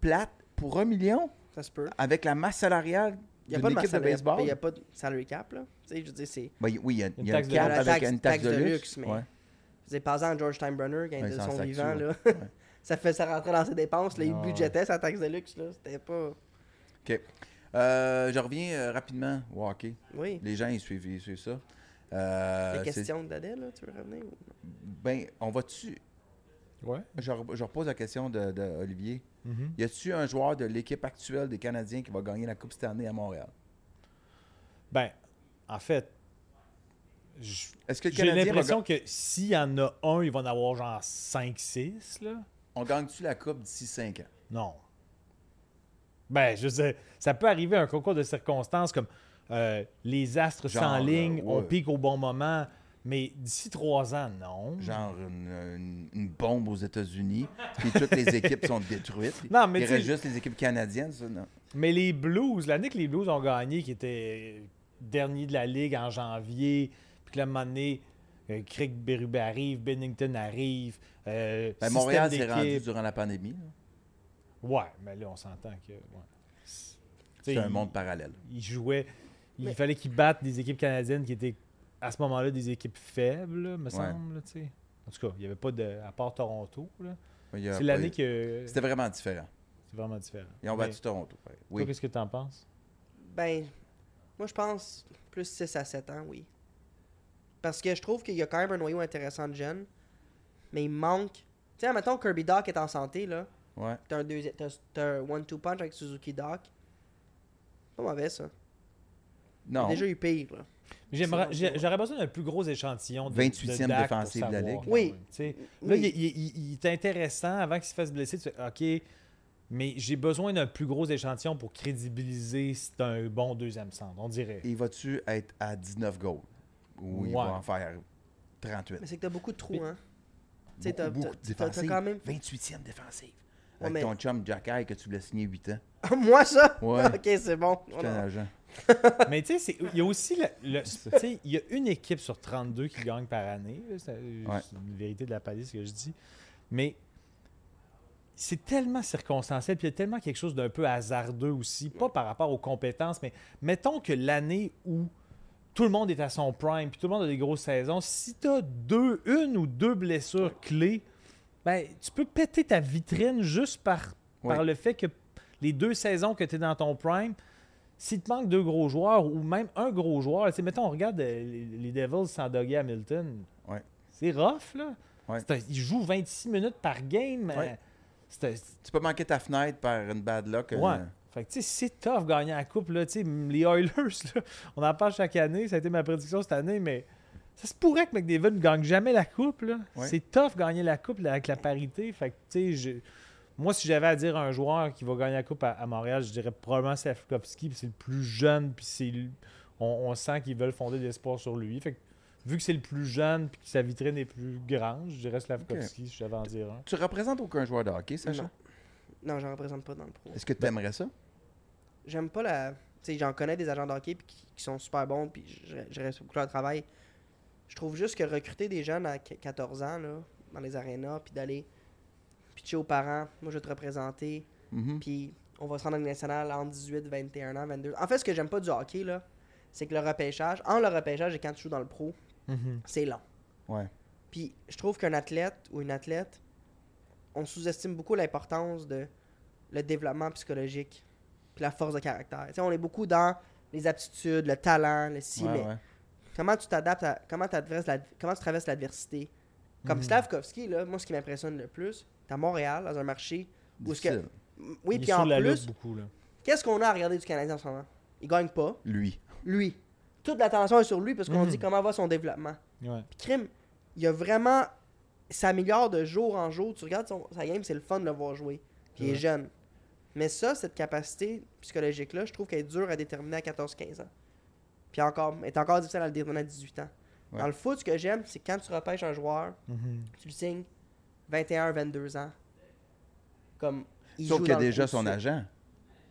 Speaker 2: plates pour un million
Speaker 3: Ça se peut.
Speaker 2: avec la masse salariale
Speaker 3: Il n'y a
Speaker 2: d'une
Speaker 3: pas de
Speaker 2: équipe de
Speaker 3: salariale,
Speaker 2: baseball.
Speaker 3: mais Il n'y a pas de salary cap, là. Tu sais, je veux dire, c'est.
Speaker 2: Ben, y- oui, il y a, il y a
Speaker 4: taxe
Speaker 2: un
Speaker 4: de
Speaker 2: cadre
Speaker 3: luxe.
Speaker 2: avec
Speaker 3: Taxe-
Speaker 2: une taxe,
Speaker 3: taxe
Speaker 2: de
Speaker 3: de
Speaker 2: luxe.
Speaker 3: luxe, mais-
Speaker 2: Ouais.
Speaker 3: Je veux dire, par exemple, George Steinbrenner, quand
Speaker 2: Ouais,
Speaker 3: il était
Speaker 2: sans
Speaker 3: son
Speaker 2: saxo,
Speaker 3: vivant,
Speaker 2: ouais.
Speaker 3: là. ça fait ça rentrait dans ses dépenses, là. Il
Speaker 4: Ah ouais.
Speaker 3: budgétait sa taxe de luxe, là. C'était pas.
Speaker 2: OK. Euh, je reviens euh, rapidement au hockey.
Speaker 3: Oui.
Speaker 2: Les gens, ils suivent, ils suivent ça. Euh,
Speaker 3: La
Speaker 2: c'est-
Speaker 3: question de Dadel, là, tu veux revenir ou-
Speaker 2: Ben, on va-tu.
Speaker 4: Ouais.
Speaker 2: Je, re- je repose la question de, de Olivier.
Speaker 4: Mhm.
Speaker 2: Y a-tu un joueur de l'équipe actuelle des Canadiens qui va gagner la Coupe cette année à Montréal?
Speaker 4: Ben, en fait, j-
Speaker 2: Est-ce que le
Speaker 4: j'ai
Speaker 2: Canadien va
Speaker 4: l'impression que s'il y en a un, il va en avoir genre 5-6, là.
Speaker 2: ga- On gagne-tu la Coupe d'ici 5 ans?
Speaker 4: Non. Ben, je veux dire, ça peut arriver un concours de circonstances comme euh, les astres
Speaker 2: Genre,
Speaker 4: s'enlignent,
Speaker 2: euh,
Speaker 4: on
Speaker 2: ouais.
Speaker 4: pique au bon moment, mais d'ici trois ans, non.
Speaker 2: Genre une, une- une bombe aux États-Unis, puis toutes les équipes sont détruites.
Speaker 4: Non, mais
Speaker 2: Il
Speaker 4: tu sais-
Speaker 2: reste juste les équipes canadiennes, ça, non?
Speaker 4: Mais les Blues, l'année que les Blues ont gagné, qui était dernier de la Ligue en janvier, puis que le moment donné, euh, Craig Berube arrive, Bennington arrive. euh,
Speaker 2: Ben,
Speaker 4: système
Speaker 2: Montréal s'est rendu
Speaker 4: d'équipe.
Speaker 2: durant la pandémie. là.
Speaker 4: Ouais, mais là, on s'entend que. ouais. C'est
Speaker 2: C'est un
Speaker 4: il-
Speaker 2: monde parallèle.
Speaker 4: Il jouait. Il
Speaker 3: Mais-
Speaker 4: fallait qu'il batte des équipes canadiennes qui étaient, à ce moment-là, des équipes faibles, là, me
Speaker 2: Ouais.
Speaker 4: semble. là, tu sais. En tout cas, il n'y avait pas de. À part Toronto, là.
Speaker 2: Il y a
Speaker 4: C'est
Speaker 2: pas-
Speaker 4: l'année que.
Speaker 2: C'était vraiment différent.
Speaker 4: C'est vraiment différent.
Speaker 2: Ils ont
Speaker 4: Mais
Speaker 2: battu Toronto. ouais.
Speaker 4: Toi,
Speaker 2: Oui.
Speaker 4: qu'est-ce que tu en penses?
Speaker 3: Ben, moi, je pense plus 6 à 7 ans, oui. Parce que je trouve qu'il y a quand même un noyau intéressant de jeunes, mais il manque. Tu sais, mettons, Kirby Doc est en santé, là.
Speaker 2: Ouais.
Speaker 3: T'as un, deuxi- t'as- t'as un one-two punch avec Suzuki Doc. Pas mauvais, ça. Il y a
Speaker 2: Non.
Speaker 3: Déjà eu pire, là.
Speaker 4: J'aimerais-
Speaker 3: bon,
Speaker 4: j'ai-
Speaker 3: ouais.
Speaker 4: J'aurais besoin d'un plus gros échantillon de
Speaker 2: 28e
Speaker 4: de DAC pour
Speaker 2: défensive de la
Speaker 4: savoir,
Speaker 2: Ligue.
Speaker 4: quand
Speaker 3: Oui.
Speaker 4: même, tu sais. Là,
Speaker 3: Oui.
Speaker 4: il, il- il- il est intéressant. Avant qu'il se fasse blesser, tu fais OK, mais j'ai besoin d'un plus gros échantillon pour crédibiliser si c'est un bon deuxième centre, on dirait.
Speaker 2: Et vas-tu être à 19 goals? Ou il
Speaker 4: Ouais.
Speaker 2: va en faire 38?
Speaker 3: Mais c'est que t'as beaucoup de trous, hein. Tu sais,
Speaker 2: Beaucoup,
Speaker 3: t'as-
Speaker 2: beaucoup
Speaker 3: t'as-
Speaker 2: de
Speaker 3: t'as- t'as
Speaker 2: défensives.
Speaker 3: quand même-
Speaker 2: 28e défensive.
Speaker 3: Ouais,
Speaker 2: Avec
Speaker 3: mais-
Speaker 2: ton chum Jack Eye que tu voulais signer 8 ans.
Speaker 3: Moi, ça?
Speaker 2: Ouais.
Speaker 3: ok, c'est bon.
Speaker 2: J'étais un agent.
Speaker 4: mais tu sais, c'est- il y a aussi la- le- tu sais, il y a une équipe sur 32 qui gagne par année. là, C'est c'est une vérité de la palisse que je dis. Mais c'est tellement circonstanciel, puis il y a tellement quelque chose d'un peu hasardeux aussi, pas par rapport aux compétences, mais mettons que l'année où tout le monde est à son prime, puis tout le monde a des grosses saisons. Si tu as deux, une ou deux blessures clés, ben, tu peux péter ta vitrine juste par,
Speaker 2: Ouais.
Speaker 4: par le fait que les deux saisons que tu es dans ton prime, s'il te manque deux gros joueurs ou même un gros joueur, tu sais, mettons, on regarde euh, les les Devils sans Dougie Hamilton.
Speaker 2: Ouais.
Speaker 4: C'est rough, là.
Speaker 2: Ouais.
Speaker 4: C'est un- il joue 26 minutes par game.
Speaker 2: Ouais.
Speaker 4: euh, C'est un-
Speaker 2: Tu peux manquer ta fenêtre par une bad luck. euh,
Speaker 4: Ouais. Fait que, tu sais, c'est tough gagner la coupe, là. Tu sais, m- les Oilers, là, on en parle chaque année. Ça a été ma prédiction cette année, mais ça se pourrait que McDavid ne gagne jamais la coupe, là.
Speaker 2: Ouais.
Speaker 4: C'est tough gagner la coupe là, avec la parité. Fait que, tu sais, je- moi, si j'avais à dire un joueur qui va gagner la coupe à, à Montréal, je dirais probablement Safkovski, puis c'est le plus jeune, puis c'est... le- On, on sent qu'ils veulent fonder de l'espoir sur lui. Fait que, vu que c'est le plus jeune, puis que sa vitrine est plus grande, je dirais Slavkovski, si j'avais à en dire un.
Speaker 2: Tu représentes aucun joueur de hockey, Sacha?
Speaker 3: Non. Non, j'en représente pas dans le pro.
Speaker 2: Est-ce que tu aimerais ça?
Speaker 3: J'aime pas la. Tu sais, j'en connais des agents de hockey pis qui, qui sont super bons, puis je, je reste beaucoup leur travail. Je trouve juste que recruter des jeunes à qu- 14 ans, là, dans les arénas, puis d'aller pitcher aux parents, moi je vais te représenter,
Speaker 2: Mhm.
Speaker 3: puis on va se rendre en nationale entre 18, 21 ans, 22. En fait, ce que j'aime pas du hockey, là, c'est que le repêchage, en le repêchage et quand tu joues dans le pro, c'est long.
Speaker 2: Ouais.
Speaker 3: Puis je trouve qu'un athlète ou une athlète, on sous-estime beaucoup l'importance de le développement psychologique puis la force de caractère. Tu sais, on est beaucoup dans les aptitudes, le talent, le si,
Speaker 2: Ouais,
Speaker 3: mais
Speaker 2: ouais.
Speaker 3: comment tu t'adaptes à comment, t'adresses la- comment tu traverses l'adversité.
Speaker 2: Mhm.
Speaker 3: Comme Slavkovski, là, moi, ce qui m'impressionne le plus, t'es à Montréal, dans un marché où ce que...
Speaker 2: Difficile.
Speaker 3: Oui,
Speaker 4: Il est
Speaker 3: puis
Speaker 4: sur
Speaker 3: en
Speaker 4: la lutte
Speaker 3: plus,
Speaker 4: beaucoup, là.
Speaker 3: qu'est-ce qu'on a à regarder du Canadien en ce moment? Il gagne pas.
Speaker 2: Lui.
Speaker 3: Lui. Toute l'attention est sur lui parce qu'on
Speaker 4: Mhm.
Speaker 3: dit comment va son développement.
Speaker 4: Ouais.
Speaker 3: Puis crime, il y a vraiment. Ça améliore de jour en jour. Tu regardes son- sa game, c'est le fun de le voir jouer. Puis il est
Speaker 4: Ouais.
Speaker 3: jeune. Mais ça, cette capacité psychologique-là, je trouve qu'elle est dure à déterminer à 14-15 ans. Puis encore, elle est encore difficile à le déterminer à 18 ans.
Speaker 2: Ouais. Mm-hmm.
Speaker 3: Dans le foot, ce que j'aime, c'est quand tu repêches un joueur,
Speaker 4: Mhm.
Speaker 3: tu le signes 21-22 ans. Comme il
Speaker 2: Sauf
Speaker 3: joue
Speaker 2: qu'il a
Speaker 3: dans le
Speaker 2: déjà
Speaker 3: pro tout
Speaker 2: son
Speaker 3: de suite.
Speaker 2: agent.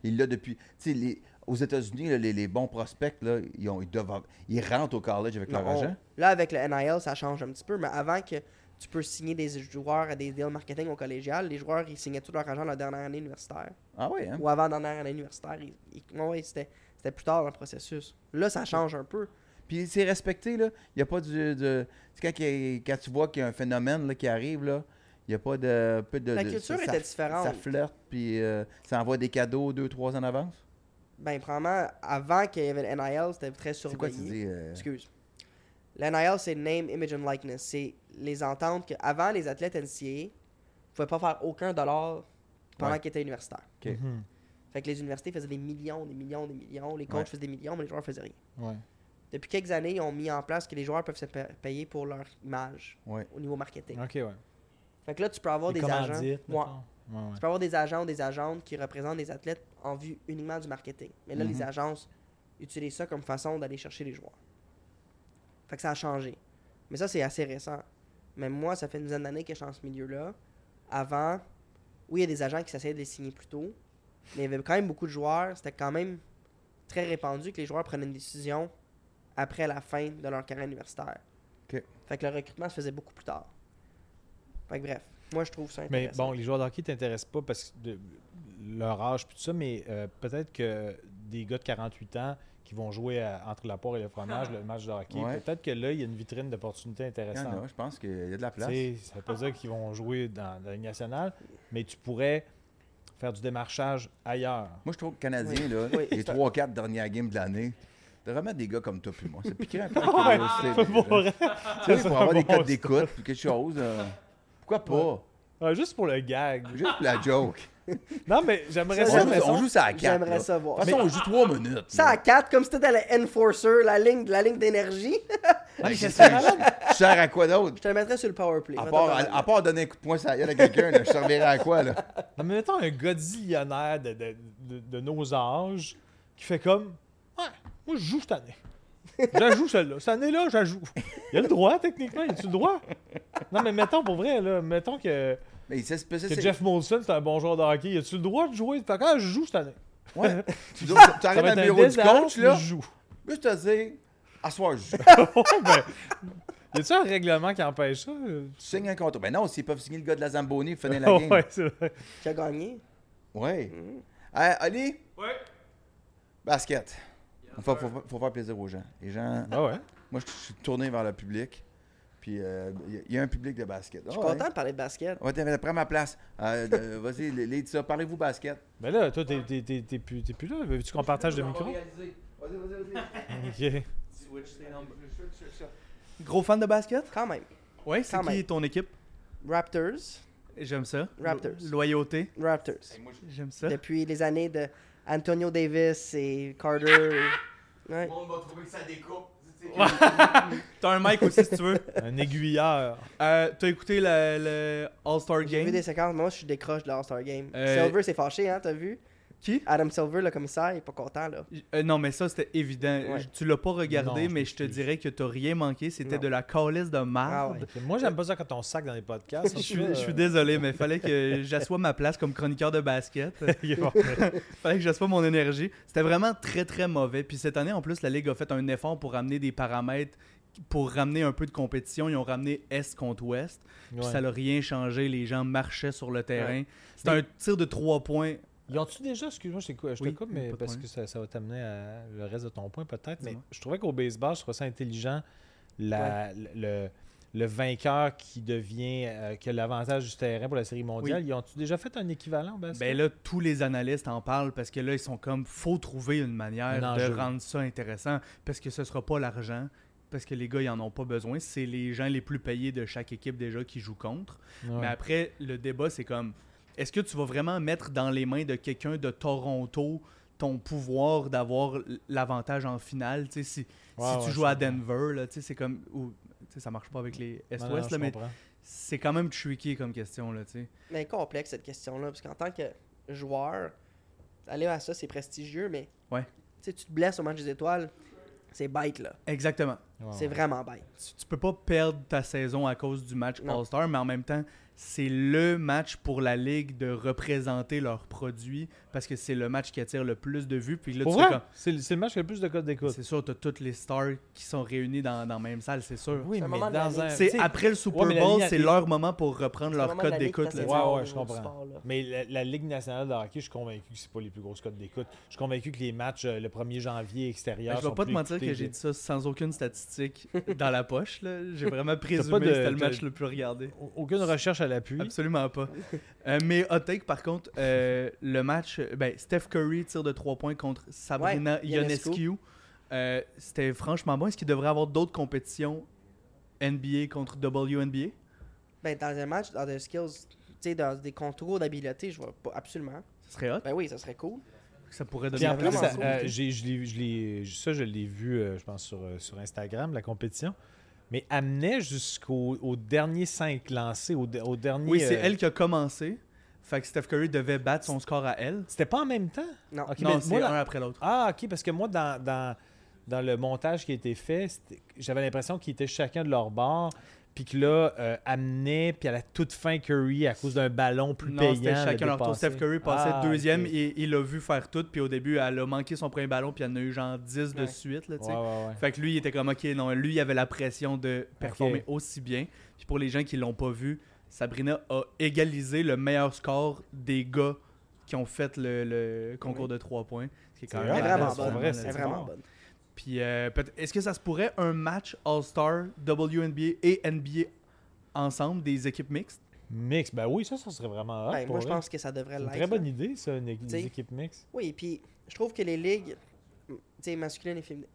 Speaker 2: Il l'a depuis. Tu sais, les- aux États-Unis, là, les, les bons prospects, là, ils, ont- ils doivent avoir- ils rentrent au college avec leur
Speaker 3: Non, on-
Speaker 2: agent.
Speaker 3: Là, avec le NIL, ça change un petit peu, mais avant que tu peux signer des joueurs à des deals marketing au collégial, les joueurs, ils signaient tout leur argent la dernière année universitaire.
Speaker 2: Ah oui, hein?
Speaker 3: Ou avant la dernière année universitaire. ils- ils- ouais, c'était, c'était plus tard dans le processus. Là, ça change un peu.
Speaker 2: Puis c'est respecté, là. Il n'y a pas du. de- tu sais, quand, il y a- quand tu vois qu'il y a un phénomène là, qui arrive, là, il n'y a pas de. peu de
Speaker 3: La
Speaker 2: de-
Speaker 3: culture
Speaker 2: ça-
Speaker 3: était
Speaker 2: ça-
Speaker 3: différente.
Speaker 2: Ça flirte, puis euh, ça envoie des cadeaux deux, trois en avance.
Speaker 3: Ben, probablement, avant qu'il y avait le NIL, c'était très
Speaker 2: C'est quoi tu
Speaker 3: surveillé.
Speaker 2: dis? euh,
Speaker 3: Excuse. Le NIL, c'est Name, Image and Likeness. C'est les ententes que, avant les athlètes NCAA ne pouvaient pas faire aucun dollar pendant
Speaker 2: Ouais.
Speaker 3: qu'ils étaient universitaires.
Speaker 2: Ok.
Speaker 4: Mhm.
Speaker 3: Fait que les universités faisaient des millions, des millions, des millions. Les coachs
Speaker 2: Ouais.
Speaker 3: faisaient des millions, mais les joueurs faisaient rien.
Speaker 4: Ouais.
Speaker 3: Depuis quelques années, ils ont mis en place que les joueurs peuvent se pa- payer pour leur image
Speaker 2: Ouais.
Speaker 3: au niveau marketing.
Speaker 4: OK, ouais.
Speaker 3: Fait que là, tu peux avoir
Speaker 4: Les
Speaker 3: des agents.
Speaker 4: commandites,
Speaker 3: Ouais.
Speaker 4: mettons. Ouais, ouais.
Speaker 3: Tu peux avoir des agents ou des agentes qui représentent des athlètes en vue uniquement du marketing. Mais là,
Speaker 4: Mhm.
Speaker 3: les agences utilisent ça comme façon d'aller chercher les joueurs. Fait que ça a changé. Mais ça, c'est assez récent. Même moi, ça fait une dizaine d'années que je suis dans ce milieu-là. Avant, oui, il y a des agents qui s'essayaient de les signer plus tôt. Mais il y avait quand même beaucoup de joueurs. C'était quand même très répandu que les joueurs prenaient une décision après la fin de leur carrière universitaire.
Speaker 2: Ok.
Speaker 3: Fait que le recrutement se faisait beaucoup plus tard. Fait que bref, moi, je trouve ça
Speaker 4: Mais
Speaker 3: intéressant.
Speaker 4: bon, les joueurs de hockey t'intéressent pas parce que de- leur âge, puis tout ça, mais euh, peut-être que des gars de 48 ans qui vont jouer à- entre la poire et le fromage, le match de hockey,
Speaker 2: Ah. Ouais.
Speaker 4: peut-être que là, il y a une vitrine d'opportunités
Speaker 2: Il y en
Speaker 4: intéressante.
Speaker 2: a, Ah, je pense qu'il y a de la
Speaker 4: Tu
Speaker 2: place.
Speaker 4: sais, ça veut pas dire qu'ils vont jouer dans, dans la Ligue nationale, mais tu pourrais faire du démarchage ailleurs.
Speaker 2: Moi, je trouve que Canadien, là,
Speaker 3: Oui.
Speaker 2: les trois, quatre dernières games de l'année, de remettre des gars comme toi puis moi. C'est piqué un peu. la
Speaker 4: Ouais,
Speaker 2: curiosité
Speaker 4: c'est
Speaker 2: des
Speaker 4: pour
Speaker 2: gens.
Speaker 4: vrai.
Speaker 2: Tu sais,
Speaker 4: Ça
Speaker 2: Ah pour
Speaker 4: serait
Speaker 2: avoir des
Speaker 4: bon,
Speaker 2: codes
Speaker 4: ça.
Speaker 2: d'écoute, puis quelque chose. euh, pourquoi pas?
Speaker 4: Ouais, juste pour le gag.
Speaker 2: Juste pour la joke.
Speaker 4: Non, mais j'aimerais
Speaker 2: On
Speaker 3: Ça,
Speaker 4: ça.
Speaker 2: joue,
Speaker 4: mais
Speaker 2: on joue ça à 4.
Speaker 3: J'aimerais ça
Speaker 2: De
Speaker 3: voir.
Speaker 2: toute façon, on joue 3 minutes.
Speaker 3: Ça
Speaker 2: là.
Speaker 3: à 4, comme si t'étais le enforcer, la ligne, la ligne d'énergie.
Speaker 4: Ah, mais
Speaker 2: Fait que
Speaker 4: ça
Speaker 2: c'est-
Speaker 4: serait malade.
Speaker 2: Je sers à quoi d'autre?
Speaker 3: Je te le mettrais sur le powerplay.
Speaker 2: À part, à, à part donner un coup de poing sur la gueule à quelqu'un, là, je servirais à quoi, là?
Speaker 4: Non, Ah, mais mettons un gazillionnaire de, de, de, de nos âges qui fait comme Ouais, moi je joue cette année. J'ajoute celle-là. Cette année-là, j'ajoute. Il a le droit, techniquement. Il a le droit? Non, mais mettons pour vrai, là. Mettons que,
Speaker 2: Mais c'est c'est-
Speaker 4: que
Speaker 2: c'est-
Speaker 4: Jeff Molson, c'est un bon joueur de hockey. Il a-tu le droit de jouer? Fait que ah, je joue cette année.
Speaker 2: Ouais. Tu, tu
Speaker 4: Ça
Speaker 2: arrives
Speaker 4: va
Speaker 2: à
Speaker 4: être
Speaker 2: le
Speaker 4: un
Speaker 2: bureau du
Speaker 4: désastre,
Speaker 2: coach, là,
Speaker 4: mais Je joue.
Speaker 2: juste te dire, asseoir, je joue.
Speaker 4: Ouais, ben, y a-tu un règlement qui empêche ça? euh?
Speaker 2: tu signes un contrat. Ben non, s'ils peuvent signer le gars de la Zamboni, finir la game.
Speaker 4: ouais, c'est vrai.
Speaker 3: Qui a gagné.
Speaker 2: Ouais. Hey, Ali,
Speaker 6: Ouais.
Speaker 2: basket.
Speaker 6: Yes.
Speaker 2: Faut, faut, faut faire plaisir aux gens. Les gens.
Speaker 4: Ah ouais?
Speaker 2: Moi, je suis tourné vers le public. Puis, euh, il y a- il y, a un public de basket.
Speaker 3: Je
Speaker 2: Ah
Speaker 3: suis
Speaker 2: ouais.
Speaker 3: content de parler de basket.
Speaker 2: Ouais, t'avais- prends ma place. Euh, euh, Vas-y, les- les- ça, parlez-vous basket.
Speaker 4: Ben là, toi, t'es, t'es- t'es- t'es plus, t'es plus là. Veux-tu qu'on partage le micro?
Speaker 2: Vas-y, vas-y, vas-y.
Speaker 4: Ok.
Speaker 6: Gros fan de basket?
Speaker 3: Quand même.
Speaker 6: Ouais, c'est
Speaker 3: Quand
Speaker 6: qui
Speaker 3: même.
Speaker 6: ton équipe?
Speaker 3: Raptors.
Speaker 6: J'aime ça.
Speaker 3: Raptors.
Speaker 6: Lo- loyauté.
Speaker 3: Raptors.
Speaker 6: J'aime ça.
Speaker 3: Depuis les années de Antonio Davis et Carter. Ouais.
Speaker 2: On va trouver que ça découpe.
Speaker 6: T'as un mic aussi si tu veux.
Speaker 4: Un aiguilleur.
Speaker 6: Euh, T'as écouté le, le All-Star
Speaker 3: J'ai
Speaker 6: Game?
Speaker 3: vu des séquences. Moi, je suis décroche de l'All-Star Game.
Speaker 6: Euh,
Speaker 3: Silver s'est fâché, hein, t'as vu?
Speaker 6: Qui?
Speaker 3: Adam Silver, le commissaire, il est pas content, là.
Speaker 6: Euh, non, mais ça, c'était évident.
Speaker 3: Ouais.
Speaker 6: Je- Tu l'as pas regardé,
Speaker 4: Non, je
Speaker 6: mais
Speaker 4: l'ai
Speaker 6: je te
Speaker 4: plus.
Speaker 6: dirais que t'as rien manqué. C'était
Speaker 3: Non.
Speaker 6: de la calice de marde.
Speaker 3: Ah ouais.
Speaker 4: Moi, j'aime pas ça quand on sac dans les podcasts.
Speaker 6: Je suis, je suis désolé, mais fallait que j'assoie ma place comme chroniqueur de basket.
Speaker 4: désolé.
Speaker 6: fallait que j'assoie mon énergie. C'était vraiment très, très mauvais. Puis cette année, en plus, la Ligue a fait un effort pour ramener des paramètres, pour ramener un peu de compétition. Ils ont ramené Est contre Ouest. Puis ça n'a rien changé. Les gens marchaient sur le terrain. C'était
Speaker 4: Mais-
Speaker 6: un tir de trois points.
Speaker 4: Ils ont-tu déjà, excuse-moi, je, t'écou- je
Speaker 6: Oui,
Speaker 4: te coupe, mais
Speaker 6: pas de
Speaker 4: parce
Speaker 6: problème.
Speaker 4: que ça, ça va t'amener à le reste de ton point peut-être, mais
Speaker 6: Dis-moi.
Speaker 4: je trouvais qu'au baseball, je trouvais ça intelligent, la, le, le vainqueur qui devient, euh, qui a l'avantage du terrain pour la Série mondiale, ils ont-tu déjà fait un équivalent au basket?
Speaker 6: Ben là, tous les analystes en parlent parce que là, ils sont comme, faut trouver une manière
Speaker 4: Un
Speaker 6: de
Speaker 4: enjeu.
Speaker 6: rendre ça intéressant parce que ce sera pas l'argent, parce que les gars, ils en ont pas besoin. C'est les gens les plus payés de chaque équipe déjà qui jouent contre.
Speaker 4: Ouais.
Speaker 6: Mais après, le débat, c'est comme, est-ce que tu vas vraiment mettre dans les mains de quelqu'un de Toronto ton pouvoir d'avoir l- l'avantage en finale, tu sais, si,
Speaker 4: Ouais,
Speaker 6: si tu
Speaker 4: ouais,
Speaker 6: joues
Speaker 4: je
Speaker 6: à
Speaker 4: comprends.
Speaker 6: Denver, là, tu sais, c'est comme, ou, tu sais, ça marche pas avec les
Speaker 4: Non, non,
Speaker 6: Est-Ouest,
Speaker 4: je
Speaker 6: là, mais
Speaker 4: comprends.
Speaker 6: c'est quand même tricky comme question, là, tu sais.
Speaker 3: Mais complexe, cette question-là, parce qu'en tant que joueur, aller à ça, c'est prestigieux, mais.
Speaker 6: Ouais.
Speaker 3: Tu sais, tu te blesses au match des étoiles, c'est bête, là.
Speaker 6: Exactement.
Speaker 4: Ouais,
Speaker 3: C'est
Speaker 4: Ah ouais.
Speaker 3: vraiment bête.
Speaker 6: tu, tu peux pas perdre ta saison à cause du match
Speaker 3: Non.
Speaker 6: All-Star, mais en même temps, c'est le match pour la Ligue de représenter leurs produits parce que c'est le match qui attire le plus de vues. Puis là,
Speaker 4: Pour
Speaker 6: tu
Speaker 4: vrai?
Speaker 6: fais comme-
Speaker 4: C'est le c'est le match qui a le plus de codes d'écoute.
Speaker 6: C'est sûr, t'as toutes les stars qui sont réunies dans, dans la même salle, c'est sûr.
Speaker 4: Oui,
Speaker 3: C'est un
Speaker 4: mais
Speaker 3: moment de la
Speaker 4: dans
Speaker 3: ligue.
Speaker 4: un... tu
Speaker 6: C'est
Speaker 4: sais,
Speaker 6: après le Super
Speaker 4: Ouais, mais la
Speaker 6: Bowl,
Speaker 4: ligne-
Speaker 6: c'est leur moment pour reprendre
Speaker 3: C'est
Speaker 6: leur
Speaker 3: le moment de la
Speaker 6: code
Speaker 3: Ligue
Speaker 6: d'écoute.
Speaker 3: qui
Speaker 6: là.
Speaker 3: est
Speaker 4: Ouais,
Speaker 3: dur
Speaker 4: ouais,
Speaker 3: au
Speaker 4: je
Speaker 3: niveau du
Speaker 4: comprends.
Speaker 3: sport, là.
Speaker 4: Mais la, la Ligue nationale de hockey, je suis convaincu que c'est pas les plus grosses codes d'écoute. Je suis convaincu que les matchs euh, le 1er janvier
Speaker 6: Ben,
Speaker 4: extérieur
Speaker 6: je vais
Speaker 4: sont
Speaker 6: pas te
Speaker 4: plus
Speaker 6: mentir
Speaker 4: écoutés
Speaker 6: que j'ai dit ça sans aucune statistique dans la poche. là. J'ai vraiment
Speaker 4: pas
Speaker 6: présumé
Speaker 4: de-
Speaker 6: que c'était le
Speaker 4: t'as-
Speaker 6: match le plus regardé.
Speaker 4: Au- Aucune recherche à l'appui.
Speaker 6: Absolument pas. Euh, mais hot take, par contre, euh, le match, euh, ben, Steph Curry tire de 3 points contre Sabrina
Speaker 3: Ouais, Ionescu.
Speaker 6: Ionescu. Euh, C'était franchement bon. Est-ce qu'il devrait avoir d'autres compétitions NBA contre WNBA?
Speaker 3: Ben, dans un match, dans des skills, tu sais, dans des contours d'habileté, je vois pas absolument.
Speaker 6: Ce serait hot.
Speaker 3: Ben oui, ça serait cool.
Speaker 6: Ça pourrait
Speaker 4: Puis
Speaker 6: donner
Speaker 4: en
Speaker 6: un
Speaker 4: plus,
Speaker 6: peu
Speaker 3: vraiment
Speaker 4: ça,
Speaker 3: cool.
Speaker 4: euh, j'ai- je l'ai- je l'ai- ça, je l'ai vu, euh, je pense, sur, euh, sur Instagram, la compétition. Mais amenait jusqu'au au dernier 5 lancés, au, de- au dernier.
Speaker 6: Oui, c'est
Speaker 4: euh,
Speaker 6: elle qui a commencé. Fait que Steph Curry devait battre son score à elle.
Speaker 4: C'était pas en même temps?
Speaker 3: Non.
Speaker 4: Ok, mais
Speaker 6: non,
Speaker 4: moi,
Speaker 6: c'est
Speaker 4: dans-
Speaker 6: un après l'autre.
Speaker 4: Ah, ok, parce que moi, dans, dans, dans le montage qui a été fait, c'était- j'avais l'impression qu'ils étaient chacun de leur bord. Puis que là, euh, amenait, puis à la toute fin, Curry, à cause d'un ballon plus
Speaker 6: Non,
Speaker 4: payant.
Speaker 6: c'était
Speaker 4: l'a
Speaker 6: chacun leur tour.
Speaker 4: dépassé.
Speaker 6: Steph Curry passait
Speaker 4: Ah,
Speaker 6: deuxième
Speaker 4: ok.
Speaker 6: et il l'a vu faire tout. Puis au début, elle a manqué son premier ballon, puis elle en a eu genre 10 de
Speaker 3: Ouais.
Speaker 6: suite. Là, tu sais.
Speaker 4: Ouais, ouais, ouais.
Speaker 6: Fait que lui, il était comme, OK, non, lui, il avait la pression de performer
Speaker 4: Ok.
Speaker 6: aussi bien. Puis pour les gens qui l'ont pas vu, Sabrina a égalisé le meilleur score des gars qui ont fait le, le concours de trois points. Ce qui est quand
Speaker 4: C'est
Speaker 6: même
Speaker 3: Elle est
Speaker 4: Ah,
Speaker 3: vraiment
Speaker 6: badass,
Speaker 4: c'est
Speaker 3: bonne.
Speaker 4: vrai,
Speaker 6: là,
Speaker 3: Elle
Speaker 4: c'est
Speaker 3: est
Speaker 6: tu sais.
Speaker 3: vraiment
Speaker 4: fort.
Speaker 3: bonne.
Speaker 6: Puis euh, peut- est-ce que ça se pourrait un match All-Star, WNBA et NBA ensemble, des équipes mixtes?
Speaker 4: Mix, ben oui, ça, ça serait vraiment hot.
Speaker 3: Ben,
Speaker 4: pour
Speaker 3: moi, je
Speaker 4: vrai.
Speaker 3: pense que ça devrait
Speaker 4: C'est une
Speaker 3: l'être.
Speaker 4: très bonne
Speaker 3: là.
Speaker 4: idée, ça, une, é- des
Speaker 3: sais.
Speaker 4: équipes mixtes.
Speaker 3: Oui, puis je trouve que les ligues, tu sais, masculines et féminines,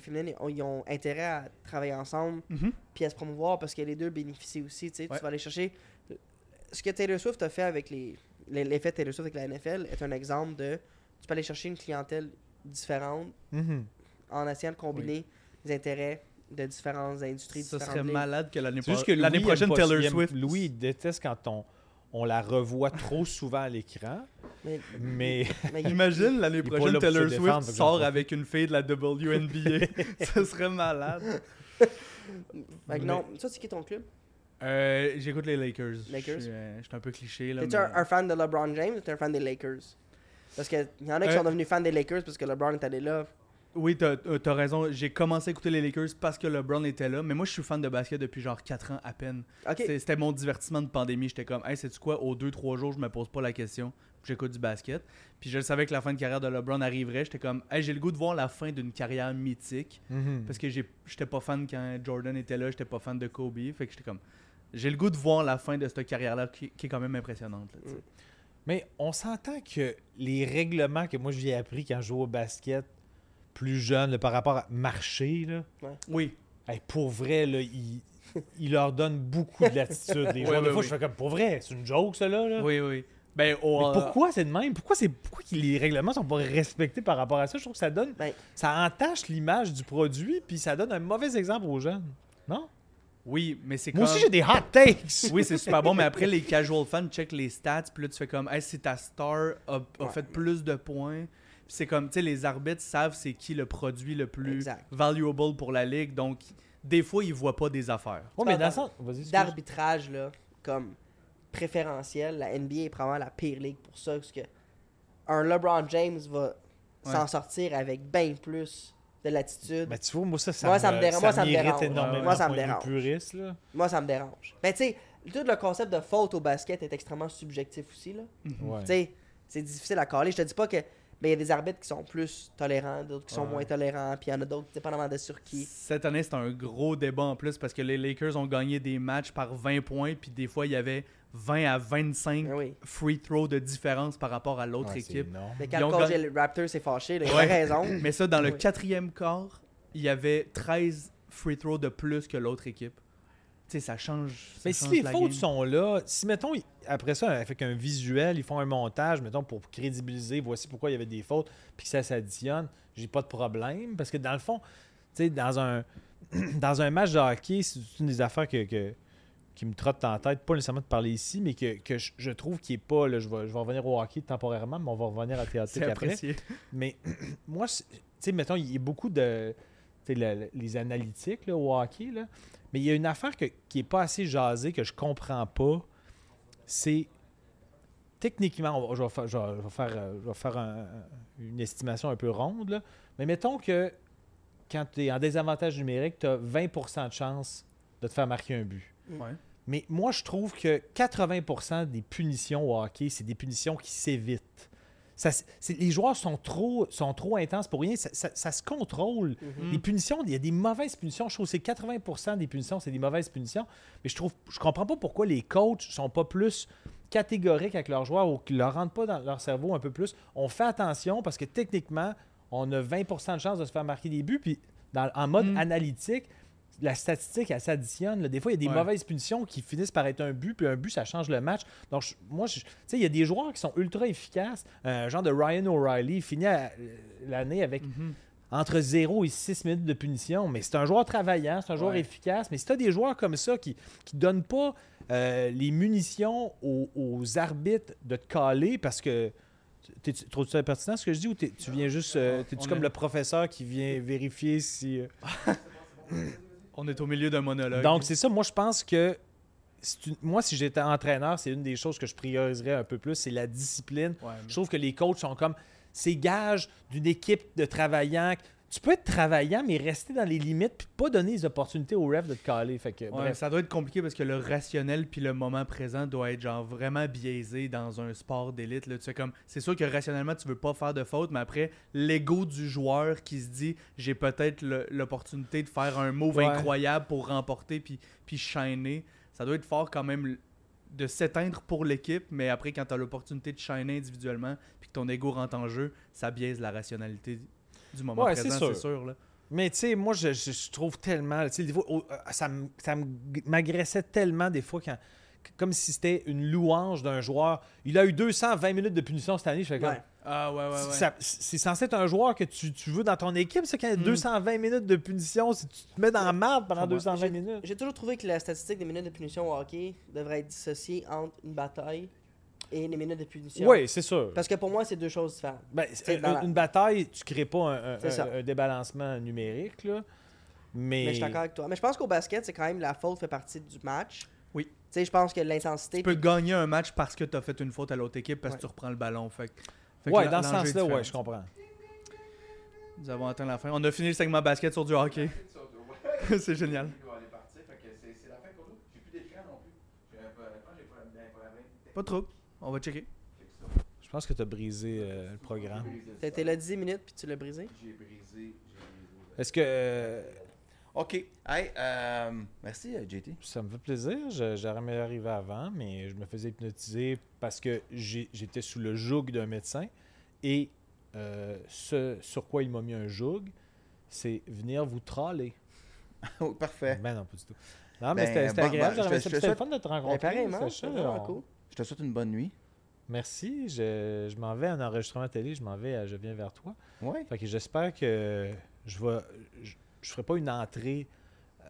Speaker 3: féminines, ils ont- ils ont intérêt à travailler ensemble
Speaker 6: Mhm.
Speaker 3: puis à se promouvoir parce que les deux bénéficient aussi. Tu sais,
Speaker 6: Ouais.
Speaker 3: tu vas aller chercher. Ce que Taylor Swift a fait avec les. les- L'effet Taylor Swift avec la NFL est un exemple de. Tu peux aller chercher une clientèle différente
Speaker 6: Mhm.
Speaker 3: en essayant de combiner les intérêts de différentes industries.
Speaker 6: Ça
Speaker 3: différentes
Speaker 6: serait
Speaker 3: ligues.
Speaker 6: malade que l'année
Speaker 4: C'est juste
Speaker 6: pro-
Speaker 4: que
Speaker 6: l'année
Speaker 4: Louis
Speaker 6: prochaine,
Speaker 4: aime pas- il
Speaker 6: Taylor
Speaker 4: aime-
Speaker 6: Swift.
Speaker 4: Louis, il déteste quand on, on la revoit trop souvent à l'écran,
Speaker 3: Mais,
Speaker 4: mais
Speaker 3: mais il-
Speaker 6: Imagine l'année
Speaker 4: est pas
Speaker 6: prochaine,
Speaker 4: là pour se défendre,
Speaker 6: Taylor Swift
Speaker 4: fait que j'en
Speaker 6: sort
Speaker 4: profite.
Speaker 6: avec une fille de la WNBA. Ce serait malade.
Speaker 3: fait que non, ça, c'est qui ton club
Speaker 6: Euh, J'écoute les Lakers.
Speaker 3: Lakers?
Speaker 6: Je suis, euh, je suis un peu cliché. Là,
Speaker 3: T'es-tu
Speaker 6: mais-
Speaker 3: un, un fan de LeBron James ou t'es un fan des Lakers Parce qu'il y en a qui
Speaker 6: Euh,
Speaker 3: sont devenus fans des Lakers parce que LeBron est allé là.
Speaker 6: Oui, t'as as raison. J'ai commencé à écouter les Lakers parce que LeBron était là. Mais moi, je suis fan de basket depuis genre 4 ans à peine.
Speaker 3: Ok.
Speaker 6: C'est- C'était mon divertissement de pandémie. J'étais comme, hey, sais-tu quoi, aux 2-3 jours, je me pose pas la question. J'écoute du basket. Puis je le savais que la fin de carrière de LeBron arriverait. J'étais comme, hey, j'ai le goût de voir la fin d'une carrière mythique.
Speaker 4: Hmm.
Speaker 6: Parce que j'ai- j'étais pas fan quand Jordan était là. J'étais pas fan de Kobe. Fait que j'étais comme, j'ai le goût de voir la fin de cette carrière-là qui, qui est quand même impressionnante. là, tu sais.
Speaker 4: Mais on s'entend que les règlements que moi j'ai appris quand je jouais au basket plus jeune, là, par rapport à marcher, là,
Speaker 3: Hmm.
Speaker 6: Oui.
Speaker 4: hey, pour vrai, là, ils, ils leur donnent beaucoup de latitude. Les
Speaker 6: Ouais,
Speaker 4: joueurs, des
Speaker 6: ouais,
Speaker 4: fois,
Speaker 6: oui.
Speaker 4: je fais comme pour vrai, c'est une joke, ça là. là.
Speaker 6: Oui, oui. Ben, au-
Speaker 4: Mais pourquoi c'est de même? Pourquoi c'est pourquoi que les règlements sont pas respectés par rapport à ça? Je trouve que ça donne.
Speaker 3: Ben-
Speaker 4: ça entache l'image du produit puis ça donne un mauvais exemple aux jeunes. Non?
Speaker 6: Oui, mais c'est
Speaker 4: Moi aussi
Speaker 6: comme-
Speaker 4: j'ai des hot takes!
Speaker 6: Oui, c'est super bon, mais après, les casual fans check les stats, puis là, tu fais comme, hey, si ta star a, a fait plus de points. Puis c'est comme, tu sais, les arbitres savent c'est qui le produit le plus
Speaker 3: Exact.
Speaker 6: valuable pour la ligue, donc des fois, ils voient pas des affaires.
Speaker 4: Ouais, mais dans le sens- vas-y, excuse.
Speaker 3: d'arbitrage là, comme préférentiel, la NBA est probablement la pire ligue pour ça parce que un LeBron James va s'en sortir avec bien plus de latitude.
Speaker 4: Ben, tu vois, moi, ça, ça
Speaker 3: Moi, ça me dérange- moi, ça me
Speaker 4: m'irrite
Speaker 3: dérange.
Speaker 4: énormément
Speaker 3: Moi, ça
Speaker 4: d'un
Speaker 3: me
Speaker 4: point de
Speaker 3: dérange.
Speaker 4: vue puriste, là.
Speaker 3: Moi, ça me dérange. Mais tu sais, tout le concept de faute au basket est extrêmement subjectif aussi là.
Speaker 6: Mhm.
Speaker 4: Ouais.
Speaker 3: Tu sais, c'est difficile à caler. Je te dis pas que mais il y a des arbitres qui sont plus tolérants, d'autres qui sont moins tolérants, puis il y en a d'autres dépendamment de sur qui.
Speaker 6: Cette année, c'est un gros débat en plus parce que les Lakers ont gagné des matchs par 20 points, puis des fois, il y avait 20 à 25
Speaker 3: Ah oui.
Speaker 6: free throws de différence par rapport à l'autre
Speaker 4: Ouais, c'est
Speaker 6: équipe.
Speaker 4: énorme.
Speaker 3: Mais quand
Speaker 6: Ils ont
Speaker 3: le coach
Speaker 6: gagné-
Speaker 3: des Raptors s'est fâché, là, il
Speaker 6: Ouais.
Speaker 3: a raison.
Speaker 6: Mais ça, dans le
Speaker 3: Oui.
Speaker 6: quatrième quart, il y avait 13 free throws de plus que l'autre équipe. Tu sais, ça change. ça
Speaker 4: Mais si
Speaker 6: change
Speaker 4: les
Speaker 6: la
Speaker 4: fautes
Speaker 6: game.
Speaker 4: sont là, si, mettons, ils- après ça, avec un visuel, ils font un montage, mettons, pour crédibiliser, voici pourquoi il y avait des fautes, puis que ça s'additionne, j'ai pas de problème. Parce que dans le fond, tu sais, dans un, dans un match de hockey, c'est une des affaires que, que- qui me trotte en tête, pas nécessairement de parler ici, mais que, que je, je trouve qui est pas, là, je vais, je vais revenir au hockey temporairement, mais on va revenir à
Speaker 6: c'est
Speaker 4: théâtre après.
Speaker 6: apprécié.
Speaker 4: Mais moi, c'est- tu sais, mettons, il y a beaucoup de. Tu sais, le- le- les analytiques là, au hockey, là. Mais il y a une affaire que- qui n'est pas assez jasée, que je comprends pas. C'est. Techniquement, on va- je vais faire, je vais- je vais faire, euh, je vais faire un- une estimation un peu ronde, là. Mais mettons que quand tu es en désavantage numérique, tu as 20 de chance de te faire marquer un but.
Speaker 6: Ouais.
Speaker 4: Mais moi, je trouve que 80% des punitions au hockey, c'est des punitions qui s'évitent. Ça s- c'est- les joueurs sont trop, sont trop intenses pour rien. Ça, ça- ça se contrôle. Les punitions, il y a des mauvaises punitions. Je trouve que c'est 80% des punitions, c'est des mauvaises punitions. Mais je trouve, je comprends pas pourquoi les coachs sont pas plus catégoriques avec leurs joueurs ou qu'ils leur rentrent pas dans leur cerveau un peu plus. On fait attention parce que techniquement, on a 20% de chances de se faire marquer des buts. Puis dans- en mode
Speaker 6: Mm.
Speaker 4: analytique, la statistique, elle s'additionne. là. Des fois, il y a des
Speaker 6: Ouais.
Speaker 4: mauvaises punitions qui finissent par être un but, puis un but, ça change le match. Donc, je- moi, je- tu sais, il y a des joueurs qui sont ultra efficaces. Un genre de Ryan O'Reilly il finit à- euh, l'année avec
Speaker 6: Mm-hmm.
Speaker 4: entre 0 et 6 minutes de punition. Mais c'est un joueur travaillant, c'est un joueur
Speaker 6: Ouais.
Speaker 4: efficace. Mais si tu as des joueurs comme ça qui ne donnent pas euh, les munitions aux, aux arbitres de te caler parce que. T'es, trop tu pertinent ce que je dis ou t'es- tu viens juste. euh, t'es-tu
Speaker 6: On
Speaker 4: comme
Speaker 6: est-
Speaker 4: le professeur qui vient vérifier si. euh,
Speaker 6: On est au milieu d'un monologue.
Speaker 4: donc, c'est ça. Moi, je pense que c'est une- moi, si j'étais entraîneur, c'est une des choses que je prioriserais un peu plus, c'est la discipline.
Speaker 6: Ouais, mais-
Speaker 4: Je trouve que les coachs sont comme ces gages d'une équipe de travaillants. Tu peux être travaillant, mais rester dans les limites puis pas donner les opportunités aux refs de te caler. Fait que,
Speaker 6: Ouais,
Speaker 4: bref.
Speaker 6: ça doit être compliqué parce que le rationnel puis le moment présent doit être genre vraiment biaisé dans un sport d'élite. là. Tu sais, comme c'est sûr que rationnellement tu veux pas faire de faute, mais après l'ego du joueur qui se dit j'ai peut-être le- l'opportunité de faire un move
Speaker 4: Ouais.
Speaker 6: incroyable pour remporter puis puis shiner, ça doit être fort quand même de s'éteindre pour l'équipe, mais après quand tu as l'opportunité de shiner individuellement puis que ton ego rentre en jeu, ça biaise la rationalité du moment
Speaker 4: Ouais, c'est
Speaker 6: présent,
Speaker 4: sûr.
Speaker 6: c'est sûr. là.
Speaker 4: Mais tu sais, moi, je, je- je trouve tellement. Tu sais, des fois, au- euh, ça me- ça me- m'agressait tellement des fois quand. que- Comme si c'était une louange d'un joueur. Il a eu 220 minutes de punition cette année. Je fais comme,
Speaker 3: Ouais.
Speaker 6: Ah ouais ouais ouais.
Speaker 4: Ça- C'est censé être un joueur que tu, tu veux dans ton équipe, ça, quand
Speaker 3: Mm.
Speaker 4: il y a 220 minutes de punition, si tu te mets dans la merde pendant
Speaker 6: Ouais.
Speaker 4: 220 minutes.
Speaker 3: J'ai toujours trouvé que la statistique des minutes de punition au hockey devrait être dissociée entre une bataille et les minutes de punition.
Speaker 4: Oui, c'est sûr.
Speaker 3: Parce que pour moi, c'est deux choses différentes.
Speaker 4: Ben, c'est-
Speaker 3: c'est
Speaker 4: une,
Speaker 3: dans la-
Speaker 4: une bataille, tu crées pas un, un-
Speaker 3: C'est ça.
Speaker 4: un- un débalancement numérique, là. Mais,
Speaker 3: Mais je suis d'accord avec toi. Mais je pense qu'au basket, c'est quand même la faute fait partie du match.
Speaker 6: Oui.
Speaker 3: Tu sais, je pense que l'intensité.
Speaker 6: Tu peux gagner un match parce que tu as fait une faute à l'autre équipe parce
Speaker 3: Ouais.
Speaker 6: que tu reprends le ballon. Fait, que- fait que
Speaker 4: Ouais,
Speaker 6: l'en-
Speaker 4: dans ce
Speaker 6: l'enjeu est
Speaker 4: sens-là,
Speaker 6: différent.
Speaker 4: ouais, je comprends.
Speaker 6: Nous avons atteint la fin. On a fini le segment basket sur du hockey. C'est génial. Pas trop. On va checker.
Speaker 4: Je pense que tu as brisé euh, le programme.
Speaker 3: T'as été là 10 minutes puis tu l'as brisé.
Speaker 4: Est-ce que. euh,
Speaker 2: OK. Hey, euh, merci, euh, JT.
Speaker 4: Ça me fait plaisir. Je- J'aurais aimé arriver avant, mais je me faisais hypnotiser parce que j'ai- j'étais sous le joug d'un médecin. Et euh, ce sur quoi il m'a mis un joug, c'est venir vous troller.
Speaker 2: Oh, parfait.
Speaker 4: Ben non, pas du tout. Non, mais
Speaker 2: Ben,
Speaker 4: c'était- c'était
Speaker 2: bon,
Speaker 4: agréable.
Speaker 2: ben, je
Speaker 4: J'aurais
Speaker 2: te-
Speaker 4: aimé ça.
Speaker 2: je te
Speaker 4: C'était le
Speaker 2: souhaite- Ben,
Speaker 4: fun de te
Speaker 3: Mais
Speaker 4: rencontrer.
Speaker 3: pareillement,
Speaker 4: Sacha.
Speaker 3: c'est vraiment
Speaker 4: On-
Speaker 3: cool.
Speaker 2: Je te souhaite une bonne nuit.
Speaker 4: Merci. Je, je m'en vais à un enregistrement télé. Je m'en vais à Je viens vers toi.
Speaker 2: Ouais.
Speaker 4: Fait que j'espère que je vais. Je, je ferai pas une entrée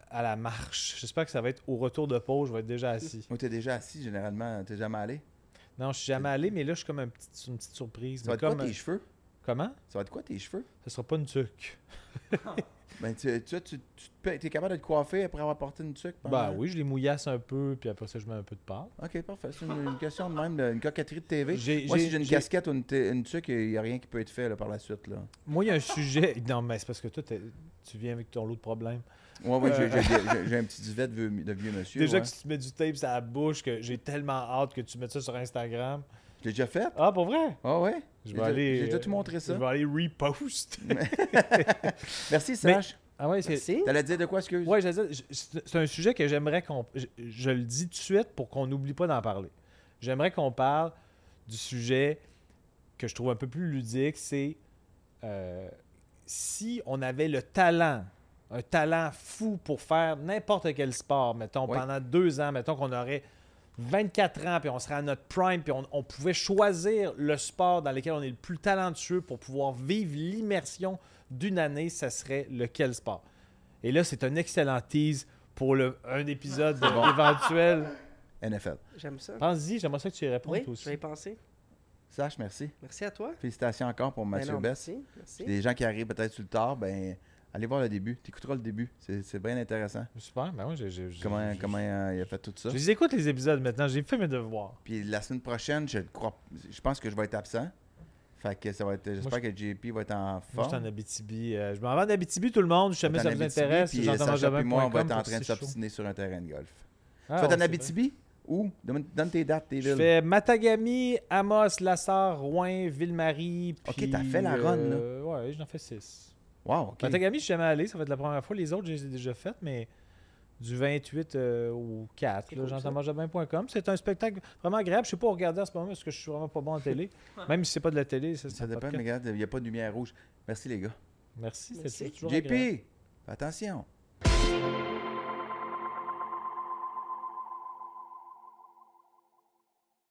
Speaker 4: à la marche. J'espère que ça va être au retour de pause, je vais être déjà assis.
Speaker 2: Moi, t'es déjà assis, généralement. T'es jamais allé.
Speaker 4: Non, je suis jamais allé, mais là, je suis comme un petit- sur une petite surprise.
Speaker 2: Ça va
Speaker 4: Mais
Speaker 2: être quoi
Speaker 4: comme, euh,
Speaker 2: tes cheveux?
Speaker 4: comment?
Speaker 2: Ça va être quoi tes cheveux?
Speaker 4: Ce sera pas une tuque.
Speaker 2: Ben, tu, tu, tu, tu te payes- t'es capable de te coiffer après avoir porté une tuque? pendant-
Speaker 4: Bah oui, je les mouillasse un peu, puis après ça, je mets un peu de pâte.
Speaker 2: OK, parfait. C'est une, une question de même, de- une coquetterie de TV.
Speaker 4: J'ai-
Speaker 2: Moi,
Speaker 4: j'ai-
Speaker 2: si j'ai une
Speaker 4: j'ai-
Speaker 2: casquette ou une, t- une tuque, il n'y a rien qui peut être fait là, par la suite. Là.
Speaker 4: Moi, il y a un sujet. Non, mais c'est parce que toi, t'es- tu viens avec ton lot de problèmes.
Speaker 2: Ouais, ouais, j'ai- j'ai- j'ai j'ai un petit duvet de vieux, de vieux monsieur.
Speaker 4: Déjà
Speaker 2: ouais.
Speaker 4: que tu te mets du tape à la bouche, que j'ai tellement hâte que tu mettes ça sur Instagram.
Speaker 2: Je l'ai déjà fait.
Speaker 4: Ah, pour vrai?
Speaker 2: Ah ouais?
Speaker 4: Je
Speaker 2: J'ai
Speaker 4: vais
Speaker 2: déjà-
Speaker 4: aller.
Speaker 2: J'ai déjà
Speaker 4: euh,
Speaker 2: tout montré ça.
Speaker 4: Je vais aller repost.
Speaker 2: Merci, Serge.
Speaker 4: ah ouais, c'est.
Speaker 3: Merci.
Speaker 2: T'allais dire de quoi, excuse?
Speaker 4: Ouais, j'allais dire, je- c'est c'est un sujet que j'aimerais qu'on. Je, je le dis tout de suite pour qu'on n'oublie pas d'en parler. J'aimerais qu'on parle du sujet que je trouve un peu plus ludique, c'est euh, si on avait le talent, un talent fou pour faire n'importe quel sport, mettons,
Speaker 2: Ouais.
Speaker 4: pendant deux ans, mettons qu'on aurait 24 ans, puis on serait à notre prime, puis on, on pouvait choisir le sport dans lequel on est le plus talentueux pour pouvoir vivre l'immersion d'une année, ça serait lequel sport? Et là, c'est un excellent tease pour le, un épisode éventuel.
Speaker 2: NFL.
Speaker 3: J'aime ça.
Speaker 4: Pense-y, j'aimerais ça que tu y répondes
Speaker 3: Oui,
Speaker 4: toi aussi.
Speaker 3: je vais y penser.
Speaker 2: Serge, merci.
Speaker 3: Merci à toi.
Speaker 2: Félicitations encore pour
Speaker 3: Ben
Speaker 2: Mathieu
Speaker 3: non,
Speaker 2: Bess.
Speaker 3: Merci. merci.
Speaker 2: Puis Les gens qui arrivent peut-être sur le tard, ben, allez voir le début. T'écouteras le début. C'est c'est bien intéressant.
Speaker 4: Super, ben oui, j'ai- j'ai- j'ai-
Speaker 2: Comment,
Speaker 4: j'ai-
Speaker 2: comment euh, il a fait tout ça.
Speaker 4: Je les écoute les épisodes maintenant, j'ai fait mes devoirs.
Speaker 2: Puis la semaine prochaine, je crois, je pense que je vais être absent. Fait que ça va être. J'espère que JP va être en
Speaker 4: Moi, je suis en
Speaker 2: forme.
Speaker 4: Abitibi. euh, je m'en vais en Abitibi, tout le monde. Je sais
Speaker 2: Je vais
Speaker 4: jamais
Speaker 2: être
Speaker 4: si ça
Speaker 2: en Abitibi,
Speaker 4: vous intéresse.
Speaker 2: Puis euh,
Speaker 4: j'entends
Speaker 2: Sacha puis moi, on va être en
Speaker 4: jambe.com
Speaker 2: train de
Speaker 4: pour si chaud.
Speaker 2: s'obstiner sur un terrain de golf. tu
Speaker 4: Ah,
Speaker 2: vas
Speaker 4: ouais,
Speaker 2: être en
Speaker 4: c'est
Speaker 2: Abitibi ou donne, donne tes dates, tes
Speaker 4: vrai. Je
Speaker 2: villes.
Speaker 4: fais Matagami, Amos, Lassar, Rouen, Ville-Marie.
Speaker 2: Ok,
Speaker 4: puis,
Speaker 2: t'as fait la run, là.
Speaker 4: euh, ouais, j'en fais six.
Speaker 2: Wow, ok.
Speaker 4: Matagami, je suis jamais allé. Ça va être la première fois. Les autres, je les ai déjà faites, mais du 28 euh, au 4.
Speaker 3: C'est
Speaker 4: là,
Speaker 3: cool, ça.
Speaker 4: J'entends-mangeabin.com. C'est un spectacle vraiment agréable. Je sais pas regarder en ce moment parce que je suis vraiment pas bon en télé. Même si c'est pas de la télé, ça, c'est
Speaker 2: Ça
Speaker 4: un
Speaker 2: dépend, mais
Speaker 4: podcast.
Speaker 2: regarde, il n'y a pas de lumière rouge. Merci les gars.
Speaker 4: Merci,
Speaker 3: Merci.
Speaker 4: c'était toujours
Speaker 2: JP,
Speaker 4: agréable.
Speaker 2: attention.